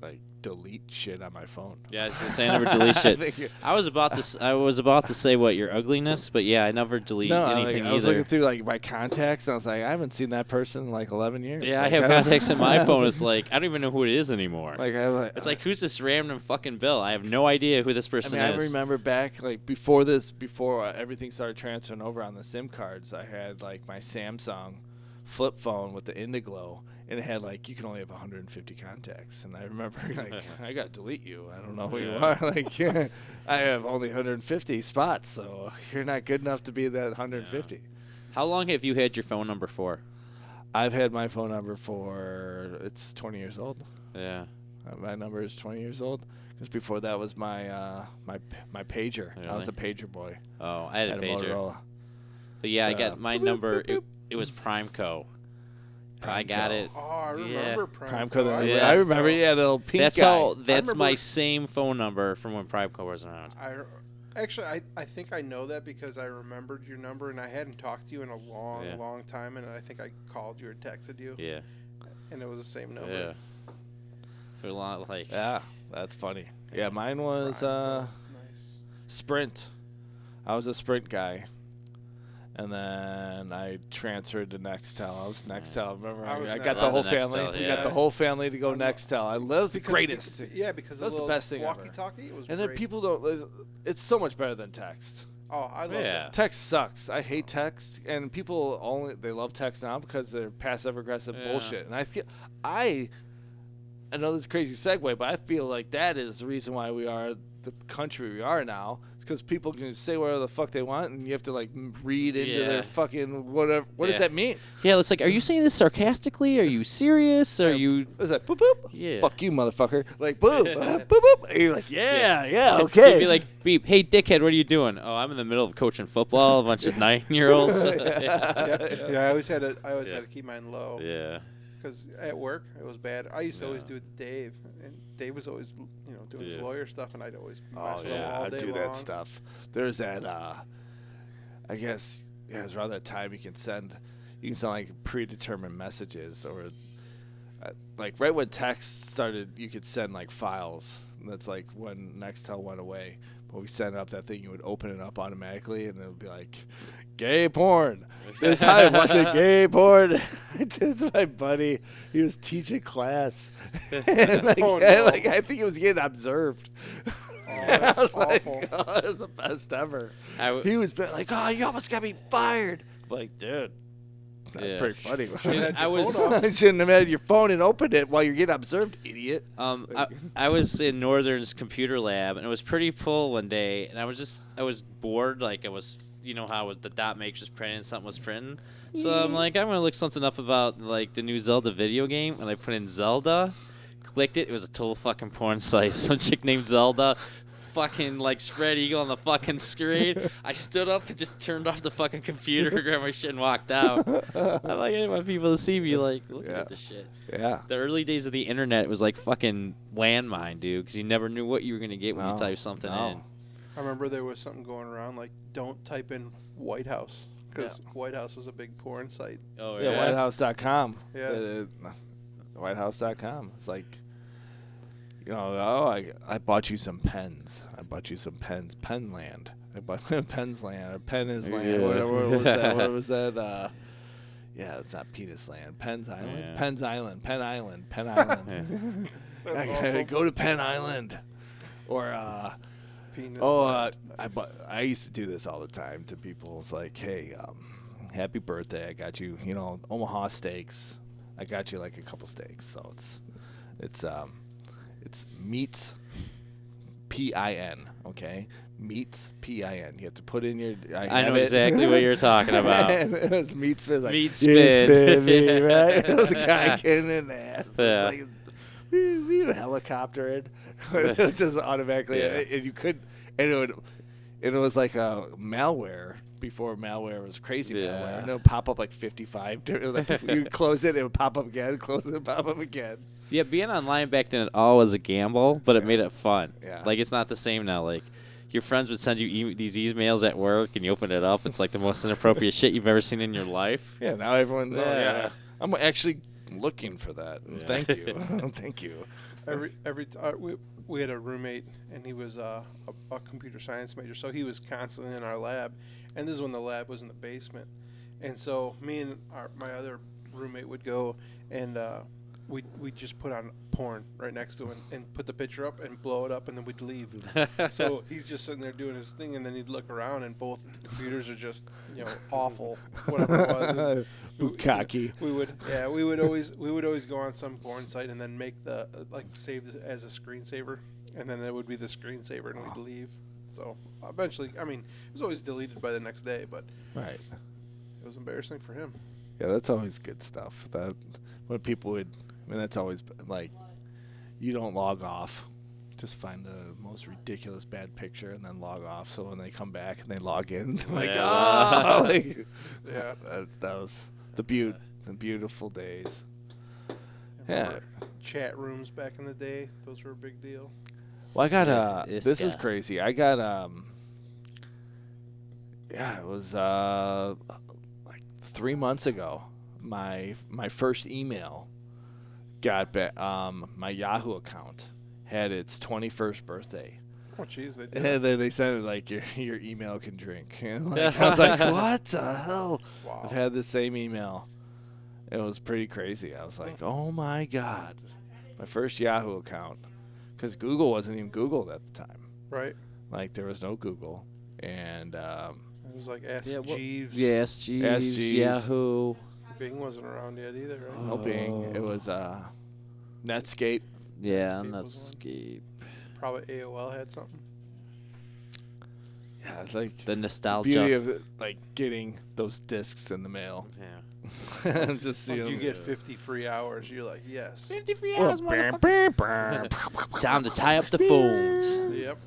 Speaker 2: like delete shit on my phone.
Speaker 1: Yeah, I was just saying, I never delete
Speaker 2: I
Speaker 1: shit.
Speaker 2: think you-
Speaker 1: I was about to. s- I was about to say what your ugliness, but yeah, I never delete
Speaker 2: no, I, like,
Speaker 1: anything
Speaker 2: I was
Speaker 1: either.
Speaker 2: looking through like my contacts, and I was like, I haven't seen that person in like eleven years.
Speaker 1: yeah, I
Speaker 2: Like,
Speaker 1: have
Speaker 2: don't-
Speaker 1: contacts in my phone. It's
Speaker 2: like,
Speaker 1: like I don't even know who it is anymore.
Speaker 2: I like, uh,
Speaker 1: it's like who's this random fucking Bill? I have no idea who this
Speaker 2: I
Speaker 1: person
Speaker 2: mean, I
Speaker 1: is.
Speaker 2: remember back like before this, before uh, everything started transferring over on the SIM cards, I had like my Samsung flip phone with the Indiglow, and it had like you can only have 150 contacts. And I remember like I got to delete you. I don't know who you
Speaker 1: Yeah.
Speaker 2: are. Like I have only 150 spots, so you're not good enough to be that 150.
Speaker 1: How long have you had your phone number for?
Speaker 2: I've had my phone number for it's 20 years old.
Speaker 1: Yeah,
Speaker 2: Uh, My number is 20 years old because before that was my uh, my p- my pager. I was a pager boy.
Speaker 1: Oh, I had a
Speaker 2: at
Speaker 1: pager.
Speaker 2: Motorola.
Speaker 1: But yeah, I
Speaker 2: Uh,
Speaker 1: got my number. It, it was Primeco. I got
Speaker 2: Primeco.
Speaker 1: it.
Speaker 3: Oh, I
Speaker 1: Yeah.
Speaker 3: remember Prime.
Speaker 2: Prime
Speaker 3: Co.
Speaker 2: Code. I,
Speaker 1: Yeah.
Speaker 2: I remember. Yeah, the little pink
Speaker 1: That's
Speaker 2: guy.
Speaker 1: how. That's my
Speaker 3: remember-
Speaker 1: same phone number from when Primeco was around.
Speaker 3: I re- actually, I, I think I know that because I remembered your number and I hadn't talked to you in a long,
Speaker 1: Yeah.
Speaker 3: long time, and I think I called you or texted you,
Speaker 1: Yeah,
Speaker 3: and it was the same number.
Speaker 1: yeah. For a lot, like
Speaker 2: Yeah, that's funny. Yeah, mine was uh,
Speaker 3: Nice.
Speaker 2: Sprint. I was a Sprint guy, and then I transferred to Nextel. I was Nextel. Remember,
Speaker 3: I
Speaker 2: I,
Speaker 3: was
Speaker 2: I
Speaker 3: Ne-
Speaker 2: got
Speaker 1: I
Speaker 2: the whole
Speaker 1: love the
Speaker 2: family.
Speaker 1: Nextel,
Speaker 2: We
Speaker 1: yeah.
Speaker 2: got the whole family to go Nextel. I that was the
Speaker 3: Because-
Speaker 2: greatest.
Speaker 3: because- yeah, because
Speaker 2: That was the
Speaker 3: little
Speaker 2: best thing ever.
Speaker 3: walkie-talkie. It was
Speaker 2: And then
Speaker 3: great.
Speaker 2: people don't. It's so much better than text.
Speaker 3: Oh, I love
Speaker 1: Yeah.
Speaker 3: that.
Speaker 2: Text sucks. I hate text, and people only they love text now because they're passive aggressive
Speaker 1: Yeah.
Speaker 2: bullshit. And I feel I, I know this is a crazy segue, but I feel like that is the reason why we are the country we are now. It's because people can just say whatever the fuck they want, and you have to like m- read into
Speaker 1: Yeah.
Speaker 2: their fucking whatever. What does
Speaker 1: Yeah.
Speaker 2: that mean?
Speaker 1: yeah. It's like, are you saying this sarcastically? Are you serious? Are you?
Speaker 2: It's like boop boop.
Speaker 1: Yeah.
Speaker 2: Fuck you, motherfucker. Like boop boop boop. And you're like yeah yeah, okay.
Speaker 1: You'd be like, beep, hey, dickhead, what are you doing? Oh, I'm in the middle of coaching football, a bunch of nine-year-olds. yeah.
Speaker 3: yeah, yeah, I always had to. I always
Speaker 1: Yeah.
Speaker 3: had to keep mine low because at work it was bad. I used to always
Speaker 1: Yeah.
Speaker 3: do it to Dave, and Dave was always, you know, doing his
Speaker 1: Yeah.
Speaker 3: lawyer stuff, and I'd always
Speaker 2: Oh
Speaker 3: mess with him
Speaker 2: yeah,
Speaker 3: all
Speaker 2: I
Speaker 3: day
Speaker 2: do
Speaker 3: long.
Speaker 2: that stuff. There's that. uh I guess yeah, it's around that time you can send, you can send like predetermined messages or, uh, like right when text started, you could send like files. And that's like when Nextel went away. But we sent up that thing, you would open it up automatically, and it would be like, gay porn. This time watching gay porn. I did to my buddy. He was teaching class. And, like,
Speaker 3: Oh,
Speaker 2: I,
Speaker 3: no.
Speaker 2: like, I think he was getting observed.
Speaker 3: that's
Speaker 2: I was
Speaker 3: awful.
Speaker 2: like, oh, that's the best ever.
Speaker 1: I w-
Speaker 2: he was be- like, oh, you almost got me fired. Like, dude, that's
Speaker 1: Yeah.
Speaker 2: pretty funny.
Speaker 1: Dude, I was
Speaker 2: I shouldn't have had your phone and opened it while you're getting observed, idiot.
Speaker 1: Um, I, I was in Northern's computer lab, and it was pretty full one day, and I was just I was bored, like I was, you know how the dot matrix was printing, something was printing, so I'm like, I'm gonna look something up about like the new Zelda video game, and I put in Zelda, clicked it, it was a total fucking porn site. Some chick named Zelda. Fucking like spread eagle on the fucking screen. I stood up and just turned off the fucking computer, grabbed my shit, and walked out. I'm like, I didn't want people to see me like looking
Speaker 2: Yeah.
Speaker 1: at this shit
Speaker 2: Yeah.
Speaker 1: the early days of the internet was like fucking landmine, dude, because you never knew what you were gonna get when
Speaker 2: No,
Speaker 1: you type something
Speaker 2: no.
Speaker 1: in.
Speaker 3: I remember there was something going around like, don't type in White House because White House was a big porn site.
Speaker 1: Oh
Speaker 2: Yeah, WhiteHouse.com.
Speaker 3: Yeah.
Speaker 2: Uh, WhiteHouse.com. It's like, you know, oh, I, I bought you some pens. I bought you some pens. Penland. I bought pens land or pen is land.
Speaker 1: Yeah.
Speaker 2: Whatever what was that? What was that? Uh, yeah, it's not penis land. Penn's Island.
Speaker 1: Yeah.
Speaker 2: Penn's Island. Penn Island. Penn Island. I gotta go to Penn Island. Or uh,
Speaker 3: Penis
Speaker 2: oh, uh,
Speaker 3: left.
Speaker 2: I bu- I used to do this all the time to people. It's like, hey, um, happy birthday! I got you, you know, Omaha steaks. I got you like a couple steaks. So it's it's um it's meats P I N. Okay, meats P I N. You have to put in your.
Speaker 1: I know
Speaker 2: have it.
Speaker 1: exactly what you're talking about.
Speaker 2: it was meat spit. Like,
Speaker 1: Meat
Speaker 2: "You
Speaker 1: spit."
Speaker 2: spit me, right? It was a guy getting in the ass.
Speaker 1: Yeah.
Speaker 2: Yeah. Like, we, we would helicopter it. it was just automatically,
Speaker 1: Yeah.
Speaker 2: and, you could, and it would, and it was like a malware before malware was crazy
Speaker 1: Yeah.
Speaker 2: malware. And it would pop up like 55. dur- Like if you close it, it would pop up again. Close it, pop up again.
Speaker 1: Yeah, being online back then at all was a gamble, but it made it fun.
Speaker 2: Yeah.
Speaker 1: Like it's not the same now. Like your friends would send you e- these emails at work, and you open it up, it's like the most inappropriate shit you've ever seen in your life.
Speaker 2: Yeah, now everyone. oh,
Speaker 1: Yeah.
Speaker 2: yeah. I'm actually I'm looking for that.
Speaker 1: Yeah.
Speaker 2: Thank you. Thank you.
Speaker 3: every every t- uh, we, we had a roommate and he was uh, a, a computer science major so he was constantly in our lab and this is when the lab was in the basement and so me and our, my other roommate would go and uh, we we just put on porn right next to him and put the picture up and blow it up and then we'd leave so he's just sitting there doing his thing and then he'd look around and both computers are just you know awful whatever it was and
Speaker 2: Bukkake.
Speaker 3: we would yeah we would always we would always go on some porn site and then make the like save this as a screensaver and then it would be the screensaver and we'd leave so eventually i mean it was always deleted by the next day but
Speaker 2: Right.
Speaker 3: it was embarrassing for him
Speaker 2: Yeah, that's always good stuff. That when people would, I mean, that's always like, you don't log off. Just find the most ridiculous bad picture and then log off. So when they come back and they log in, they're like,
Speaker 1: Yeah.
Speaker 2: ah, like,
Speaker 3: yeah
Speaker 2: that, that was the beaut, the beautiful days. Yeah.
Speaker 3: chat rooms back in the day those were a big deal
Speaker 2: Well, I got
Speaker 1: Yeah,
Speaker 2: uh
Speaker 1: this
Speaker 2: this, is
Speaker 1: guy.
Speaker 2: crazy. I got um Yeah, it was uh like 3 months ago. My my first email got back um my Yahoo account had its 21st birthday.
Speaker 3: oh jeez they did.
Speaker 2: And then they sent it like your your email can drink. And like, I was like, "What the hell?"
Speaker 3: wow
Speaker 2: I've had the same email. It was pretty crazy. I was like, oh my God. My first Yahoo account. Because Google wasn't even Googled at the time.
Speaker 3: right
Speaker 2: Like, there was no Google. And um,
Speaker 3: it was like ask
Speaker 1: Yeah, what-
Speaker 3: jeeves
Speaker 1: Yes, Jeeves,
Speaker 2: Yes, Jeeves.
Speaker 1: Yahoo.
Speaker 3: bing wasn't around yet either right
Speaker 2: no Bing. It
Speaker 1: Oh.
Speaker 2: was uh, Netscape.
Speaker 1: Yeah,
Speaker 3: Netscape
Speaker 1: and
Speaker 3: was
Speaker 1: that's Scape.
Speaker 2: Oh.
Speaker 3: probably aol had something
Speaker 2: Yeah, it's like
Speaker 1: The
Speaker 2: the beauty
Speaker 1: nostalgia.
Speaker 2: of it, like getting those discs in the mail.
Speaker 1: Yeah.
Speaker 2: Just
Speaker 3: Like,
Speaker 2: see
Speaker 3: you get 50 free hours you're like yes
Speaker 1: Time to tie up the phones.
Speaker 3: yep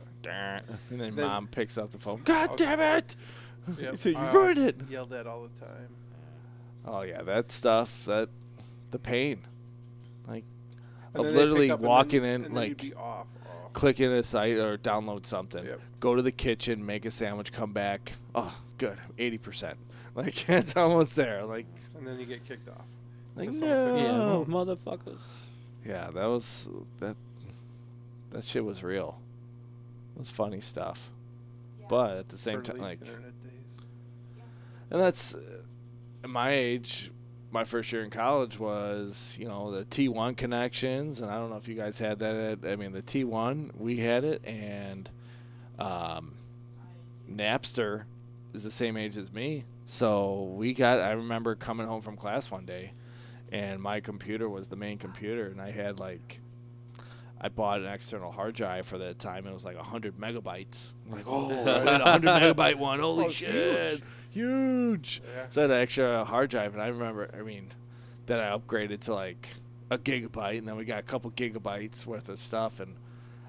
Speaker 2: And then
Speaker 3: Then-
Speaker 2: mom picks up the phone. God damn it!
Speaker 3: yep
Speaker 2: You
Speaker 3: I
Speaker 2: ruined it.
Speaker 3: yelled at all the time
Speaker 2: Oh yeah, that stuff, that the pain, like
Speaker 3: And
Speaker 2: of
Speaker 3: then they'd
Speaker 2: literally
Speaker 3: pick up and
Speaker 2: walking
Speaker 3: then-
Speaker 2: in,
Speaker 3: and then
Speaker 2: like
Speaker 3: you'd be off. Oh,
Speaker 2: clicking a site or download something,
Speaker 3: Yep.
Speaker 2: go to the kitchen, make a sandwich, come back. Oh, good, eighty percent. Like it's almost there. Like,
Speaker 3: and then you get kicked off.
Speaker 2: like
Speaker 3: That's all
Speaker 1: Yeah,
Speaker 2: no.
Speaker 1: motherfuckers.
Speaker 2: Yeah, that was that. That shit was real. It was funny stuff, but at the same time,
Speaker 3: Early
Speaker 2: like,
Speaker 3: internet days.
Speaker 2: and that's uh, at my age my first year in college was you know the t1 connections and i don't know if you guys had that at, i mean the t1 we had it and um, napster is the same age as me so we got i remember coming home from class one day and my computer was the main computer and i had like I bought an external hard drive for that time. and It was like 100 megabytes. I'm like, oh, I had a 100 megabyte one. Holy
Speaker 3: Oh, it's
Speaker 2: shit. Huge.
Speaker 3: Yeah.
Speaker 2: So I had an extra hard drive, and I remember, I mean, then I upgraded to like a gigabyte, and then we got a couple gigabytes worth of stuff, and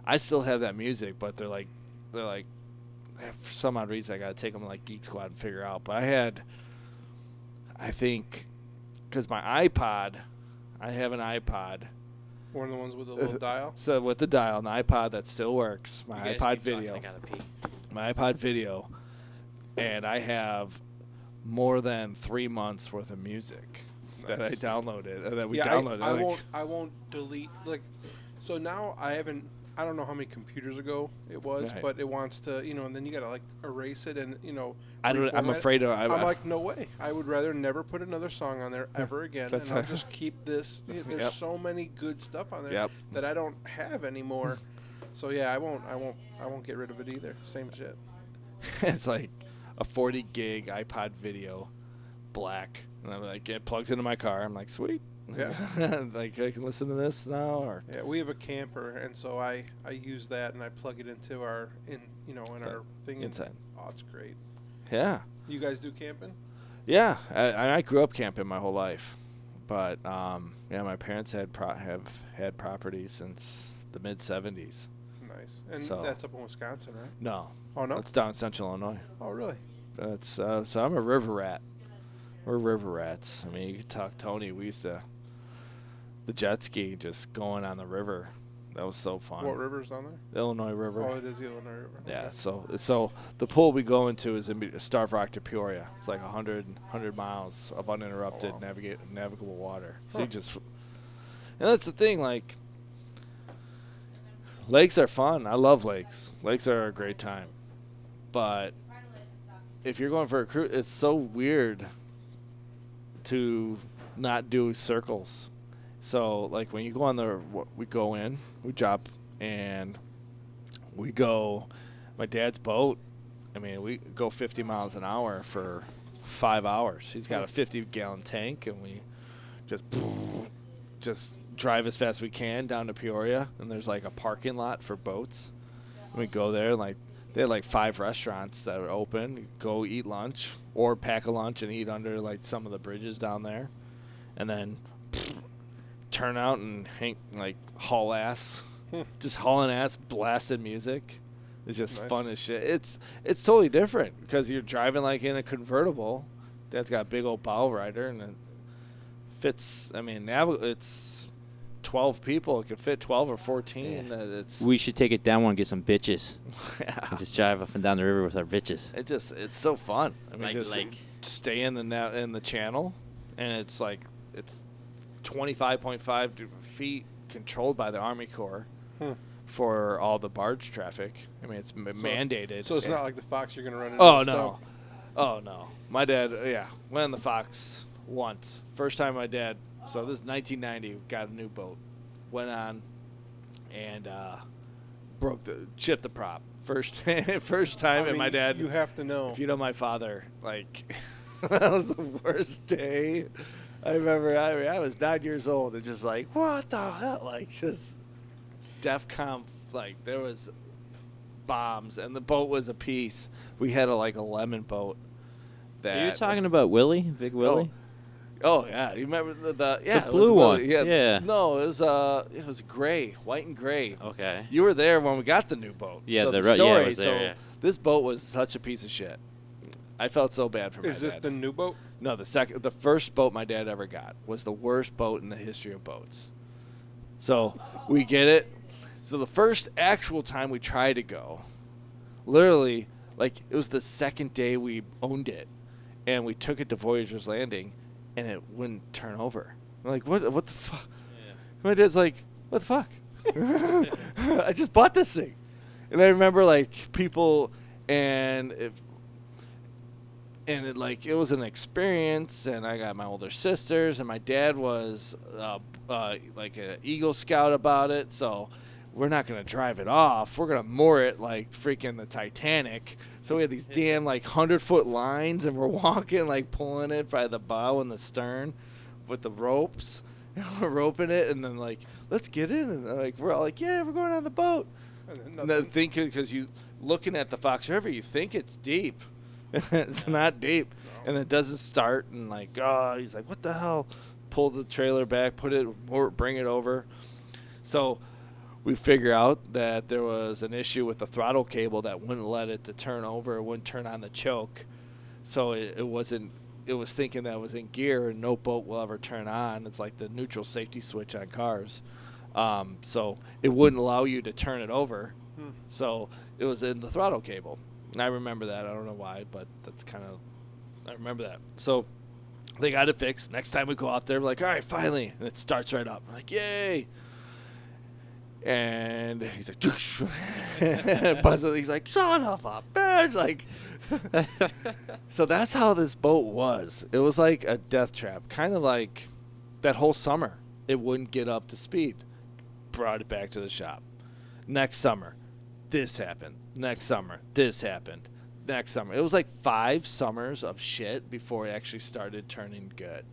Speaker 2: I still have that music, but they're like, they're like, for some odd reason, I got to take them to like Geek Squad and figure out. But I had, I think, because my iPod, I have an iPod.
Speaker 3: One of the ones with the little dial.
Speaker 2: So with the dial, an iPod that still works, my iPod video
Speaker 1: gotta pee.
Speaker 2: my iPod video, and I have more than three months worth of music that I
Speaker 3: Nice.
Speaker 2: downloaded and that we
Speaker 3: yeah, I-
Speaker 2: downloaded.
Speaker 3: I,
Speaker 2: like,
Speaker 3: won't. I won't delete. Like, so now I haven't. I don't know how many computers ago it was,
Speaker 2: Right.
Speaker 3: but it wants to, you know, and then you gotta like erase it and you know.
Speaker 2: I don't. I'm
Speaker 3: reformat it.
Speaker 2: afraid of. I,
Speaker 3: I'm
Speaker 2: I-
Speaker 3: like, no way. I would rather never put another song on there ever again,
Speaker 2: That's
Speaker 3: and I'll
Speaker 2: how-
Speaker 3: just keep this. There's
Speaker 2: Yep.
Speaker 3: so many good stuff on there
Speaker 2: Yep.
Speaker 3: that I don't have anymore. So yeah, I won't. I won't. I won't get rid of it either. Same shit.
Speaker 2: it's like a 40 gig iPod video, black, and I'm like, it plugs into my car. I'm like, sweet.
Speaker 3: Yeah.
Speaker 2: like I can listen to this now, or
Speaker 3: Yeah, we have a camper, and so I I use that and I plug it into our in you know in our thing. and-
Speaker 2: inside.
Speaker 3: Oh, it's great.
Speaker 2: Yeah.
Speaker 3: You guys do camping?
Speaker 2: Yeah, I, I grew up camping my whole life, but um, yeah, my parents had pro- have had property since the mid '70s.
Speaker 3: Nice. And
Speaker 2: So-
Speaker 3: that's up in Wisconsin, right?
Speaker 2: No,
Speaker 3: Oh no.
Speaker 2: that's down in Central Illinois.
Speaker 3: Oh really?
Speaker 2: That's uh, so I'm a river rat. We're river rats. I mean, you could talk Tony. We used to the jet ski just going on the river. That was so fun.
Speaker 3: What river's on there?
Speaker 2: The Illinois River.
Speaker 3: Oh, it is the Illinois River.
Speaker 2: Yeah, so so the pool we go into is in be- Starve Rock to Peoria. It's like 100, 100 miles of uninterrupted
Speaker 3: Oh, wow.
Speaker 2: navigate, navigable water. So
Speaker 3: Huh.
Speaker 2: you just and that's the thing. Like lakes are fun. I love lakes. Lakes are a great time, but if you're going for a cruise, it's so weird to not do circles. So like when you go on the wh- we go in, we drop and we go my dad's boat. I mean, we go 50 miles an hour for 5 hours. He's got a 50 gallon tank and we just just drive as fast as we can down to Peoria and there's like a parking lot for boats. And we go there and like they had like five restaurants that are open. You go eat lunch or pack a lunch and eat under like some of the bridges down there. And then turn out and hang like haul ass, just hauling ass, blasted music. It's just
Speaker 3: Nice.
Speaker 2: fun as shit. It's it's totally different because you're driving like in a convertible that's got a big old bow rider and it fits. I mean, now it's twelve people. It could fit twelve or fourteen.
Speaker 1: Yeah.
Speaker 2: Uh, It's
Speaker 1: We should take it down one and get some bitches.
Speaker 2: yeah.
Speaker 1: And just drive up and down the river with our bitches.
Speaker 2: It just it's so fun. I mean,
Speaker 1: Like-
Speaker 2: just
Speaker 1: like-
Speaker 2: stay in the na- in the channel, and it's like it's twenty five point five feet controlled by the Army Corps
Speaker 3: Hmm.
Speaker 2: for all the barge traffic. I mean, it's m- mandated.
Speaker 3: So it's
Speaker 2: and-
Speaker 3: not like the fox you're gonna run into.
Speaker 2: Oh
Speaker 3: the
Speaker 2: no,
Speaker 3: stump.
Speaker 2: oh no. My dad, yeah, went on the Fox once. First time my dad. So this is 1990. Got a new boat. Went on, and uh, broke the chipped the prop. First first time,
Speaker 3: I mean,
Speaker 2: and my
Speaker 3: you-
Speaker 2: dad.
Speaker 3: You have to know.
Speaker 2: If you know my father, like that was the worst day I've ever. I, mean, I was nine years old and just like, what the hell? Like just DefCon. Like there was bombs and the boat was a piece. We had a like a lemon boat. That
Speaker 1: You're talking about Willie, Big Willie.
Speaker 2: Oh yeah, you remember the, the yeah it was
Speaker 1: blue
Speaker 2: another-
Speaker 1: one, yeah.
Speaker 2: No, it was uh it was gray, white and gray.
Speaker 1: Okay.
Speaker 2: You were there when we got the new boat.
Speaker 1: Yeah,
Speaker 2: so
Speaker 1: the
Speaker 2: the,
Speaker 1: ro- yeah, I
Speaker 2: story.
Speaker 1: was there,
Speaker 2: so
Speaker 1: yeah.
Speaker 2: this boat was such a piece of shit. I felt so bad for my
Speaker 3: Is this
Speaker 2: dad.
Speaker 3: the new boat?
Speaker 2: no the second the first boat my dad ever got was the worst boat in the history of boats. So we get it. So the first actual time we tried to go, literally like it was the second day we owned it and we took it to voyager's landing and it wouldn't turn over We're like what what the fuck my dad's like what the fuck i just bought this thing and i remember like people and if and it like it was an experience and i got my older sisters and my dad was uh, uh, like an eagle scout about it so we're not going to drive it off we're going to moor it like freaking the titanic so we had these damn like 100 foot lines and we're walking like pulling it by the bow and the stern with the ropes and we're roping it and then like let's get in and like we're all like yeah we're going on the boat
Speaker 3: And then
Speaker 2: and then
Speaker 3: nothing.
Speaker 2: thinking because you looking at the Fox River, you think it's deep. it's not deep,
Speaker 3: No.
Speaker 2: and it doesn't start. And like, oh, he's like, what the hell? Pull the trailer back, put it, or bring it over. So we figure out that there was an issue with the throttle cable that wouldn't let it to turn over. It wouldn't turn on the choke, so it, it wasn't. It was thinking that it was in gear and no boat will ever turn on. It's like the neutral safety switch on cars. Um, so it wouldn't allow you to turn it over. So it was in the throttle cable. And I remember that. I don't know why, but that's kind of. I remember that. So they got it fixed. Next time we go out there, we're like, all right, finally. And it starts right up. We're like, yay. And he's like, buzzing. He's like, son of a bitch. Like, so that's how this boat was. It was like a death trap, kind of like that whole summer. It wouldn't get up to speed. Brought it back to the shop. Next summer, this happened. Next summer, this happened. Next summer, it was like five summers of shit before it actually started turning good.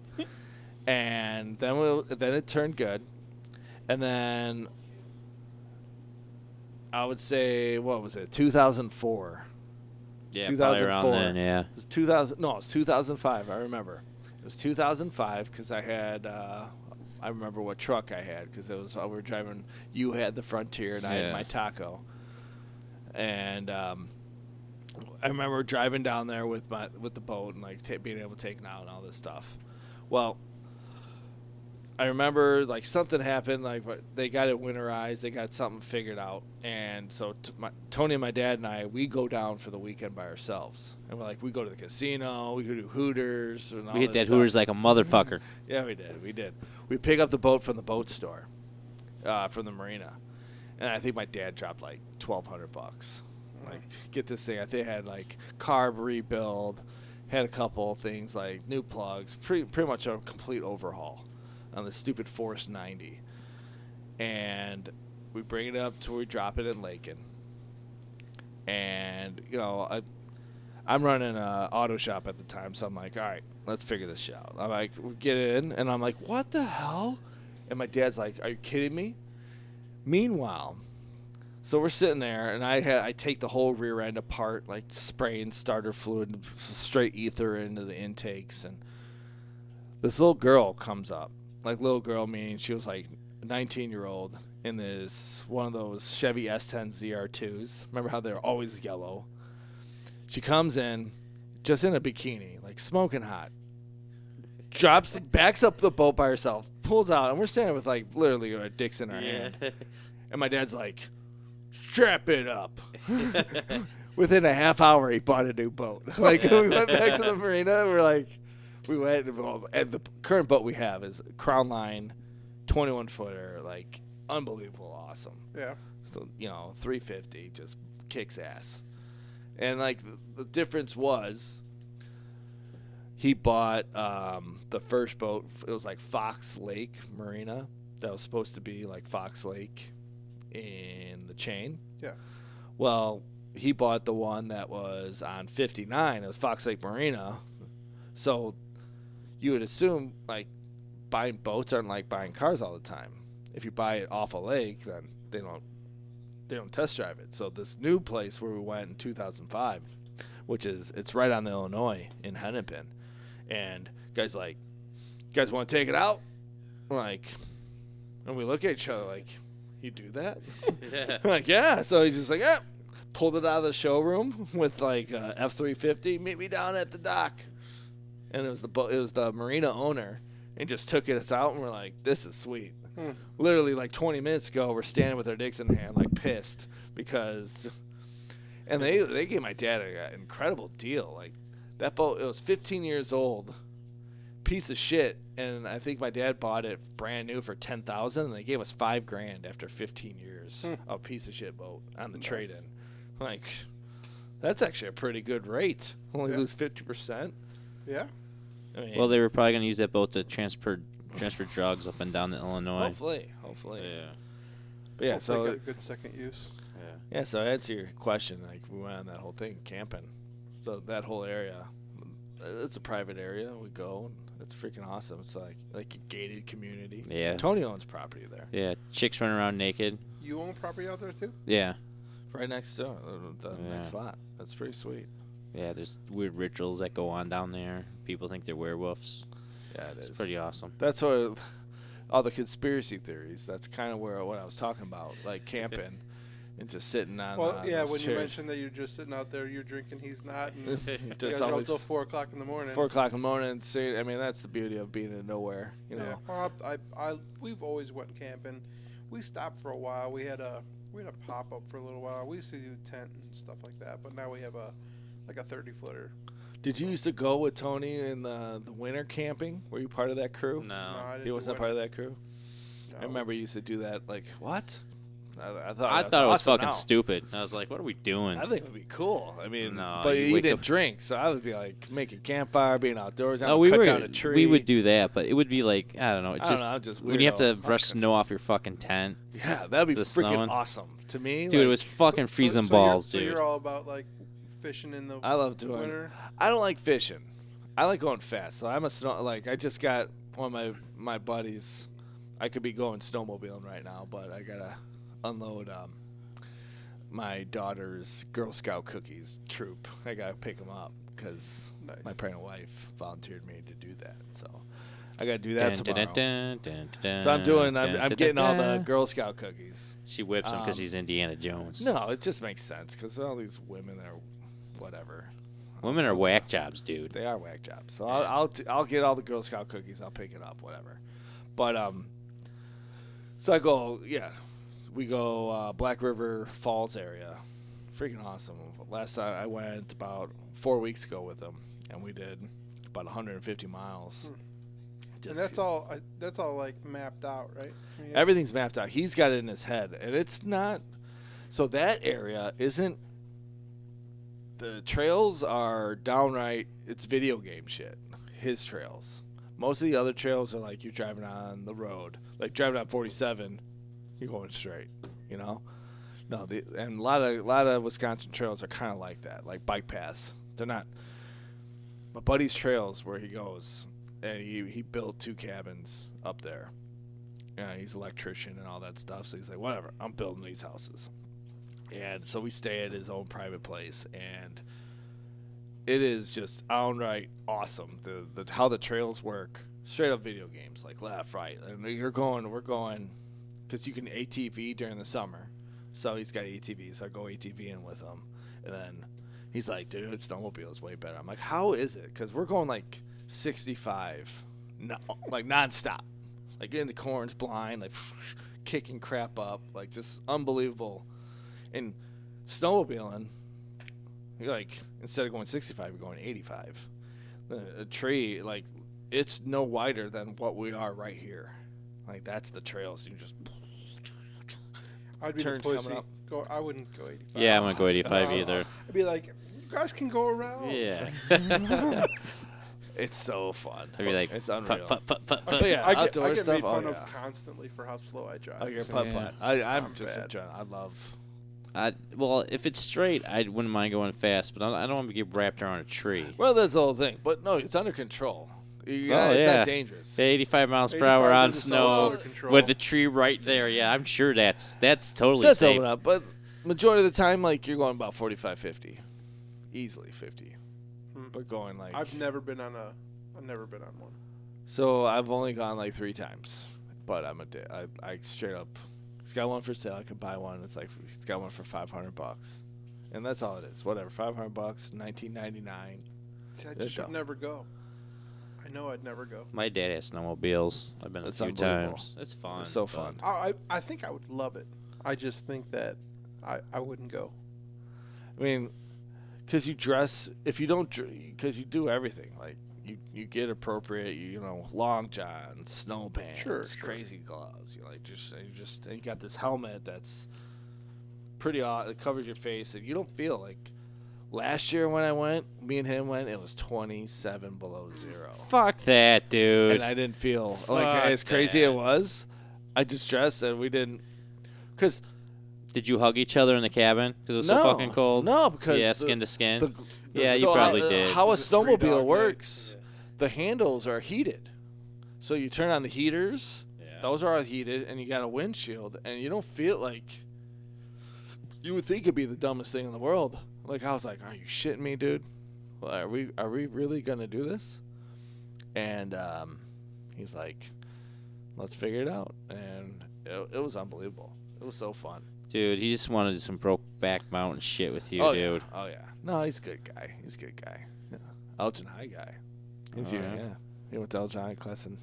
Speaker 2: and then we, then it turned good. And then I would say, what was it? 2004.
Speaker 1: Yeah, probably around
Speaker 2: 2004.
Speaker 1: then. Yeah.
Speaker 2: It was 2000. No, it was 2005. I remember. It was 2005 because I had. Uh, I remember what truck I had because it was. uh, We were driving. You had the Frontier and I
Speaker 1: Yeah.
Speaker 2: had my Taco. And um, I remember driving down there with my with the boat and like ta being able to take it out and all this stuff. Well, I remember like something happened. Like but they got it winterized. They got something figured out. And so t- my, Tony and my dad and I, we go down for the weekend by ourselves. And we're like, we go to the casino. We go to Hooters. And all
Speaker 1: We hit
Speaker 2: this
Speaker 1: that
Speaker 2: stuff.
Speaker 1: Hooters like a motherfucker.
Speaker 2: Yeah, we did. We did. We pick up the boat from the boat store, uh, from the marina, and I think my dad dropped like twelve hundred bucks. Like, to get this thing. I think it had like carb rebuild, had a couple things like new plugs, pretty pretty much a complete overhaul on the stupid Force ninety. And we bring it up till we drop it in Lakin. And you know, I I'm running a auto shop at the time, so I'm like, all right, let's figure this shit out. I'm like, we get in, and I'm like, what the hell? And my dad's like, are you kidding me? Meanwhile, so we're sitting there, and I ha- I take the whole rear end apart, like spraying starter fluid, straight ether into the intakes, and this little girl comes up, like little girl meaning she was like 19 year old in this one of those Chevy S10 ZR2s. Remember how they're always yellow? She comes in, just in a bikini, like smoking hot. Drops, the, backs up the boat by herself, pulls out, and we're standing with like literally our dicks in our hand. And my dad's like, "Strap it up." Within a half hour, he bought a new boat. like we went back to the marina, and we're like, we went and, well, and the current boat we have is Crown Line, twenty-one footer, like unbelievable, awesome
Speaker 3: Yeah.
Speaker 2: so you know 350 just kicks ass and like the, the difference was he bought um, the first boat it was like fox lake marina that was supposed to be like fox lake in the chain
Speaker 3: Yeah.
Speaker 2: well he bought the one that was on 59 it was fox lake marina so you would assume like buying boats aren't like buying cars all the time if you buy it off a lake then they don't they don't test drive it. So this new place where we went in 2005, which is it's right on the Illinois in Hennepin, and guys like, you guys want to take it out? We're like, and we look at each other like, you do that? I'm like yeah. So he's just like, yeah. Pulled it out of the showroom with like a F three fifty. Meet me down at the dock. And it was the bo- it was the marina owner, and just took us out, and we're like, this is sweet. Literally like twenty minutes ago, we're standing with our dicks in hand, like pissed because, and they they gave my dad an incredible deal. Like that boat, it was fifteen years old, piece of shit, and I think my dad bought it brand new for ten thousand, and they gave us five grand after fifteen years.
Speaker 3: Hmm.
Speaker 2: A piece of shit boat on the trade in, like that's actually a pretty good rate. Only
Speaker 3: Yeah.
Speaker 2: lose fifty percent.
Speaker 3: Yeah.
Speaker 2: I mean,
Speaker 1: well, they were probably gonna use that boat to transfer transfer drugs up and down to Illinois.
Speaker 2: hopefully, hopefully,
Speaker 1: Yeah.
Speaker 2: But yeah.
Speaker 3: Hopefully
Speaker 2: So
Speaker 3: I got a good second use.
Speaker 2: Yeah, so to answer your question, like we went on that whole thing camping, so that whole area, it's a private area. We go, and it's freaking awesome. It's like like a gated community.
Speaker 1: Yeah.
Speaker 2: Tony owns property there,
Speaker 1: Yeah. Chicks run around naked.
Speaker 3: You own property out there too?
Speaker 1: Yeah.
Speaker 2: right next door, uh, the
Speaker 1: Yeah.
Speaker 2: next lot. That's pretty sweet.
Speaker 1: Yeah. There's weird rituals that go on down there. People think they're werewolves.
Speaker 2: Yeah, it is.
Speaker 1: It's pretty awesome.
Speaker 2: That's what all the conspiracy theories. That's kind of where what I was talking about, like camping and just sitting on.
Speaker 3: Well,
Speaker 2: on
Speaker 3: yeah.
Speaker 2: those
Speaker 3: When you
Speaker 2: chairs.
Speaker 3: mentioned that you're just sitting out there, you're drinking, he's not, and you
Speaker 2: Just
Speaker 3: guys are up
Speaker 2: always
Speaker 3: till four o'clock in the morning.
Speaker 2: four o'clock in the morning. See, I mean, that's the beauty of being in nowhere, you know.
Speaker 3: Yeah. Well, I, I, I, we've always went camping. We stopped for a while. We had a we had a pop up for a little while. We used to do tent and stuff like that, but now we have a like a thirty footer.
Speaker 2: Did you used to go with Tony in the, the winter camping? Were you part of that crew?
Speaker 3: No, I didn't
Speaker 2: Oh, He
Speaker 3: do
Speaker 2: wasn't
Speaker 3: one.
Speaker 2: part of that crew?
Speaker 3: No.
Speaker 2: I remember you used to do that. Like, what? I, I thought,
Speaker 1: I
Speaker 2: that's
Speaker 1: thought it was
Speaker 2: awesome
Speaker 1: fucking
Speaker 2: now.
Speaker 1: stupid. I was like, what are we doing?
Speaker 2: I think it would be cool. I mean,
Speaker 1: No,
Speaker 2: but
Speaker 1: you
Speaker 2: you
Speaker 1: wake
Speaker 2: didn't
Speaker 1: up-
Speaker 2: drink, so I would be like making campfire, being outdoors. I
Speaker 1: No,
Speaker 2: would
Speaker 1: Oh, we
Speaker 2: cut
Speaker 1: were.
Speaker 2: down a tree.
Speaker 1: We would do that, but it would be like I don't know. It
Speaker 2: I
Speaker 1: just,
Speaker 2: don't know, I'm just
Speaker 1: when you have to
Speaker 2: weirdo.
Speaker 1: brush snow off your fucking tent,
Speaker 2: Yeah, that'd be
Speaker 1: the
Speaker 2: freaking
Speaker 1: snowing.
Speaker 2: awesome to me,
Speaker 1: dude.
Speaker 2: like,
Speaker 1: it was fucking
Speaker 3: So- so
Speaker 1: freezing
Speaker 3: you're-
Speaker 1: balls,
Speaker 3: So
Speaker 1: dude.
Speaker 3: you're all about like fishing in the
Speaker 2: I love doing.
Speaker 3: winter.
Speaker 2: I don't like fishing. I like going fast. So I'm a snow. Like I just got one of my my buddies. I could be going snowmobiling right now, but I gotta unload um, my daughter's Girl Scout cookies troop. I gotta pick them up because
Speaker 3: Nice.
Speaker 2: my pregnant wife volunteered me to do that. So I gotta do
Speaker 1: Dun,
Speaker 2: that
Speaker 1: dun,
Speaker 2: tomorrow.
Speaker 1: dun, dun, dun,
Speaker 2: So I'm doing.
Speaker 1: dun,
Speaker 2: I'm, I'm
Speaker 1: dun,
Speaker 2: getting all
Speaker 1: dun,
Speaker 2: the
Speaker 1: dun.
Speaker 2: Girl Scout cookies.
Speaker 1: She whips him because
Speaker 2: um,
Speaker 1: he's Indiana Jones.
Speaker 2: No, it just makes sense because all these women are, whatever.
Speaker 1: Women are whack jobs, dude.
Speaker 2: They are whack jobs. So I'll I'll, t- I'll get all the Girl Scout cookies. I'll pick it up, whatever. But um, so I go, yeah, we go uh, Black River Falls area, freaking awesome. Last time I went about four weeks ago with them, and we did about 150 miles.
Speaker 3: Hmm. and
Speaker 2: Just-
Speaker 3: that's all. I, that's all like mapped out, right? I mean,
Speaker 2: Everything's mapped out. He's got it in his head, and it's not. So that area isn't. The trails are downright. It's video game shit. His trails. Most of the other trails are like you're driving on the road, like driving on 47, you're going straight. You know. No, the, and a lot of a lot of Wisconsin trails are kind of like that, like bike paths. They're not. My buddy's trails where he goes, and he he built two cabins up there yeah, he's an electrician and all that stuff. So he's like, whatever, I'm building these houses. And so we stay at his own private place, and it is just downright awesome. The, the how the trails work, straight up video games, like left, right, and you're going, we're going, because you can ATV during the summer. So he's got ATVs. so I go ATVing with him, and then he's like, dude, snowmobile's way better. I'm like, how is it? Because we're going like 65, no, like nonstop like in the corns blind, like kicking crap up, like just unbelievable. And snowmobiling, you're like instead of going 65, you're going 85. The- A tree like it's no wider than what we are right here. Like that's the trails. You just
Speaker 3: I'd be the
Speaker 2: turns coming
Speaker 3: pussy.
Speaker 2: up.
Speaker 3: Go. I wouldn't go 85.
Speaker 1: Yeah, I'm gonna go 85
Speaker 3: Oh.
Speaker 1: either.
Speaker 3: I'd be like, you guys can go around.
Speaker 1: Yeah.
Speaker 2: it's so fun.
Speaker 1: I'd be like,
Speaker 2: it's
Speaker 1: "Putt,
Speaker 2: unreal.
Speaker 1: putt, putt, putt,
Speaker 2: But
Speaker 1: putt."
Speaker 2: yeah,
Speaker 3: I get,
Speaker 2: outdoor
Speaker 3: I get
Speaker 2: stuff.
Speaker 3: made
Speaker 2: oh,
Speaker 3: fun
Speaker 2: yeah.
Speaker 3: of constantly for how slow I drive.
Speaker 2: Oh, your
Speaker 3: so-
Speaker 2: putt
Speaker 1: Yeah.
Speaker 2: putt. I, I'm,
Speaker 3: I'm
Speaker 2: just
Speaker 3: bad.
Speaker 2: enjoying. I love.
Speaker 1: I, well, if it's straight, I wouldn't mind going fast, but I don't, I don't want to get wrapped around a tree.
Speaker 2: Well, that's the whole thing. But no, it's under control. You-
Speaker 1: Oh,
Speaker 2: it's
Speaker 1: yeah.
Speaker 2: not dangerous.
Speaker 1: At 85 miles per hour
Speaker 3: 85
Speaker 1: on
Speaker 3: is
Speaker 1: snow
Speaker 3: under control.
Speaker 1: with a tree right there. Yeah, I'm sure that's that's totally
Speaker 2: That's
Speaker 1: safe.
Speaker 2: open up, but majority of the time, like you're going about 45, 50. easily 50.
Speaker 3: Hmm.
Speaker 2: But going like
Speaker 3: I've never been on a. I've never been on one.
Speaker 2: so, I've only gone like three times. But I'm a di- I, I straight up. He's got one for sale. I could buy one. It's like he's got one for 500 bucks, and that's all it is. Whatever, 500 bucks, 19.99.
Speaker 3: See, I
Speaker 2: There you
Speaker 3: just should
Speaker 2: go.
Speaker 3: never go. I know I'd never go.
Speaker 1: My dad has snowmobiles. I've been
Speaker 2: That's
Speaker 1: a few
Speaker 2: unbelievable.
Speaker 1: times. It's fun.
Speaker 2: It's so
Speaker 1: but-
Speaker 2: fun.
Speaker 3: I, I I think I would love it. I just think that I, I wouldn't go.
Speaker 2: I mean, because you dress if you don't because you do everything like you you get appropriate you, you know long johns, snow pants,
Speaker 3: Sure, sure.
Speaker 2: crazy gloves. You like just you just and you got this helmet that's pretty odd. It covers your face and you don't feel like last year when I went, me and him went. It was twenty seven below zero,
Speaker 1: Fuck that, dude.
Speaker 2: and I didn't feel like
Speaker 1: Fuck
Speaker 2: as crazy
Speaker 1: that.
Speaker 2: it was. I just dressed and we didn't because
Speaker 1: Did you hug each other in the cabin because it was so
Speaker 2: No,
Speaker 1: fucking cold?
Speaker 2: no, because
Speaker 1: yeah,
Speaker 2: the-
Speaker 1: skin to skin.
Speaker 2: the-
Speaker 1: yeah, you
Speaker 2: so
Speaker 1: probably
Speaker 2: how,
Speaker 1: did.
Speaker 2: How a
Speaker 3: Is it three dog
Speaker 2: snowmobile
Speaker 3: night?
Speaker 2: works, the handles are heated. So you turn on the heaters,
Speaker 1: Yeah.
Speaker 2: those are all heated, and you got a windshield, and you don't feel like you would think it'd be the dumbest thing in the world. Like I was like, Are you shitting me, dude? Well, are we are we really gonna do this? And um, he's like, Let's figure it out. And it, it was unbelievable. It was so fun.
Speaker 1: dude, he just wanted some broke back mountain shit with you,
Speaker 2: oh,
Speaker 1: dude.
Speaker 2: Yeah. Oh yeah. No, he's a good guy. He's a good guy. Yeah. Elgin High guy. He's
Speaker 1: Oh,
Speaker 2: here,
Speaker 1: yeah?
Speaker 2: yeah. He went to Elgin High class and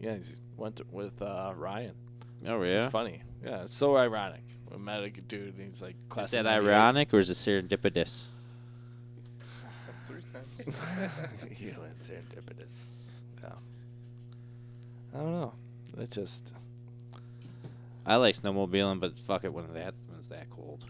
Speaker 2: yeah, he went to, with uh, Ryan.
Speaker 1: Oh yeah.
Speaker 2: It's funny. Yeah, it's so ironic. We met a dude and he's like class.
Speaker 1: Is
Speaker 2: of
Speaker 1: that
Speaker 2: 98.
Speaker 1: ironic or is it serendipitous?
Speaker 3: That's three times.
Speaker 2: you and serendipitous. Yeah. I don't know. It's just
Speaker 1: I like snowmobiling, but fuck it when that when it's that cold.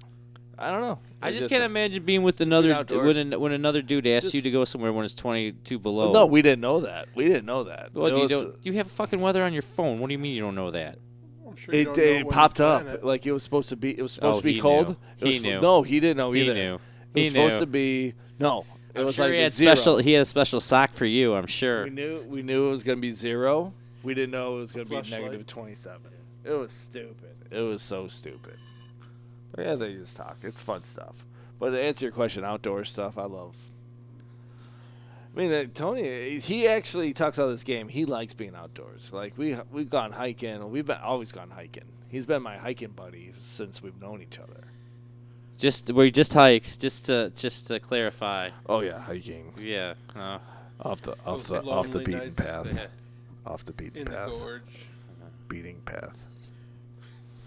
Speaker 2: I don't know.
Speaker 1: I
Speaker 2: It's
Speaker 1: just can't imagine being with
Speaker 2: being
Speaker 1: another
Speaker 2: outdoors.
Speaker 1: when, an, when another dude asks you
Speaker 2: Just-
Speaker 1: to go somewhere when it's 22 below.
Speaker 2: Well, no, we didn't know that. We didn't know that.
Speaker 1: Well,
Speaker 2: It
Speaker 1: you
Speaker 2: was-
Speaker 1: don't. You have fucking weather on your phone. What do you mean you don't know that?
Speaker 3: I'm sure you
Speaker 2: It,
Speaker 3: don't know when
Speaker 2: it
Speaker 3: you
Speaker 2: popped
Speaker 3: plan
Speaker 2: up
Speaker 3: it.
Speaker 2: like it was supposed to be. It was supposed
Speaker 1: Oh,
Speaker 2: to be
Speaker 1: he
Speaker 2: cold.
Speaker 1: knew.
Speaker 2: It was
Speaker 1: He
Speaker 2: fu-
Speaker 1: knew.
Speaker 2: No, he didn't know
Speaker 1: He
Speaker 2: either.
Speaker 1: knew.
Speaker 2: It was
Speaker 1: He
Speaker 2: supposed
Speaker 1: knew.
Speaker 2: to be no. It
Speaker 1: I'm
Speaker 2: was
Speaker 1: sure
Speaker 2: like
Speaker 1: he had
Speaker 2: zero.
Speaker 1: special. He had a special sock for you. I'm sure.
Speaker 2: We knew we knew it was gonna be zero. We didn't know it was gonna be
Speaker 3: Flashlight.
Speaker 2: negative twenty seven. It was stupid. It was so stupid. But yeah, they just talk. It's fun stuff. But to answer your question, outdoor stuff, I love. I mean, uh, Tony, he actually talks about this game. He likes being outdoors. Like we we've gone hiking. We've been always gone hiking. He's been my hiking buddy since we've known each other.
Speaker 1: Just we just hike. Just to just to clarify.
Speaker 2: Oh yeah, hiking
Speaker 1: Yeah. Uh,
Speaker 2: off the
Speaker 3: Those lonely nights
Speaker 1: yeah.
Speaker 2: off the beaten
Speaker 3: in the gorge.
Speaker 2: beating path.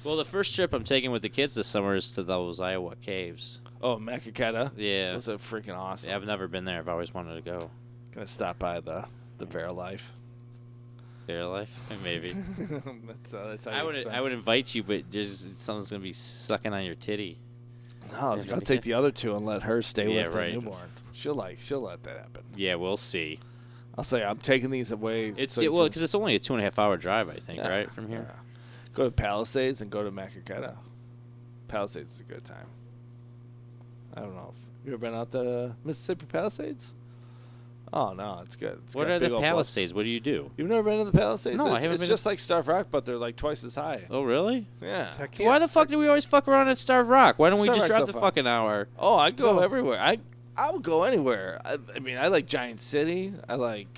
Speaker 1: Well, the first trip I'm taking with the kids this summer is to those Iowa caves.
Speaker 2: Oh, Macakata.
Speaker 1: Yeah.
Speaker 2: Those are freaking awesome.
Speaker 1: I've never been there. I've always wanted to go.
Speaker 2: Gonna stop by the the Bear Life.
Speaker 1: Their life, maybe.
Speaker 2: that's, uh, that's how
Speaker 1: I
Speaker 2: you
Speaker 1: would I
Speaker 2: expense-
Speaker 1: would invite you, but just someone's gonna be sucking on your titty.
Speaker 2: No, I've got to take the other two and let her stay
Speaker 1: Yeah,
Speaker 2: with her
Speaker 1: right.
Speaker 2: newborn. She'll like she'll let that happen.
Speaker 1: Yeah, we'll see.
Speaker 2: I'll say I'm taking these away.
Speaker 1: It's
Speaker 2: so
Speaker 1: yeah,
Speaker 2: you
Speaker 1: well
Speaker 2: can-
Speaker 1: because it's only a two and a half hour drive, I think,
Speaker 2: Yeah,
Speaker 1: right from here.
Speaker 2: yeah. Go to Palisades and go to Macakata. Palisades is a good time. I don't know. If, you ever been out the Mississippi Palisades? Oh no, it's good. It's
Speaker 1: What
Speaker 2: got
Speaker 1: are
Speaker 2: big
Speaker 1: the
Speaker 2: old bluffs.
Speaker 1: Palisades? What do you do?
Speaker 2: You've never been to the Palisades?
Speaker 1: No, I
Speaker 2: it's,
Speaker 1: haven't
Speaker 2: It's
Speaker 1: been to-
Speaker 2: just like Starve Rock, but they're like twice as high.
Speaker 1: Oh, really?
Speaker 2: Yeah.
Speaker 3: So I
Speaker 1: Why
Speaker 3: can't-
Speaker 1: the fuck do we always fuck around at Star Rock? Why don't we
Speaker 2: Star
Speaker 1: just
Speaker 2: Rock's
Speaker 1: drive
Speaker 2: so
Speaker 1: the
Speaker 2: fun.
Speaker 1: fucking hour?
Speaker 2: Oh, I go
Speaker 1: No.
Speaker 2: everywhere. I I would go anywhere. I, I mean, I like Giant City. I like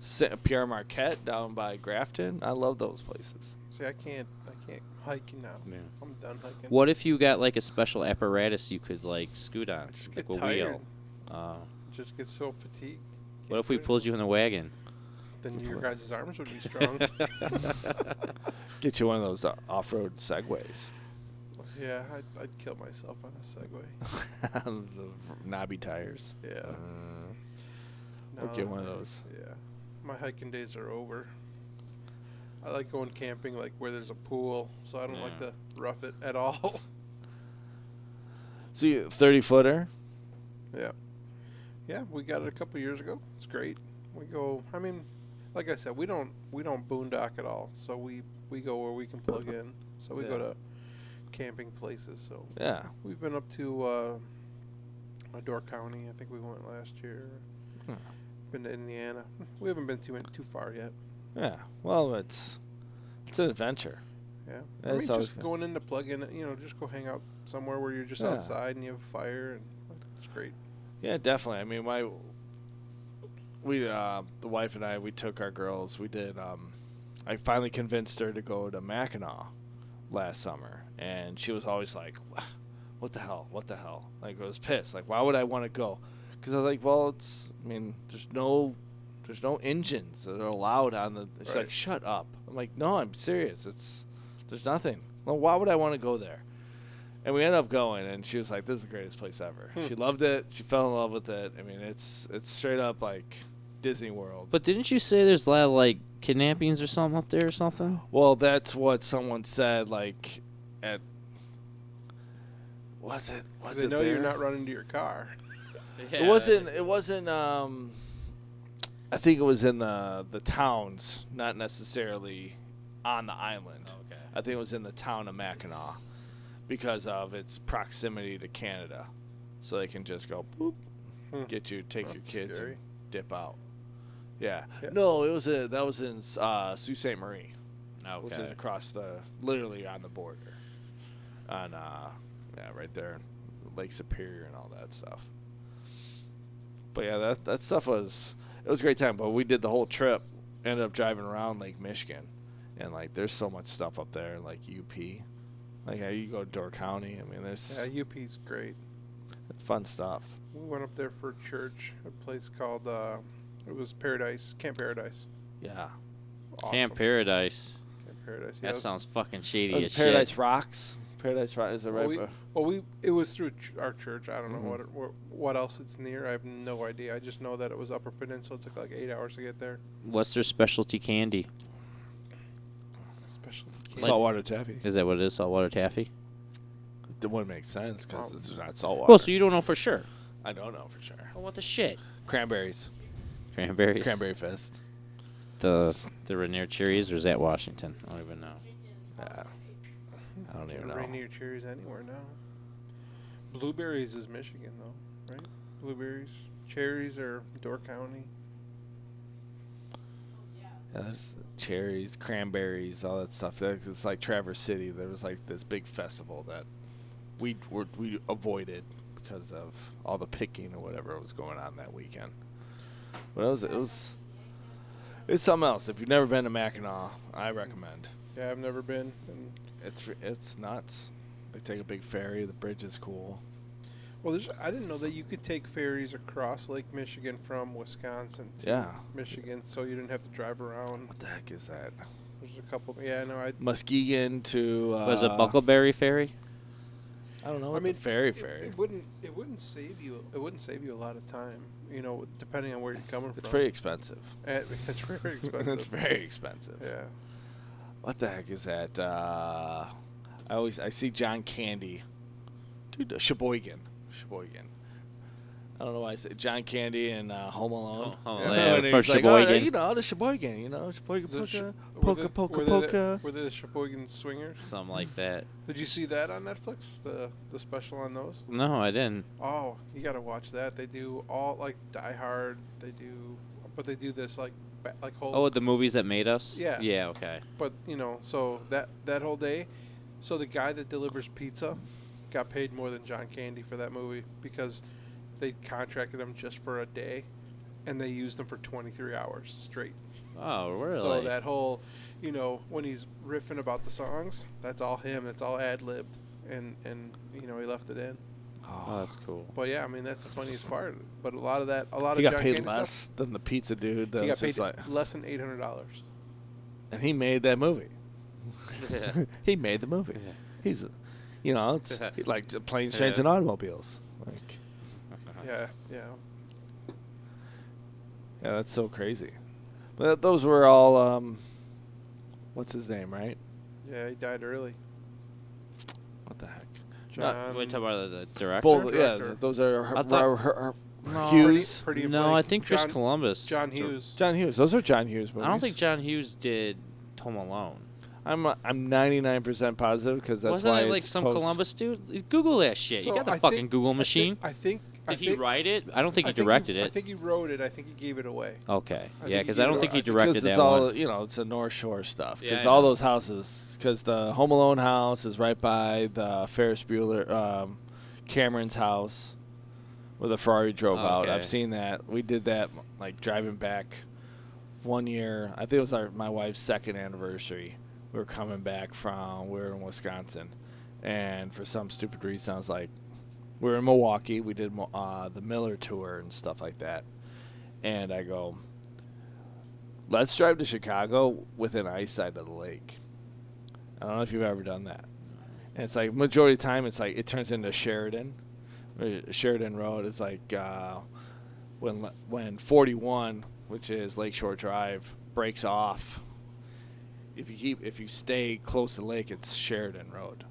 Speaker 2: Sa- Pierre Marquette down by Grafton. I love those places.
Speaker 3: See, I can't. I can't hike now.
Speaker 1: Yeah.
Speaker 3: I'm done hiking.
Speaker 1: What if you got like a special apparatus you could like scoot on,
Speaker 3: I just
Speaker 1: like
Speaker 3: get
Speaker 1: a
Speaker 3: tired.
Speaker 1: wheel? Uh,
Speaker 3: Just get so fatigued. Can't
Speaker 1: what if
Speaker 3: do
Speaker 1: we
Speaker 3: it
Speaker 1: pulled you in the wagon?
Speaker 3: anymore. Then your guys' arms would be strong.
Speaker 2: Get you one of those uh, off-road segways.
Speaker 3: yeah, I'd, I'd kill myself on a Segway.
Speaker 2: the knobby tires. Uh,
Speaker 3: Yeah.
Speaker 2: We'll get one of those.
Speaker 3: Yeah. My hiking days are over. I like going camping like where there's a pool, so I don't like
Speaker 1: Yeah.
Speaker 3: to rough it at all.
Speaker 2: So you thirty footer.
Speaker 3: yeah. Yeah, we got it a couple years ago. It's great. We go I mean, like I said, we don't we don't boondock at all. So we we go where we can plug in. So we go
Speaker 2: Yeah.
Speaker 3: to camping places. So
Speaker 2: Yeah.
Speaker 3: We've been up to uh, Door County. I think we went last year.
Speaker 2: Hmm.
Speaker 3: Been to Indiana. We haven't been too too far yet.
Speaker 2: Yeah. Well, it's it's an adventure.
Speaker 3: Yeah.
Speaker 2: Yeah,
Speaker 3: I mean,
Speaker 2: it's always
Speaker 3: just
Speaker 2: good.
Speaker 3: going in to plug in. You know, just go hang out somewhere where you're just
Speaker 2: Yeah.
Speaker 3: outside and you have a fire, and it's great.
Speaker 2: Yeah, definitely. I mean, my we uh, the wife and I we took our girls. We did. Um, I finally convinced her to go to Mackinac last summer, and she was always like, "What the hell? What the hell?" Like I was pissed. Like why would I want to go? Because I was like, "Well, it's. I mean, there's no." There's no engines that are allowed on the. It's
Speaker 3: Right.
Speaker 2: like shut up. I'm like, no, I'm serious. It's there's nothing. Well, why would I want to go there? and we ended up going and she was like this is the greatest place ever
Speaker 3: Hmm.
Speaker 2: she loved it she fell in love with it i mean it's it's straight up like disney world
Speaker 1: But didn't you say there's a lot of like kidnappings or something up there or something?
Speaker 2: well that's what someone said like at was it was
Speaker 3: 'Cause they
Speaker 2: it
Speaker 3: know
Speaker 2: there?
Speaker 3: you're not running to your car.
Speaker 2: it wasn't it wasn't um i think it was in the the towns not necessarily on the island
Speaker 1: Okay.
Speaker 2: i think it was in the town of mackinac because of its proximity to canada so they can just go boop
Speaker 3: Hmm.
Speaker 2: get you take
Speaker 3: That's
Speaker 2: your kids
Speaker 3: scary.
Speaker 2: and dip out yeah.
Speaker 3: Yeah.
Speaker 2: no it was a that was in uh sault ste marie
Speaker 1: Okay.
Speaker 2: which is across the literally on the border on uh yeah right there lake superior and all that stuff but yeah that that stuff was it was a great time but we did the whole trip ended up driving around lake michigan and like there's so much stuff up there like up like how you go to door county i mean there's
Speaker 3: Yeah, UP's great.
Speaker 2: it's fun stuff
Speaker 3: We went up there for church, a place called uh, it was Paradise Camp Paradise.
Speaker 2: yeah
Speaker 3: Awesome.
Speaker 1: Camp Paradise.
Speaker 3: Camp Paradise. Yeah,
Speaker 1: That
Speaker 3: it was-
Speaker 1: sounds fucking shady
Speaker 2: Those
Speaker 1: as
Speaker 2: paradise
Speaker 1: shit.
Speaker 2: rocks paradise rocks is a
Speaker 3: Well,
Speaker 2: right
Speaker 3: we,
Speaker 2: bu-
Speaker 3: well, we it was through ch- our church. I don't know
Speaker 2: Mhm.
Speaker 3: what, it, what what else it's near. I have no idea. I just know that it was Upper Peninsula. It took like eight hours to get there.
Speaker 1: What's their specialty candy?
Speaker 3: Special
Speaker 2: saltwater taffy
Speaker 1: Is that what it is? Saltwater taffy?
Speaker 2: That wouldn't make sense because
Speaker 3: Oh.
Speaker 2: it's not saltwater.
Speaker 1: Well, so you don't know for sure.
Speaker 2: I don't know for sure.
Speaker 1: Oh, what the shit?
Speaker 2: Cranberries,
Speaker 1: Cranberries.
Speaker 2: cranberry fest.
Speaker 1: The the Rainier cherries, or is that Washington? I don't even know.
Speaker 2: Uh, I don't even
Speaker 3: Can't
Speaker 2: know.
Speaker 3: Rainier cherries anywhere now. Blueberries is Michigan though, right? Blueberries, cherries are Door County.
Speaker 2: Yeah, there's cherries, cranberries, all that stuff. There- It's like Traverse City. There was like this big festival that we were, we avoided because of all the picking or whatever was going on that weekend. But it was it was it's something else. If you've never been to Mackinac, I recommend.
Speaker 3: Yeah, I've never been. And,
Speaker 2: It's it's nuts. They take a big ferry. The bridge is cool.
Speaker 3: well, there's I didn't know that you could take ferries across Lake Michigan from Wisconsin to
Speaker 2: Yeah.
Speaker 3: Michigan, so you didn't have to drive around.
Speaker 2: What the heck is that?
Speaker 3: There's a couple. Yeah, no, I.
Speaker 2: Muskegon to uh,
Speaker 1: Was it Buckleberry Ferry?
Speaker 2: I don't know.
Speaker 3: I
Speaker 2: What
Speaker 3: mean,
Speaker 2: the ferry
Speaker 3: it-
Speaker 2: ferry.
Speaker 3: It, wouldn't. It wouldn't save you. It wouldn't save you a lot of time. You know, depending on where you're coming
Speaker 2: it's
Speaker 3: from.
Speaker 2: pretty expensive.
Speaker 3: It- it's very expensive.
Speaker 2: it's very expensive.
Speaker 3: Yeah.
Speaker 2: What the heck is that? Uh, I always I see John Candy, dude. uh, Sheboygan, Sheboygan. I don't know why I said John Candy and uh, Home Alone.
Speaker 1: Home
Speaker 2: You know,
Speaker 1: Alone,
Speaker 2: and
Speaker 1: for
Speaker 2: he's like, oh,
Speaker 1: Sheboygan.
Speaker 2: you know the Sheboygan. You know Sheboygan
Speaker 3: The sh-
Speaker 2: polka, polka,
Speaker 3: were they-
Speaker 2: polka,
Speaker 3: were they the-
Speaker 2: polka.
Speaker 3: Were they the Sheboygan Swingers?
Speaker 1: Something like that.
Speaker 3: Did you see that on Netflix? The the special on those?
Speaker 1: No, I didn't.
Speaker 3: Oh, you gotta watch that. They do all like Die Hard. They do, but they do this like ba- like whole.
Speaker 1: Oh, the movies that made us.
Speaker 3: Yeah.
Speaker 1: Yeah. Okay.
Speaker 3: But you know, so that that whole day, so the guy that delivers pizza got paid more than John Candy for that movie because they contracted him just for a day, and they used him for 23 hours straight.
Speaker 1: Oh, really?
Speaker 3: So that whole, you know, when he's riffing about the songs, that's all him. That's all ad libbed, and and you know he left it in.
Speaker 1: Oh, that's cool.
Speaker 3: But yeah, I mean that's the funniest part. But a lot of that, a lot
Speaker 2: he
Speaker 3: of
Speaker 2: got
Speaker 3: John
Speaker 2: paid
Speaker 3: Candy
Speaker 2: less
Speaker 3: Stuff,
Speaker 2: than the pizza dude. That
Speaker 3: he got
Speaker 2: was
Speaker 3: paid
Speaker 2: just like,
Speaker 3: less than eight hundred dollars.
Speaker 2: and he made that movie.
Speaker 1: Yeah.
Speaker 2: he made the movie.
Speaker 1: Yeah.
Speaker 2: He's, you know, it's like the planes, trains,
Speaker 1: Yeah.
Speaker 2: and automobiles. Like,
Speaker 3: Yeah, yeah.
Speaker 2: yeah, that's so crazy. But those were all, um, what's his name, right?
Speaker 3: Yeah, he died early.
Speaker 2: What the heck?
Speaker 3: John.
Speaker 1: Wait, talk about the director.
Speaker 2: Both, yeah,
Speaker 3: Director.
Speaker 2: those are her,
Speaker 1: I thought-
Speaker 2: her- her-
Speaker 1: No.
Speaker 2: Hughes.
Speaker 3: Pretty- pretty
Speaker 1: no, I
Speaker 3: blank.
Speaker 1: think Chris
Speaker 3: John-
Speaker 1: Columbus.
Speaker 3: John
Speaker 1: dir-
Speaker 3: Hughes.
Speaker 2: John Hughes. Those are John Hughes movies.
Speaker 1: I don't think John Hughes did Home Alone.
Speaker 2: I'm uh, I'm 99% positive because that's
Speaker 1: Wasn't
Speaker 2: why
Speaker 1: it like
Speaker 2: it's
Speaker 1: some
Speaker 2: close-
Speaker 1: Columbus dude? Google that shit.
Speaker 3: So
Speaker 1: you got the
Speaker 3: I
Speaker 1: fucking
Speaker 3: think-
Speaker 1: Google machine.
Speaker 3: I think. I
Speaker 1: did
Speaker 3: think
Speaker 1: he write it? I don't think
Speaker 3: I
Speaker 1: he directed
Speaker 3: I
Speaker 1: it.
Speaker 3: think he wrote it. I think he gave it away.
Speaker 1: okay.
Speaker 3: I
Speaker 1: yeah,
Speaker 3: think he
Speaker 1: because I
Speaker 3: did
Speaker 1: don't
Speaker 3: write
Speaker 1: think
Speaker 3: it.
Speaker 1: he
Speaker 3: It's
Speaker 1: directed
Speaker 2: it's
Speaker 1: that
Speaker 2: all
Speaker 1: one.
Speaker 2: you know, it's the North Shore stuff.
Speaker 1: Yeah,
Speaker 2: Because
Speaker 1: I
Speaker 2: all
Speaker 1: know.
Speaker 2: those houses, because the Home Alone house is right by the Ferris Bueller, um, Cameron's house, where the Ferrari drove out.
Speaker 1: Okay.
Speaker 2: I've seen that. We did that like driving back one year. I think it was our, my wife's second anniversary. We were coming back from we were in Wisconsin, and for some stupid reason, I was like, we were in Milwaukee. We did Mo- uh, the Miller tour and stuff like that, and I go. Let's drive to Chicago within eyesight of the lake. I don't know if you've ever done that. And it's like majority of the time, it's like it turns into Sheridan, or Sheridan Road. It's like uh, when when 41, which is Lakeshore Drive, breaks off. If you keep if you stay close to the lake, it's Sheridan Road,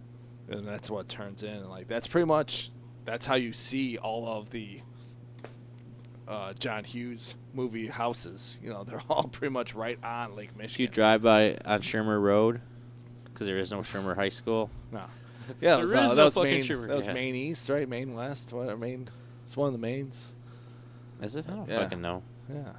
Speaker 2: and that's what turns in. And like that's pretty much that's how you see all of the uh, John Hughes movie houses. You know, they're all pretty much right on Lake
Speaker 1: If you
Speaker 2: Michigan.
Speaker 1: drive by on Shermer Road, because there is no Shermer High School.
Speaker 2: No.
Speaker 1: There
Speaker 2: Yeah, it was,
Speaker 1: is
Speaker 2: uh,
Speaker 1: no
Speaker 2: that was
Speaker 1: fucking
Speaker 2: main.
Speaker 1: Schumer,
Speaker 2: That was
Speaker 1: yeah.
Speaker 2: main east, right? Main west. What? Main. It's one of the mains.
Speaker 1: Is it? I don't
Speaker 2: Yeah.
Speaker 1: fucking know.
Speaker 2: Yeah.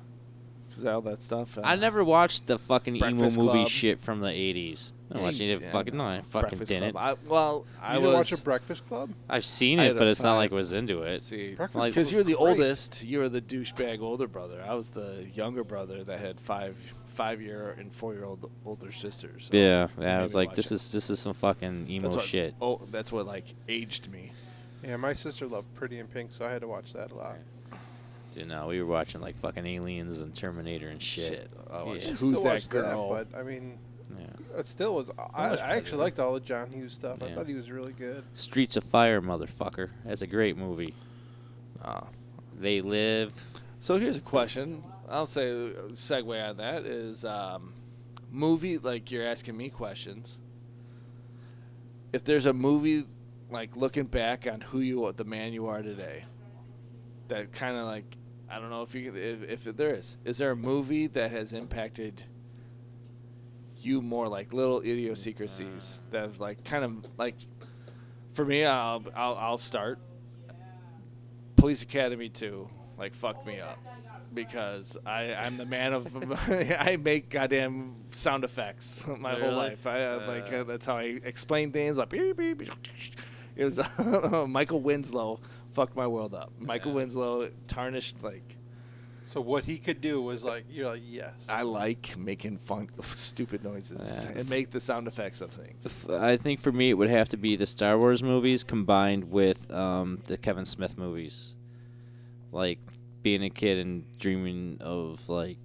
Speaker 2: Because all that stuff. Uh,
Speaker 1: I never watched the fucking
Speaker 2: Breakfast
Speaker 1: emo movie
Speaker 2: Club.
Speaker 1: shit from the 80s. I
Speaker 2: Yeah,
Speaker 1: watched
Speaker 2: you
Speaker 1: it.
Speaker 2: did.
Speaker 1: Fucking, no, I fucking
Speaker 2: Breakfast
Speaker 1: didn't.
Speaker 2: Club. I, well, I
Speaker 3: you
Speaker 2: was.
Speaker 3: didn't watch a Breakfast Club?
Speaker 1: I've seen
Speaker 2: I
Speaker 1: it,
Speaker 2: had a
Speaker 1: but it's not
Speaker 2: five.
Speaker 1: like I was into it.
Speaker 2: See,
Speaker 3: Breakfast
Speaker 1: Like-
Speaker 3: Club
Speaker 2: because
Speaker 3: was
Speaker 2: you're the
Speaker 3: great.
Speaker 2: oldest, you were the douchebag older brother. I was the younger brother that had five, five year and four year old older sisters. so
Speaker 1: yeah,
Speaker 2: it
Speaker 1: yeah I
Speaker 2: made
Speaker 1: was
Speaker 2: me
Speaker 1: like,
Speaker 2: watch
Speaker 1: this
Speaker 2: it.
Speaker 1: is this is some fucking emo
Speaker 2: That's what-
Speaker 1: shit.
Speaker 2: Oh, that's what like aged me.
Speaker 3: Yeah, my sister loved Pretty in Pink, so I had to watch that a lot.
Speaker 1: Dude, no, we were watching like fucking Aliens and Terminator and shit.
Speaker 2: I watched
Speaker 1: Yeah.
Speaker 3: I
Speaker 2: Who's
Speaker 3: still
Speaker 2: That
Speaker 3: watched
Speaker 2: Girl?
Speaker 3: but I mean,
Speaker 1: Yeah.
Speaker 3: it still was. I,
Speaker 2: was
Speaker 3: I actually
Speaker 2: pretty.
Speaker 3: liked all the John Hughes stuff. I
Speaker 1: Yeah.
Speaker 3: thought he was really good.
Speaker 1: Streets of Fire, motherfucker. That's a great movie.
Speaker 2: Ah.
Speaker 1: They live.
Speaker 2: So here's a question. I'll say segue on that is um, movie like you're asking me questions. If there's a movie like looking back on who you are, the man you are today, that kind of like I don't know if you could- if if there is is there a movie that has impacted you more like little idiosyncrasies that was like kind of like for me I'll I'll, I'll start Police Academy 2 like fucked me up because I, I'm the man of I make goddamn sound effects my whole
Speaker 1: Really?
Speaker 2: life. I uh, like
Speaker 1: Uh.
Speaker 2: uh, that's how I explain things like beep beep. beep. It was uh, Michael Winslow fucked my world up. Michael Winslow tarnished like
Speaker 3: So what he could do was like, you're like, yes.
Speaker 2: I like making fun stupid noises
Speaker 1: Yeah.
Speaker 2: and make the sound effects of things.
Speaker 1: F- I think for me, it would have to be the Star Wars movies combined with um, the Kevin Smith movies. Like being a kid and dreaming of like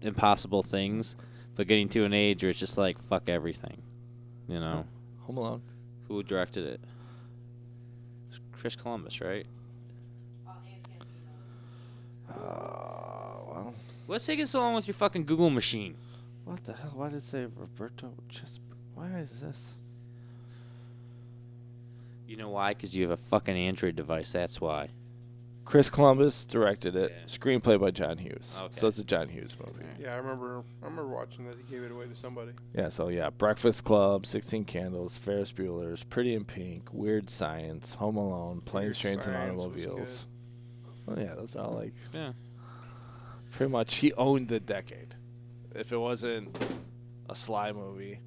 Speaker 1: impossible things. but getting to an age where it's just like fuck everything, you know.
Speaker 2: Home Alone.
Speaker 1: Who directed it? It's Chris Columbus, right?
Speaker 5: All Ann Campino.
Speaker 2: Uh, well,
Speaker 1: What's taking so long with your fucking Google machine?
Speaker 2: what the hell? Why did it say Roberto? Just why is this?
Speaker 1: You know why? Because you have a fucking Android device. That's why.
Speaker 2: Chris Columbus directed it.
Speaker 1: Yeah.
Speaker 2: Screenplay by John Hughes.
Speaker 1: Okay.
Speaker 2: So it's a John Hughes movie.
Speaker 1: Alright.
Speaker 3: Yeah, I remember. I remember watching that. He gave it away to somebody.
Speaker 2: Yeah, so yeah, Breakfast Club, Sixteen Candles, Ferris Bueller's, Pretty in Pink, Weird Science, Home Alone, Planes, Trains, and
Speaker 3: Science was
Speaker 2: Automobiles. Well, yeah, those are like
Speaker 1: Yeah.
Speaker 2: pretty much he owned the decade. If it wasn't a Sly movie,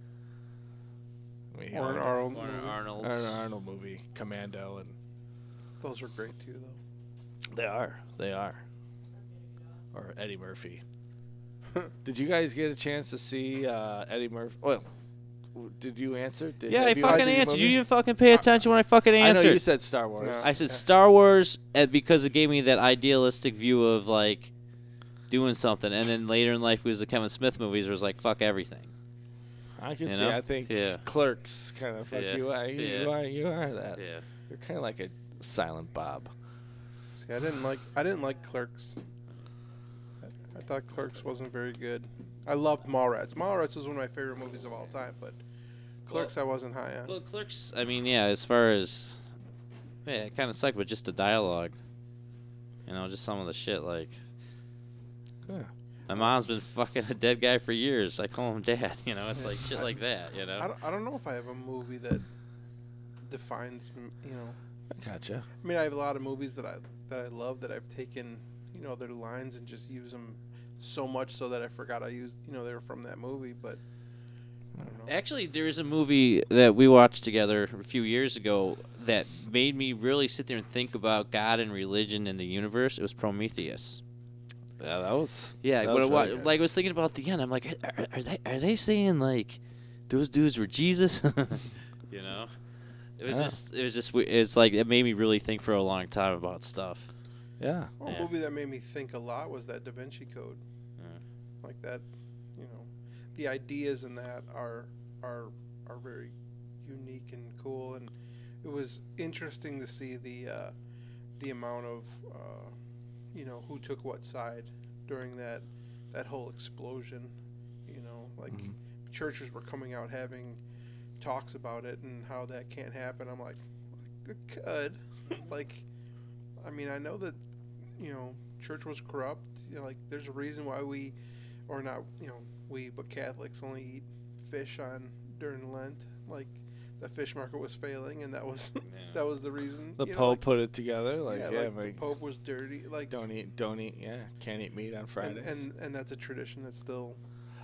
Speaker 2: I mean, he
Speaker 3: Or an
Speaker 2: owned-
Speaker 3: Arnold.
Speaker 1: Warner
Speaker 3: movie.
Speaker 1: Arnold.
Speaker 2: or an Arnold movie, Commando, and
Speaker 3: Those were great too, though.
Speaker 2: They are. They are. Or Eddie Murphy. did you guys get a chance to see uh, Eddie Murphy? Well, w- did you answer? Did,
Speaker 1: Yeah,
Speaker 2: have
Speaker 1: I
Speaker 2: you guys
Speaker 1: fucking
Speaker 2: seen the
Speaker 1: answered. You
Speaker 2: movie?
Speaker 1: didn't fucking pay attention when I fucking
Speaker 2: I
Speaker 1: answered.
Speaker 2: know you said Star Wars.
Speaker 3: No.
Speaker 1: I said Star Wars uh, because it gave me that idealistic view of like doing something, and then later in life it was the Kevin Smith movies. Where it was like fuck everything.
Speaker 2: I, can
Speaker 1: You
Speaker 2: see.
Speaker 1: know?
Speaker 2: I think
Speaker 1: Yeah.
Speaker 2: Clerks kind of fuck
Speaker 1: Yeah.
Speaker 2: you. I,
Speaker 1: Yeah.
Speaker 2: You are. You are that. You're kind of like a silent Bob.
Speaker 3: See, I didn't like. I didn't like Clerks. I, I thought Clerks wasn't very good. I loved Mallrats. Mallrats was one of my favorite movies of all time, but Clerks I wasn't high on.
Speaker 1: Well, Clerks. I mean, yeah. As far as yeah, it kind of sucked, but just the dialogue. You know, just some of the shit. Like
Speaker 2: Yeah.
Speaker 1: my mom's been fucking a dead guy for years. I call him dad. You know, it's like shit like that. You
Speaker 3: I
Speaker 1: know.
Speaker 3: don't, I don't know if I have a movie that defines m- you know
Speaker 2: I gotcha.
Speaker 3: I mean, I have a lot of movies that I that I love that I've taken, you know, their lines and just use them so much so that I forgot I used, you know, they were from that movie. But I don't know.
Speaker 1: Actually, there is a movie that we watched together a few years ago that made me really sit there and think about God and religion and the universe. It was Prometheus.
Speaker 2: Yeah, that was.
Speaker 1: Yeah,
Speaker 2: that
Speaker 1: when I
Speaker 2: was
Speaker 1: wa-
Speaker 2: really good.
Speaker 1: like I was thinking about the end. I'm like, are, are- are they are they saying like those dudes were Jesus? you know, it was
Speaker 2: Yeah.
Speaker 1: just it was just we- it's like it made me really think for a long time about stuff.
Speaker 2: Yeah.
Speaker 3: One
Speaker 1: yeah.
Speaker 3: movie that made me think a lot was that Da Vinci Code.
Speaker 1: Mm.
Speaker 3: Like that, you know, the ideas in that are are are very unique and cool, and it was interesting to see the uh, the amount of uh, you know who took what side during that that whole explosion. You know, like
Speaker 2: Mhm.
Speaker 3: churches were coming out having talks about it and how that can't happen. I'm like, it could, like, I mean, I know that you know church was corrupt. You know, like, there's a reason why we, or not, you know, we but Catholics only eat fish on during Lent. Like, the fish market was failing, and that was that was the reason.
Speaker 2: The
Speaker 3: you know,
Speaker 2: Pope put it together. Like,
Speaker 3: like,
Speaker 2: yeah,
Speaker 3: yeah, like
Speaker 2: like,
Speaker 3: the Pope was dirty. Like,
Speaker 2: don't eat, don't eat. Yeah, can't eat meat on
Speaker 3: and,
Speaker 2: Fridays.
Speaker 3: and and that's a tradition that's still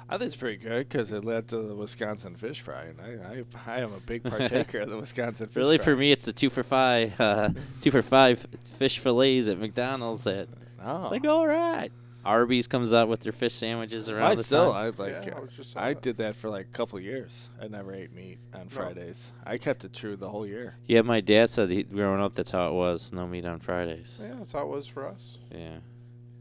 Speaker 2: I think it's pretty good because it led to the Wisconsin fish fry, and I, I, I am a big partaker of the Wisconsin fish
Speaker 1: really,
Speaker 2: fry.
Speaker 1: for me, it's the two for five, uh, two for five fish fillets at McDonald's. That
Speaker 2: oh.
Speaker 1: it's like all right. Arby's comes out with their fish sandwiches around
Speaker 2: I
Speaker 1: the
Speaker 2: still,
Speaker 1: time.
Speaker 2: I like,
Speaker 3: Yeah, I
Speaker 2: uh,
Speaker 3: was just
Speaker 2: I,
Speaker 3: saying that.
Speaker 2: did that for like a couple years. I never ate meat on Fridays. I kept it true the whole year.
Speaker 1: Yeah, my dad said he, growing up that's how it was. No meat on Fridays.
Speaker 3: yeah, that's how it was for us
Speaker 1: Yeah.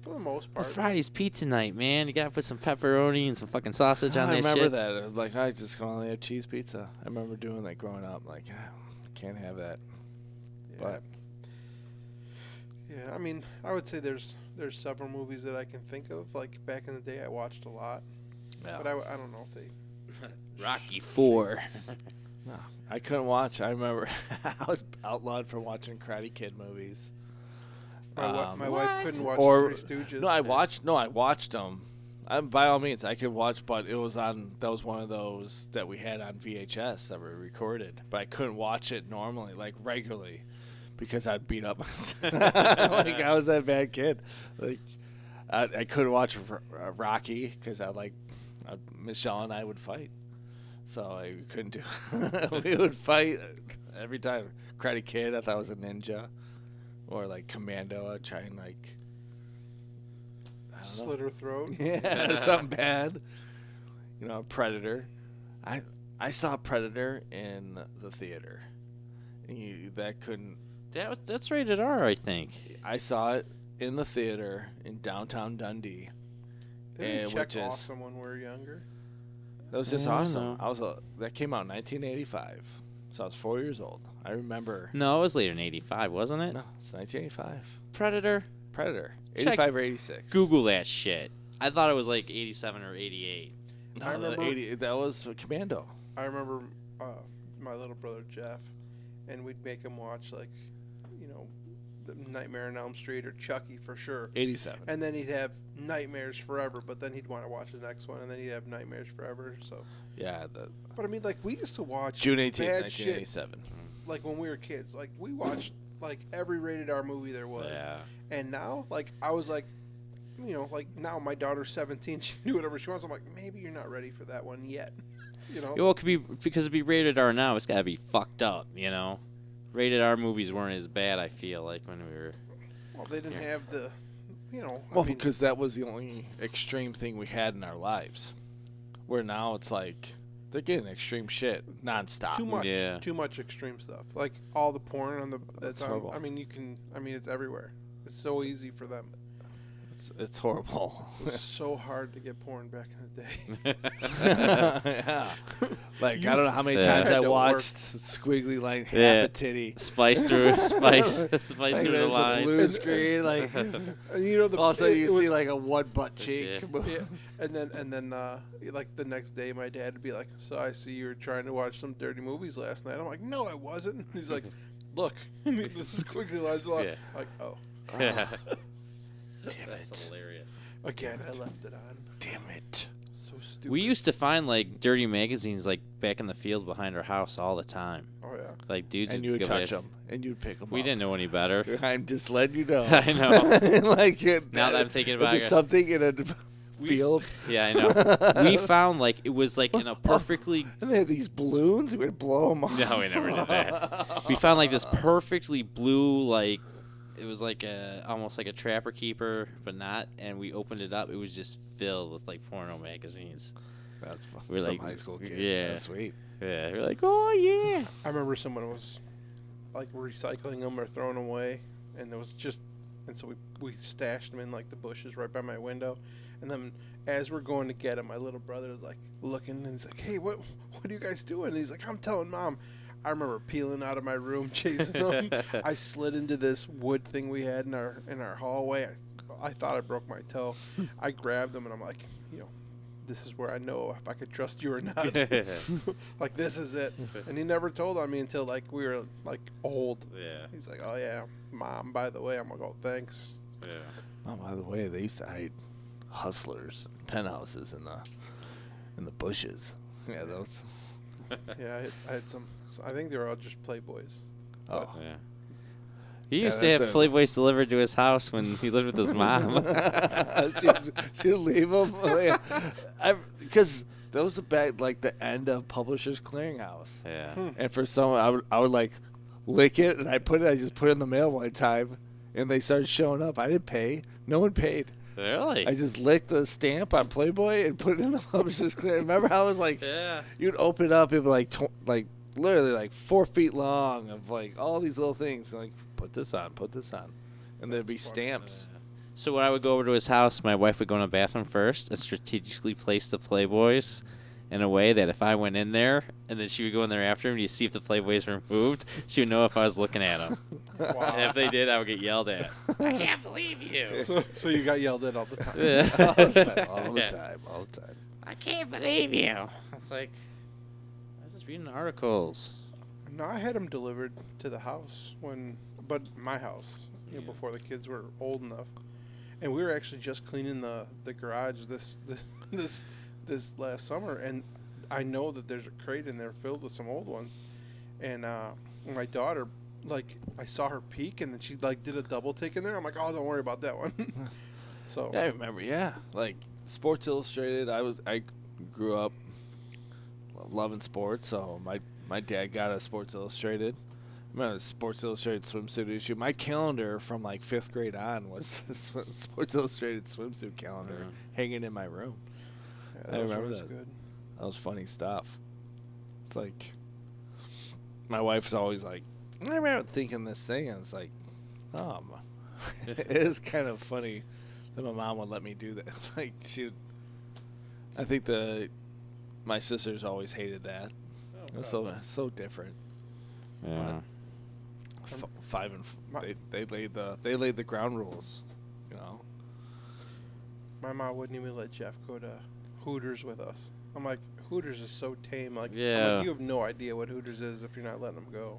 Speaker 3: for the most
Speaker 1: Well,
Speaker 3: part.
Speaker 1: Friday's pizza night, man. You gotta put some pepperoni and some fucking sausage on
Speaker 2: I
Speaker 1: that
Speaker 2: remember
Speaker 1: shit.
Speaker 2: that. uh, Like I just can only have cheese pizza. I remember doing that growing up. Like "Ah, can't have that.
Speaker 3: yeah.
Speaker 2: but-
Speaker 3: yeah, I mean, I would say there's there's several movies that I can think of. Like back in the day, I watched a lot, but I, w- I don't know if they.
Speaker 1: Rocky Four.
Speaker 2: I couldn't watch. I remember I was outlawed for watching Karate Kid movies.
Speaker 3: My, wa-
Speaker 2: Um,
Speaker 3: my wife couldn't watch
Speaker 2: Or-
Speaker 3: the Three Stooges.
Speaker 2: No, I watched. No, I watched them. I, by all means, I could watch, but it was on. That was one of those that we had on VHS that were recorded, but I couldn't watch it normally, like regularly, because I'd beat up myself. like I was that bad kid. Like I, I couldn't watch R- uh, Rocky because I like I, Michelle and I would fight, so I couldn't do. we would fight every time. Karate Kid, I thought I was a ninja, or like Commando. I'd try and like. I don't know.
Speaker 3: Slit her throat.
Speaker 2: Yeah, something bad. You know, Predator. I I saw Predator in the theater. And you, that couldn't.
Speaker 1: That that's rated R, I think.
Speaker 2: I saw it in the theater in downtown Dundee.
Speaker 3: Didn't
Speaker 2: Eh,
Speaker 3: we check
Speaker 2: which is-
Speaker 3: awesome when we were younger?
Speaker 2: That was just
Speaker 1: I don't
Speaker 2: awesome.
Speaker 1: know.
Speaker 2: I was a, that came out in 1985, so I was four years old. I remember.
Speaker 1: No, it was later in '85, wasn't it?
Speaker 2: No, it's 1985.
Speaker 1: Predator.
Speaker 2: Predator.
Speaker 1: Check
Speaker 2: 85 or 86.
Speaker 1: Google that shit. I thought it was like '87 or '88.
Speaker 2: No,
Speaker 3: I
Speaker 2: the
Speaker 3: remember-
Speaker 2: 80, that was Commando.
Speaker 3: I remember uh, my little brother Jeff, and we'd make him watch like, you know, the Nightmare on Elm Street or Chucky for sure.
Speaker 2: 87.
Speaker 3: And then he'd have nightmares forever, but then he'd want to watch the next one, and then he'd have nightmares forever. So,
Speaker 2: Yeah, the,
Speaker 3: but I mean, like we used to watch
Speaker 2: June 18th,
Speaker 3: bad shit
Speaker 2: 1987.
Speaker 3: like when we were kids. Like we watched like every rated R movie there was.
Speaker 1: Yeah.
Speaker 3: And now, like I was like, you know, like now my daughter's 17. She can do whatever she wants. I'm like, maybe you're not ready for that one yet. You know.
Speaker 1: Well, it could be because it'd be rated R now. It's gotta be fucked up, you know. Rated R movies weren't as bad. I feel like when we were.
Speaker 3: Well, they didn't have the, you know. I
Speaker 2: Well,
Speaker 3: mean,
Speaker 2: because that was the only extreme thing we had in our lives. Where now it's like they're getting extreme shit nonstop.
Speaker 3: too much,
Speaker 1: Yeah.
Speaker 3: too much extreme stuff. Like all the porn on the that's on.
Speaker 2: horrible.
Speaker 3: I mean, you can. I mean, it's everywhere. It's so easy for them.
Speaker 2: It's, it's horrible.
Speaker 3: It was so hard to get porn back in the day.
Speaker 2: yeah. Like I don't know how many
Speaker 1: Yeah.
Speaker 2: times
Speaker 3: Had
Speaker 2: I
Speaker 3: to work.
Speaker 2: watched squiggly line half
Speaker 1: Yeah.
Speaker 2: a titty.
Speaker 1: Spice through, spice, spice
Speaker 2: Like,
Speaker 1: through the
Speaker 2: there's a
Speaker 1: lines.
Speaker 2: blue screen, like
Speaker 3: and you know the.
Speaker 2: all of a
Speaker 3: it-
Speaker 2: sudden you
Speaker 3: it was-
Speaker 2: see like a one butt cheek.
Speaker 3: Yeah. And then and then uh, like the next day, my dad would be like, "So I see you were trying to watch some dirty movies last night." I'm like, "No, I wasn't." He's like, "Look," this quickly lies along.
Speaker 1: Yeah.
Speaker 3: Like, oh,
Speaker 1: Yeah.
Speaker 2: Oh,
Speaker 1: That's hilarious.
Speaker 3: again, I left it on.
Speaker 2: Damn it!
Speaker 3: So stupid.
Speaker 1: We used to find like dirty magazines like back in the field behind our house all the time.
Speaker 3: Oh yeah.
Speaker 1: Like dudes
Speaker 2: And
Speaker 1: just
Speaker 2: you would
Speaker 1: go
Speaker 2: touch
Speaker 1: in.
Speaker 2: them, and you'd pick them.
Speaker 1: We didn't know any better.
Speaker 2: I'm just letting you know.
Speaker 1: I know.
Speaker 2: like it-
Speaker 1: Now that I'm thinking
Speaker 2: if
Speaker 1: about it,
Speaker 2: there's something in a field,
Speaker 1: Yeah, I know. we found like it was like in a perfectly
Speaker 2: and they had these balloons. We'd blow them up.
Speaker 1: No, we never did that. We found like this perfectly blue, like it was like a almost like a trapper keeper, but not. And we opened it up; it was just filled with like porno magazines.
Speaker 2: That's fu-
Speaker 1: We're
Speaker 2: some
Speaker 1: like-
Speaker 2: high school kid.
Speaker 1: yeah.
Speaker 2: That's sweet.
Speaker 1: Yeah, we're like, oh yeah.
Speaker 3: I remember someone was like recycling them or throwing them away, and there was just, and so we we stashed them in like the bushes right by my window, and then as we're going to get them, my little brother was like looking and he's like, "Hey, what what are you guys doing?" And he's like, "I'm telling mom." I remember peeling out of my room, chasing them. I slid into this wood thing we had in our in our hallway. I, I thought I broke my toe. I grabbed them and I'm like, you know, this is where I know if I could trust you or not. like this is it. And he never told on me until like we were like old.
Speaker 1: Yeah,
Speaker 3: He's like, oh yeah, mom. By the way, I'm like, oh thanks.
Speaker 1: yeah.
Speaker 2: Oh, by the way, they used to hide hustlers, and penthouses in the in the bushes. Yeah, those.
Speaker 3: Yeah, I had, I had some. so I think they were all just playboys.
Speaker 2: Oh,
Speaker 1: yeah. He
Speaker 2: Yeah,
Speaker 1: used to
Speaker 2: that's
Speaker 1: have
Speaker 2: a-
Speaker 1: Playboys delivered to his house when he lived with his mom.
Speaker 2: she'd, she'd leave them because that was the back, like the end of Publishers Clearinghouse.
Speaker 1: yeah.
Speaker 2: And for some, I would I would like lick it, and I put it. I just put it in the mail one time, and they started showing up. I didn't pay. No one paid.
Speaker 1: Really?
Speaker 2: I just licked the stamp on Playboy and put it in the publisher's clear. Remember, how I was like,
Speaker 1: yeah.
Speaker 2: you'd open it up, it'd be like, tw- like literally like four feet long of like all these little things. Like, put this on, put this on, and there'd be stamps.
Speaker 1: So when I would go over to his house, my wife would go in the bathroom first and strategically place the Playboys in a way that if I went in there and then she would go in there after him, you see if the Playboys were moved, she would know if I was looking at them. and if
Speaker 3: Wow.
Speaker 1: they did, I would get yelled at. I can't believe you.
Speaker 3: so, so you got yelled at all the time.
Speaker 2: all the time,
Speaker 1: Yeah.
Speaker 2: all the time, all the time.
Speaker 1: I can't believe you. It's like I was just reading articles.
Speaker 3: No, I had them delivered to the house when, but my house, you know, before the kids were old enough, and we were actually just cleaning the the garage this this this, this last summer, and I know that there's a crate in there filled with some old ones, and uh, my daughter, like, I saw her peek, and then she like did a double take in there. I'm like, oh, don't worry about that one. so
Speaker 2: Yeah, I remember. Yeah, like Sports Illustrated. I was I grew up loving sports, so my my dad got a Sports Illustrated. I remember the Sports Illustrated swimsuit issue. My calendar from like fifth grade on was the sw- Sports Illustrated swimsuit calendar
Speaker 1: Yeah.
Speaker 2: hanging in my room.
Speaker 3: yeah,
Speaker 2: I
Speaker 3: was
Speaker 2: remember
Speaker 3: always
Speaker 2: that.
Speaker 3: Good.
Speaker 2: That was funny stuff. It's like my wife's always like, I remember thinking this thing, and it's like, um, it is kind of funny that my mom would let me do that. like she, I think the my sisters always hated that. It was so so different.
Speaker 1: Yeah.
Speaker 2: F- five and f-
Speaker 3: My-
Speaker 2: they they laid the they laid the ground rules, you know.
Speaker 3: My mom wouldn't even let Jeff go to Hooters with us. I'm like, Hooters is so tame. Like, I'm like,
Speaker 1: Yeah.
Speaker 3: you have no idea what Hooters is if you're not letting them go.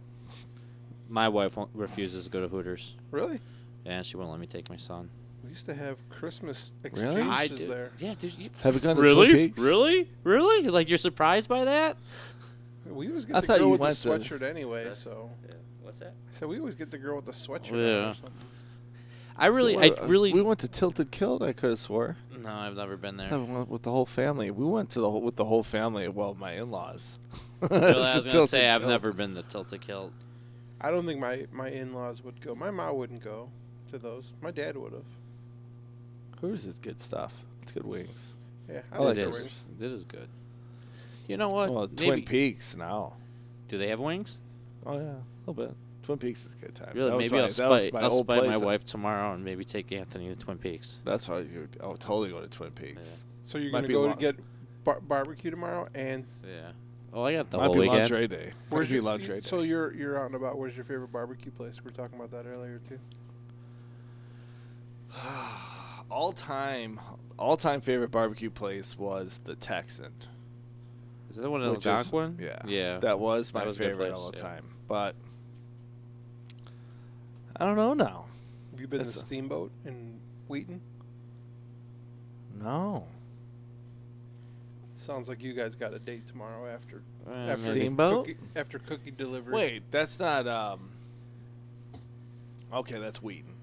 Speaker 1: My wife won't, refuses to go to Hooters,
Speaker 3: Really?
Speaker 1: and she won't let me take my son.
Speaker 3: We used to have Christmas
Speaker 4: Really?
Speaker 3: exchanges
Speaker 1: I do-
Speaker 3: there.
Speaker 1: Yeah, dude. You,
Speaker 4: Have you gone to
Speaker 1: really,
Speaker 4: Twin Peaks?
Speaker 1: really, really? Like you're surprised by that?
Speaker 3: We always get
Speaker 4: I
Speaker 3: the
Speaker 4: thought
Speaker 3: girl
Speaker 4: you
Speaker 3: with the
Speaker 4: went to-
Speaker 3: sweatshirt anyway, so.
Speaker 1: Yeah. What's that?
Speaker 3: So we always get the girl with the sweatshirt on
Speaker 1: Yeah.
Speaker 3: or something.
Speaker 1: I really, I
Speaker 4: Uh,
Speaker 1: really.
Speaker 4: We went to Tilted Kilt. I could have swore.
Speaker 1: no, I've never been
Speaker 2: I
Speaker 1: there.
Speaker 2: thought we went with the whole family. We went to the whole, with the whole family. Well, my in-laws.
Speaker 1: Well, I
Speaker 4: To
Speaker 1: was gonna say
Speaker 4: Tilted
Speaker 1: I've
Speaker 4: Kilt.
Speaker 1: never been to Tilted Kilt.
Speaker 3: I don't think my, my in laws would go. My mom wouldn't go to those. My dad would have.
Speaker 2: Hers is good stuff. It's good wings.
Speaker 3: Yeah, I
Speaker 4: Oh,
Speaker 3: like
Speaker 1: it
Speaker 3: the
Speaker 1: is.
Speaker 3: wings.
Speaker 1: It is good. You know what?
Speaker 2: well,
Speaker 1: Maybe-
Speaker 2: Twin Peaks now.
Speaker 1: Do they have wings?
Speaker 2: Oh yeah, a little bit. Twin Peaks is a good time.
Speaker 1: Really?
Speaker 2: That was
Speaker 1: Maybe
Speaker 2: my-
Speaker 1: I'll
Speaker 2: that was
Speaker 1: spite.
Speaker 2: my
Speaker 1: I'll
Speaker 2: old
Speaker 1: spite my
Speaker 2: place.
Speaker 1: wife tomorrow and maybe take Anthony to Twin Peaks.
Speaker 2: That's why you. I'll totally go to Twin Peaks.
Speaker 3: So you're
Speaker 2: Might
Speaker 3: going to
Speaker 2: be
Speaker 3: go
Speaker 2: lon-
Speaker 3: to get bar- barbecue tomorrow and.
Speaker 1: Yeah. Oh, I got the
Speaker 2: Might
Speaker 1: whole
Speaker 2: be
Speaker 1: weekend.
Speaker 2: lingerie day.
Speaker 3: Where's
Speaker 2: Might be
Speaker 3: your
Speaker 2: lingerie day?
Speaker 3: So you're you're out and about. Where's your favorite barbecue place? We were talking about that earlier too.
Speaker 2: all time, all time favorite barbecue place was the Texan.
Speaker 1: Is that one in
Speaker 2: which is-
Speaker 1: Algonquin?
Speaker 2: yeah,
Speaker 1: Yeah.
Speaker 2: That was my
Speaker 1: was a good
Speaker 2: favorite
Speaker 1: place,
Speaker 2: all the
Speaker 1: yeah.
Speaker 2: time. But I don't know now.
Speaker 3: Have you been to
Speaker 2: That's a-
Speaker 3: Steamboat in Wheaton?
Speaker 2: No.
Speaker 3: Sounds like you guys got a date tomorrow after
Speaker 1: Uh,
Speaker 3: after
Speaker 1: maybe.
Speaker 4: Steamboat?
Speaker 3: cookie, after cookie delivery.
Speaker 2: Wait, that's not. um Okay, that's Wheaton.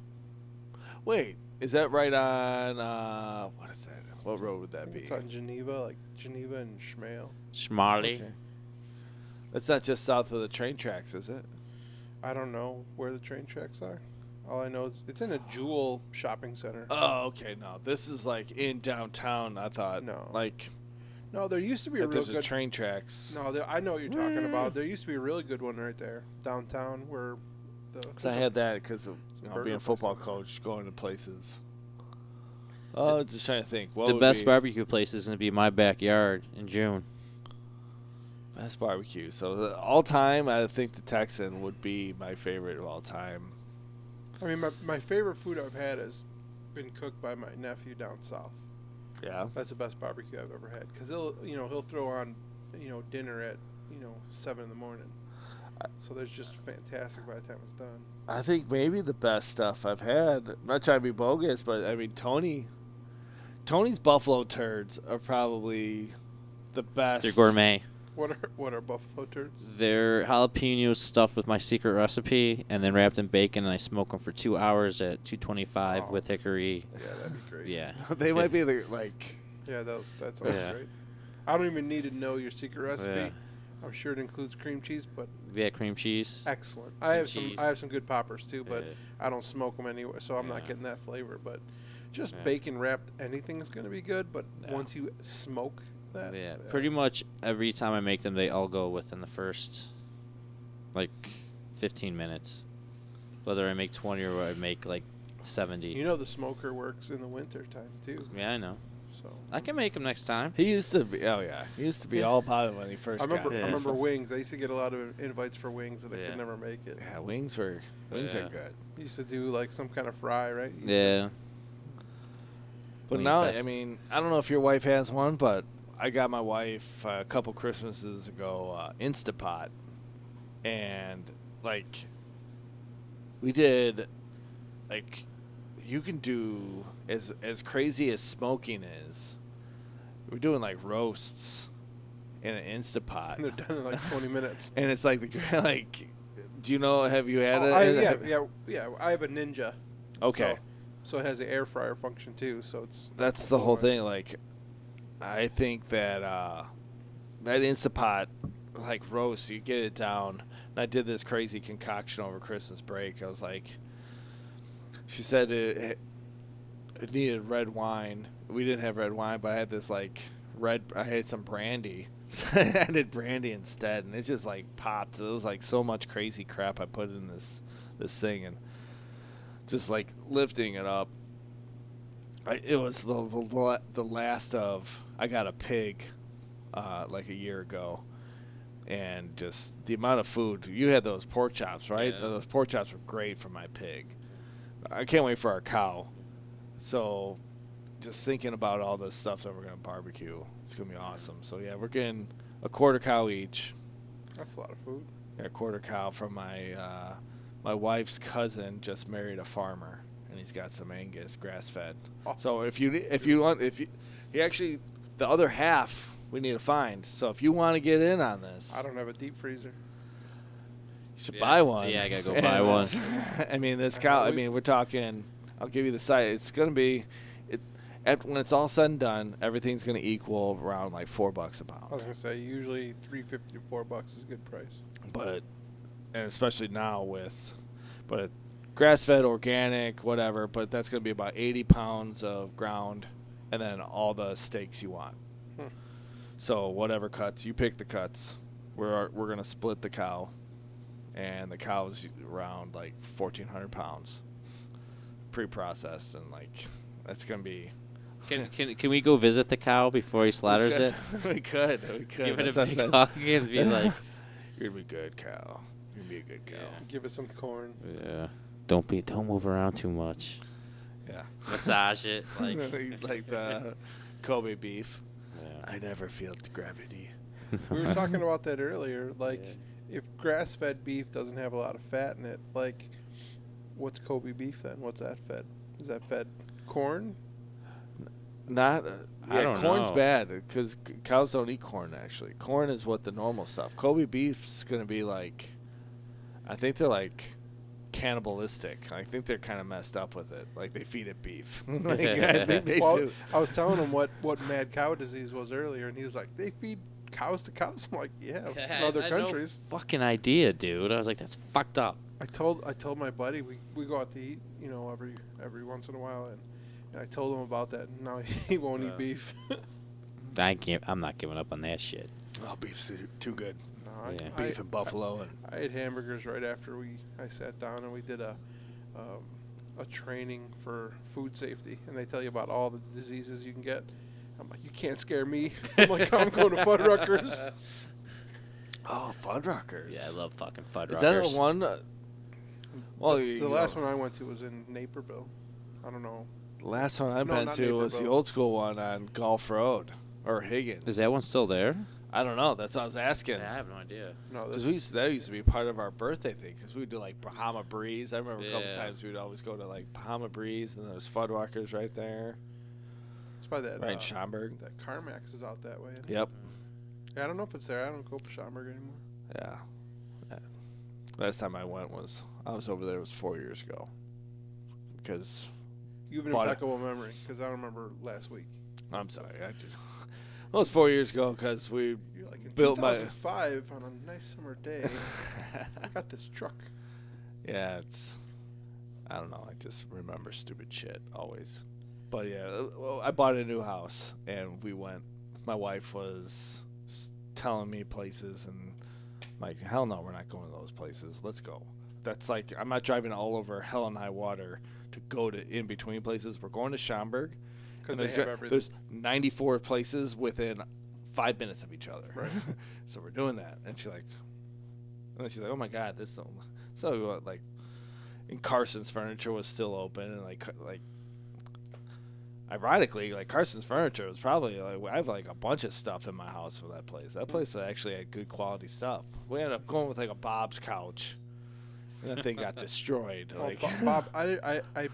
Speaker 2: Wait, is that right on? uh What is that? What road would
Speaker 3: I
Speaker 2: that
Speaker 3: think
Speaker 2: be?
Speaker 3: it's on Geneva, like Geneva and Schmale.
Speaker 1: Schmarley.
Speaker 2: Okay. That's not just south of the train tracks, is it?
Speaker 3: I don't know where the train tracks are. All I know is it's in a Jewel shopping center.
Speaker 2: Oh, okay. No, this is like in downtown. I thought.
Speaker 3: No.
Speaker 2: Like
Speaker 3: no, there used to be a
Speaker 2: if
Speaker 3: real
Speaker 2: there's a
Speaker 3: good.
Speaker 2: train tracks.
Speaker 3: no, there, I know what you're talking about. There used to be a really good one right there downtown where. The,
Speaker 2: Because I had that because of
Speaker 3: It's a
Speaker 2: you know,
Speaker 3: burger
Speaker 2: being a
Speaker 3: place
Speaker 2: football
Speaker 3: down
Speaker 2: coach, going to places. Oh, just trying to think. What
Speaker 1: the
Speaker 2: would
Speaker 1: best
Speaker 2: be
Speaker 1: barbecue place is going to be my backyard in June.
Speaker 2: Best barbecue. So the- all time, I think the Texan would be my favorite of all time.
Speaker 3: I mean, my, my favorite food I've had has been cooked by my nephew down south.
Speaker 2: Yeah.
Speaker 3: That's the best barbecue I've ever had because he'll you know he'll throw on you know dinner at you know seven in the morning. So there's just fantastic by the time it's done.
Speaker 2: I think maybe the best stuff I've had. I'm not trying to be bogus, but I mean Tony. Tony's buffalo turds are probably the best.
Speaker 1: They're gourmet.
Speaker 3: What are what are buffalo turds?
Speaker 1: They're jalapeno stuffed with my secret recipe and then wrapped in bacon, and I smoke them for two hours at 225
Speaker 3: Oh.
Speaker 1: with hickory.
Speaker 3: Yeah, that'd be great.
Speaker 1: Yeah.
Speaker 2: they might be the like.
Speaker 3: yeah, that was, that sounds
Speaker 1: Yeah.
Speaker 3: great. I don't even need to know your secret recipe.
Speaker 1: Yeah.
Speaker 3: I'm sure it includes cream cheese, but
Speaker 1: Yeah, cream cheese.
Speaker 3: excellent. I
Speaker 1: Cream
Speaker 3: have
Speaker 1: cheese.
Speaker 3: some I have some good poppers too, but
Speaker 1: Yeah.
Speaker 3: I don't smoke them anyway, so I'm not
Speaker 1: Yeah.
Speaker 3: getting that flavor. But just
Speaker 1: Yeah.
Speaker 3: bacon wrapped anything is gonna be good. But once you smoke that,
Speaker 1: Yeah, pretty much every time I make them, they all go within the first like 15 minutes. Whether I make 20 or I make like 70.
Speaker 3: You know the smoker works in the winter time too.
Speaker 1: yeah, I know.
Speaker 3: So
Speaker 1: I can make them next time.
Speaker 2: He used to be. Oh yeah, he used to be
Speaker 1: Yeah.
Speaker 2: all about it when he first.
Speaker 3: I remember
Speaker 2: got
Speaker 1: Yeah.
Speaker 3: I
Speaker 2: this
Speaker 3: remember
Speaker 2: one.
Speaker 3: wings. I used to get a lot of invites for wings and I
Speaker 1: Yeah.
Speaker 3: could never make it.
Speaker 2: Yeah, wings were wings
Speaker 1: Yeah.
Speaker 2: are good.
Speaker 3: You used to do like some kind of fry, right? You used to-
Speaker 1: Yeah.
Speaker 2: But
Speaker 1: Wing
Speaker 2: now, I
Speaker 1: fest.
Speaker 2: mean, I don't know if your wife has one, but I got my wife uh, a couple Christmases ago uh, Instapot, and like we did, like you can do as as crazy as smoking is. We're doing like roasts in an Instapot,
Speaker 3: and they're done in like 20 minutes.
Speaker 2: and it's like the gr- like. Do you know? Have you had
Speaker 3: Oh,
Speaker 2: it?
Speaker 3: I, yeah, yeah, yeah. I have a Ninja.
Speaker 2: Okay.
Speaker 3: So, so it has the air fryer function too. So it's
Speaker 2: that's the whole
Speaker 3: Otherwise-
Speaker 2: thing. Like, I think that uh, that Instapot, like roast, you get it down. And I did this crazy concoction over Christmas break. I was like, she said it, it needed red wine. We didn't have red wine, but I had this like red. I had some brandy. So I added brandy instead, and it just like popped. It was like so much crazy crap I put in this this thing, and just like lifting it up. I, it was the, the la- the last of I got a pig uh, like a year ago, and just the amount of food you had those pork chops, right?
Speaker 1: Yeah.
Speaker 2: Those pork chops were great for my pig. I can't wait for our cow. So, just thinking about all this stuff that we're gonna barbecue, it's gonna be awesome. So yeah, we're getting a quarter cow each.
Speaker 3: That's a lot of food.
Speaker 2: A quarter cow from my uh, my wife's cousin just married a farmer, and he's got some Angus grass fed.
Speaker 3: Oh.
Speaker 2: So if you if you want if you he actually the other half we need to find. So if you want to get in on this,
Speaker 3: I don't have a deep freezer.
Speaker 2: you should
Speaker 1: Yeah.
Speaker 2: buy one.
Speaker 1: Yeah, I gotta go
Speaker 2: And
Speaker 1: buy one.
Speaker 2: this- I mean, this
Speaker 3: I
Speaker 2: cow. I
Speaker 3: hope-
Speaker 2: mean, we're talking. I'll give you the site. It's gonna be, it, at, when it's all said and done, everything's gonna equal around like four bucks a pound.
Speaker 3: I was gonna say usually three fifty to four bucks is a good price.
Speaker 2: but and especially now with but grass fed organic whatever but that's going to be about 80 pounds of ground and then all the steaks you want
Speaker 3: Hmm.
Speaker 2: so whatever cuts you pick the cuts we're we're going to split the cow and the cow's around like 1400 pounds pre-processed and like that's going to be
Speaker 1: Can, can can we go visit the cow before he slaughters
Speaker 2: we
Speaker 1: it?
Speaker 2: could, we could we could
Speaker 1: Give it
Speaker 2: That's
Speaker 1: a
Speaker 2: what I
Speaker 1: big
Speaker 2: said.
Speaker 1: hug and be like,
Speaker 2: you're going to be good cow you're going to be a good cow
Speaker 1: Yeah.
Speaker 3: Give it some corn.
Speaker 1: yeah, don't be don't move around too much.
Speaker 2: yeah.
Speaker 1: Massage it like
Speaker 2: like the Kobe beef.
Speaker 1: Yeah.
Speaker 2: I never feel the gravity.
Speaker 3: We were talking about that earlier. Like,
Speaker 1: Yeah.
Speaker 3: if grass-fed beef doesn't have a lot of fat in it, like, what's Kobe beef then? What's that fed? Is that fed corn?
Speaker 2: Not. Uh,
Speaker 1: I
Speaker 2: yeah,
Speaker 1: don't
Speaker 2: corn's
Speaker 1: know.
Speaker 2: bad because cows don't eat corn. Actually, corn is what the normal stuff. Kobe beef's gonna be like, I think they're like cannibalistic. I think they're kind of messed up with it. Like they feed it beef. like, I think they
Speaker 3: well,
Speaker 2: do.
Speaker 3: I was telling him what what mad cow disease was earlier, and he was like, "They feed cows to cows." I'm like, "Yeah, in other
Speaker 1: I had no
Speaker 3: countries."
Speaker 1: fucking idea, dude. I was like, that's fucked up.
Speaker 3: I told I told my buddy we, we go out to eat, you know, every every once in a while, and, and I told him about that, and now he won't
Speaker 2: Uh,
Speaker 3: eat beef.
Speaker 1: I can't. I'm not giving up on that shit.
Speaker 2: Oh, beef's too- too good.
Speaker 3: No, I,
Speaker 1: Yeah.
Speaker 3: I-
Speaker 2: Beef and buffalo and
Speaker 3: I ate hamburgers right after we I sat down and we did a um, a training for food safety, and they tell you about all the diseases you can get. I'm like, you can't scare me. I'm like, I'm going to Fuddruckers.
Speaker 2: oh, Fuddruckers.
Speaker 1: Yeah, I love fucking Fuddruckers.
Speaker 2: Is that the one? uh, Well,
Speaker 3: the,
Speaker 2: you
Speaker 3: the
Speaker 2: know-
Speaker 3: last one I went to was in Naperville. I don't know.
Speaker 2: The last one I've
Speaker 3: No,
Speaker 2: been
Speaker 3: not
Speaker 2: to was the
Speaker 3: Naperville.
Speaker 2: old school one on Golf Road or Higgins.
Speaker 1: Is that one still there?
Speaker 2: I don't know. That's what I was asking.
Speaker 1: I have no idea.
Speaker 3: No,
Speaker 2: Because
Speaker 3: this
Speaker 2: we used that used to be part of our birthday thing. Because we'd do like Bahama Breeze. I remember a couple
Speaker 1: Yeah.
Speaker 2: times we'd always go to like Bahama Breeze, and there's Fuddruckers right there,
Speaker 3: it's by that
Speaker 2: right
Speaker 3: uh,
Speaker 2: in Schaumburg.
Speaker 3: that Carmax is out that way. isn't it?
Speaker 2: Yep.
Speaker 3: Yeah, I don't know if it's there. I don't go to Schaumburg anymore.
Speaker 2: Yeah. Yeah. Last time I went was I was over there was four years ago. Because
Speaker 3: You have an
Speaker 2: Bought it.
Speaker 3: impeccable memory because I remember last week.
Speaker 2: I'm sorry, I just that was four years ago because we
Speaker 3: You're like in
Speaker 2: built my
Speaker 3: 2005 on a nice summer day. I got this truck.
Speaker 2: Yeah, it's. I don't know. I just remember stupid shit always. But yeah, uh, well, I bought a new house and we went. My wife was s- telling me places and I'm like, hell no, we're not going to those places. Let's go. That's like I'm not driving all over hell and high water to go to in between places. We're going to Schaumburg. and
Speaker 3: Because they
Speaker 2: there's
Speaker 3: have
Speaker 2: ju-
Speaker 3: everything.
Speaker 2: There's 94 places within five minutes of each other.
Speaker 3: Right.
Speaker 2: so we're doing that, and she like, and then she's like, oh my god, this. So, so we went, like, and Carson's Furniture was still open, and like like. Ironically, like Carson's Furniture was probably like I have like a bunch of stuff in my house from that place. That place actually had good quality stuff. We ended up going with like a Bob's couch, and that thing got destroyed.
Speaker 3: Oh,
Speaker 2: Like,
Speaker 3: Bo- Bob, I, I, I,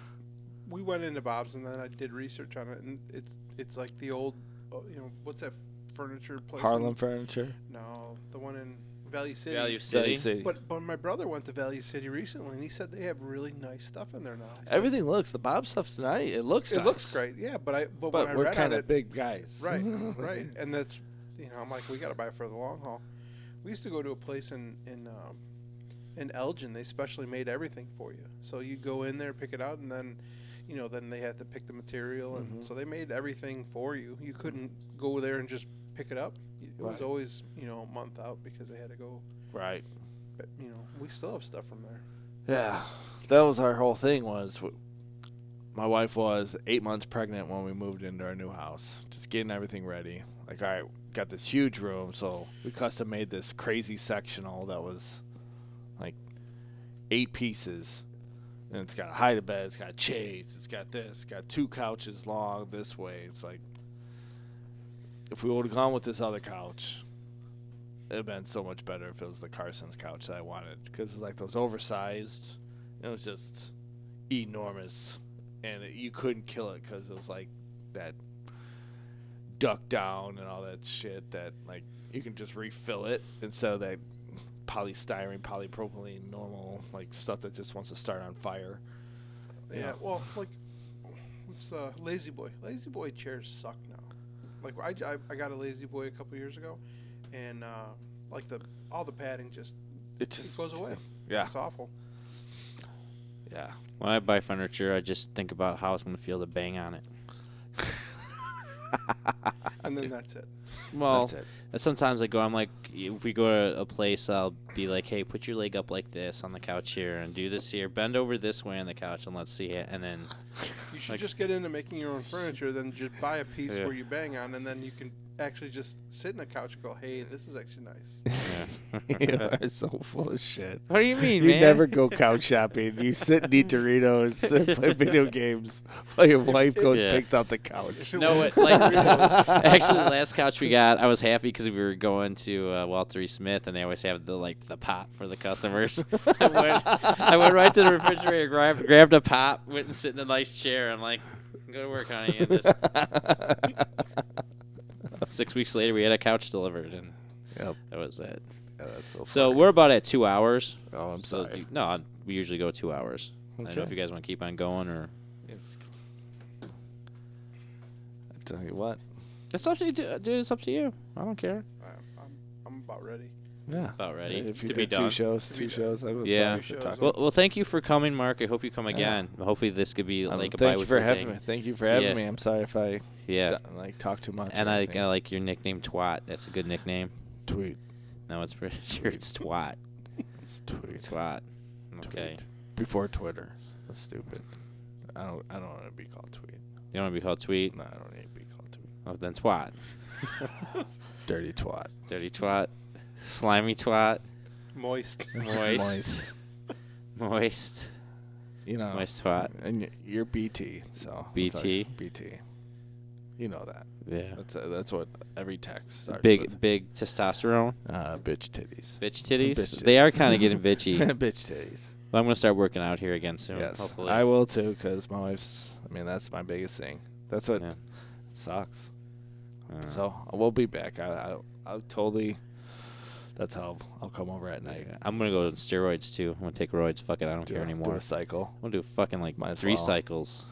Speaker 3: we went into Bob's and then I did research on it, and it's it's like the old, uh, you know, what's that furniture place? in-
Speaker 2: Harlem Furniture,
Speaker 3: No, the one in Valley City.
Speaker 1: Value City.
Speaker 2: City. City.
Speaker 3: But but my brother went to Valley City recently, and he said they have really nice stuff in there now. I said,
Speaker 2: Everything looks the Bob stuff's nice. It looks
Speaker 3: It
Speaker 2: nice.
Speaker 3: looks great, yeah. But I but,
Speaker 2: but
Speaker 3: when I
Speaker 2: we're
Speaker 3: read on
Speaker 2: kind
Speaker 3: it,
Speaker 2: of big guys,
Speaker 3: right, right, and that's you know I'm like we got to buy it for the long haul. We used to go to a place in in um, in Elgin. They specially made everything for you, so you go in there, pick it out, and then you know then they had to pick the material, and so they made everything for you. You couldn't go there and just pick it up. It
Speaker 2: Right.
Speaker 3: was always you know a month out because they had to go.
Speaker 2: right.
Speaker 3: But you know we still have stuff from there.
Speaker 2: Yeah, that was our whole thing. Was w- my wife was eight months pregnant when we moved into our new house, just getting everything ready. Like, all right, got this huge room, so we custom made this crazy sectional that was like eight pieces. And it's got a hide a bed, it's got a chase, it's got this, it's got two couches long this way. It's like if we would have gone with this other couch, it'd have been so much better if it was the Carson's couch that I wanted because it's like those oversized. It was just enormous, and it, you couldn't kill it because it was like that duck down and all that shit that like you can just refill it instead of that polystyrene, polypropylene, normal like stuff that just wants to start on fire.
Speaker 3: Yeah. Well, like, what's uh, Lazy Boy? Lazy Boy chairs suck now. Like, I, j- I, I got a Lazy Boy a couple years ago, and uh, like the all the padding just,
Speaker 2: It
Speaker 3: it
Speaker 2: just
Speaker 3: goes away.
Speaker 2: yeah
Speaker 3: It's awful.
Speaker 2: yeah.
Speaker 1: When I buy furniture, I just think about how it's going to feel to bang on it.
Speaker 3: And then that's it.
Speaker 1: Well,
Speaker 4: That's it.
Speaker 1: And Sometimes I go, I'm like, if we go to a place, I'll be like, hey, put your leg up like this on the couch here and do this here. Bend over this way on the couch and let's see it. And then,
Speaker 3: You should
Speaker 1: Like-
Speaker 3: just get into making your own furniture, then just buy a piece
Speaker 1: Yeah.
Speaker 3: where you bang on, and then you can actually just sit in a couch and go, hey, this is actually nice.
Speaker 4: you are so full of shit.
Speaker 1: what do you mean,
Speaker 4: You
Speaker 1: man?
Speaker 4: never go couch shopping. You sit and eat Doritos and play video games while your wife goes
Speaker 1: Yeah.
Speaker 4: picks out the couch.
Speaker 3: If it
Speaker 1: No,
Speaker 3: was
Speaker 1: it, like,
Speaker 3: Doritos-
Speaker 1: actually, the last couch we got, I was happy because we were going to uh, Walter E. Smith, and they always have the like the pop for the customers. I, went, I went right to the refrigerator, grabbed, grabbed a pop, went and sit in a nice chair. I'm like, go to work, honey. And just six weeks later, we had a couch delivered, and
Speaker 4: Yep.
Speaker 1: that was it.
Speaker 4: Yeah, that's so.
Speaker 1: So we're about at two hours.
Speaker 4: Oh, I'm
Speaker 1: So
Speaker 4: sorry.
Speaker 1: you- no, I- we usually go two hours. I don't know if
Speaker 4: Okay.
Speaker 1: you guys want to keep on going or.
Speaker 4: I tell you what.
Speaker 1: It's up to you, dude. It's up to you. I don't care.
Speaker 3: I'm, I'm, I'm about ready.
Speaker 4: Yeah.
Speaker 1: About ready
Speaker 4: If you
Speaker 1: to be
Speaker 4: did two
Speaker 1: done.
Speaker 4: shows,
Speaker 3: be
Speaker 4: two
Speaker 3: done.
Speaker 4: shows. I'm
Speaker 1: Yeah.
Speaker 4: sorry
Speaker 1: Two
Speaker 4: for
Speaker 3: shows.
Speaker 4: talking.
Speaker 1: Well, well, thank you for coming, Mark. I hope you come again. Hopefully, this could be
Speaker 2: Um,
Speaker 1: like a
Speaker 2: thank
Speaker 1: bi
Speaker 2: you for having me. Thank you for having
Speaker 1: Yeah.
Speaker 2: me. I'm sorry if I
Speaker 1: Yeah,
Speaker 2: d- like talk too much.
Speaker 1: and
Speaker 2: or
Speaker 1: I,
Speaker 2: anything.
Speaker 1: I like your nickname Twat. That's a good nickname.
Speaker 2: tweet.
Speaker 1: No, it's pretty sure it's Twat.
Speaker 2: It's tweet.
Speaker 1: Twat. Okay.
Speaker 2: Tweet. Before Twitter. That's stupid. I don't. I don't want to be called tweet.
Speaker 1: You don't want to be called Tweet?
Speaker 2: No, I don't need to be called tweet.
Speaker 1: Oh, then Twat.
Speaker 2: Dirty twat.
Speaker 1: Dirty Twat. Slimy Twat.
Speaker 3: Moist.
Speaker 1: Moist. Moist.
Speaker 2: You know.
Speaker 1: Moist Twat.
Speaker 2: And y- you're BT. So it's like
Speaker 1: BT?
Speaker 2: BT. You know that.
Speaker 1: Yeah.
Speaker 2: That's uh, that's what every text starts
Speaker 1: Big
Speaker 2: with.
Speaker 1: big testosterone.
Speaker 2: Uh, bitch titties.
Speaker 1: Bitch titties.
Speaker 2: Bitch
Speaker 1: They are
Speaker 2: titties.
Speaker 1: kind of getting bitchy.
Speaker 2: bitch titties.
Speaker 1: But I'm gonna start working out here again soon.
Speaker 2: Yes,
Speaker 1: Hopefully. Uh,
Speaker 2: I will too. Cause my wife's. I mean, that's my biggest thing. That's what
Speaker 1: Yeah.
Speaker 2: sucks.
Speaker 1: Uh,
Speaker 2: So we'll be back. I, I, I'll totally. That's how I'll come over at night.
Speaker 1: I'm gonna go on steroids too. I'm gonna take roids. Fuck it. I don't
Speaker 2: Do,
Speaker 1: care
Speaker 2: a- do
Speaker 1: anymore.
Speaker 2: a cycle.
Speaker 1: I'm gonna do fucking like
Speaker 2: Might as
Speaker 1: three
Speaker 2: well.
Speaker 1: cycles.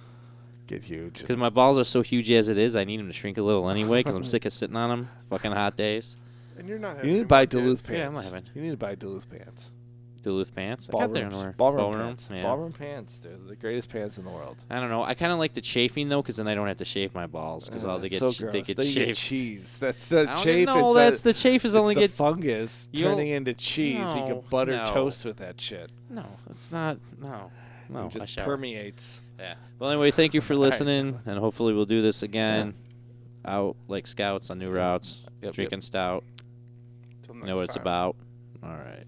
Speaker 2: Get huge.
Speaker 1: Because my balls are so huge as it is, I need them to shrink a little anyway. Because I'm sick of sitting on them. Fucking hot days.
Speaker 3: And you're not having
Speaker 2: You need to
Speaker 3: any
Speaker 2: buy
Speaker 3: more kids.
Speaker 2: Duluth
Speaker 1: Yeah, I'm
Speaker 2: pants.
Speaker 1: having-
Speaker 2: you need to buy Duluth pants.
Speaker 1: Duluth pants. I got there
Speaker 2: Ballroom,
Speaker 1: and wear-
Speaker 2: ballroom, pants.
Speaker 1: yeah.
Speaker 2: Ballroom pants. They're the greatest pants in the world.
Speaker 1: I don't know. I kind of like the chafing though, because then I don't have to shave my balls. Because
Speaker 2: Uh,
Speaker 1: all they
Speaker 2: that's
Speaker 1: get,
Speaker 2: so
Speaker 1: ch- they
Speaker 2: gross.
Speaker 1: get
Speaker 2: They
Speaker 1: chafed.
Speaker 2: cheese. That's the
Speaker 1: I don't
Speaker 2: chafe.
Speaker 1: know.
Speaker 2: it's
Speaker 1: That's
Speaker 2: a,
Speaker 1: the chafe is
Speaker 2: it's
Speaker 1: only
Speaker 2: the
Speaker 1: get.
Speaker 2: fungus
Speaker 1: You'll-
Speaker 2: turning into cheese. you
Speaker 1: No,
Speaker 2: can butter
Speaker 1: no.
Speaker 2: toast with that shit.
Speaker 1: no, it's not. No, no.
Speaker 2: it
Speaker 1: I
Speaker 2: just
Speaker 1: shower.
Speaker 2: permeates.
Speaker 1: Yeah. Well, anyway, thank you for
Speaker 2: right.
Speaker 1: listening, and hopefully we'll do this again. Out like scouts on new routes,
Speaker 2: Yep,
Speaker 1: drinking stout.
Speaker 3: Till
Speaker 1: know
Speaker 3: next
Speaker 1: what it's
Speaker 3: time.
Speaker 1: about. All right.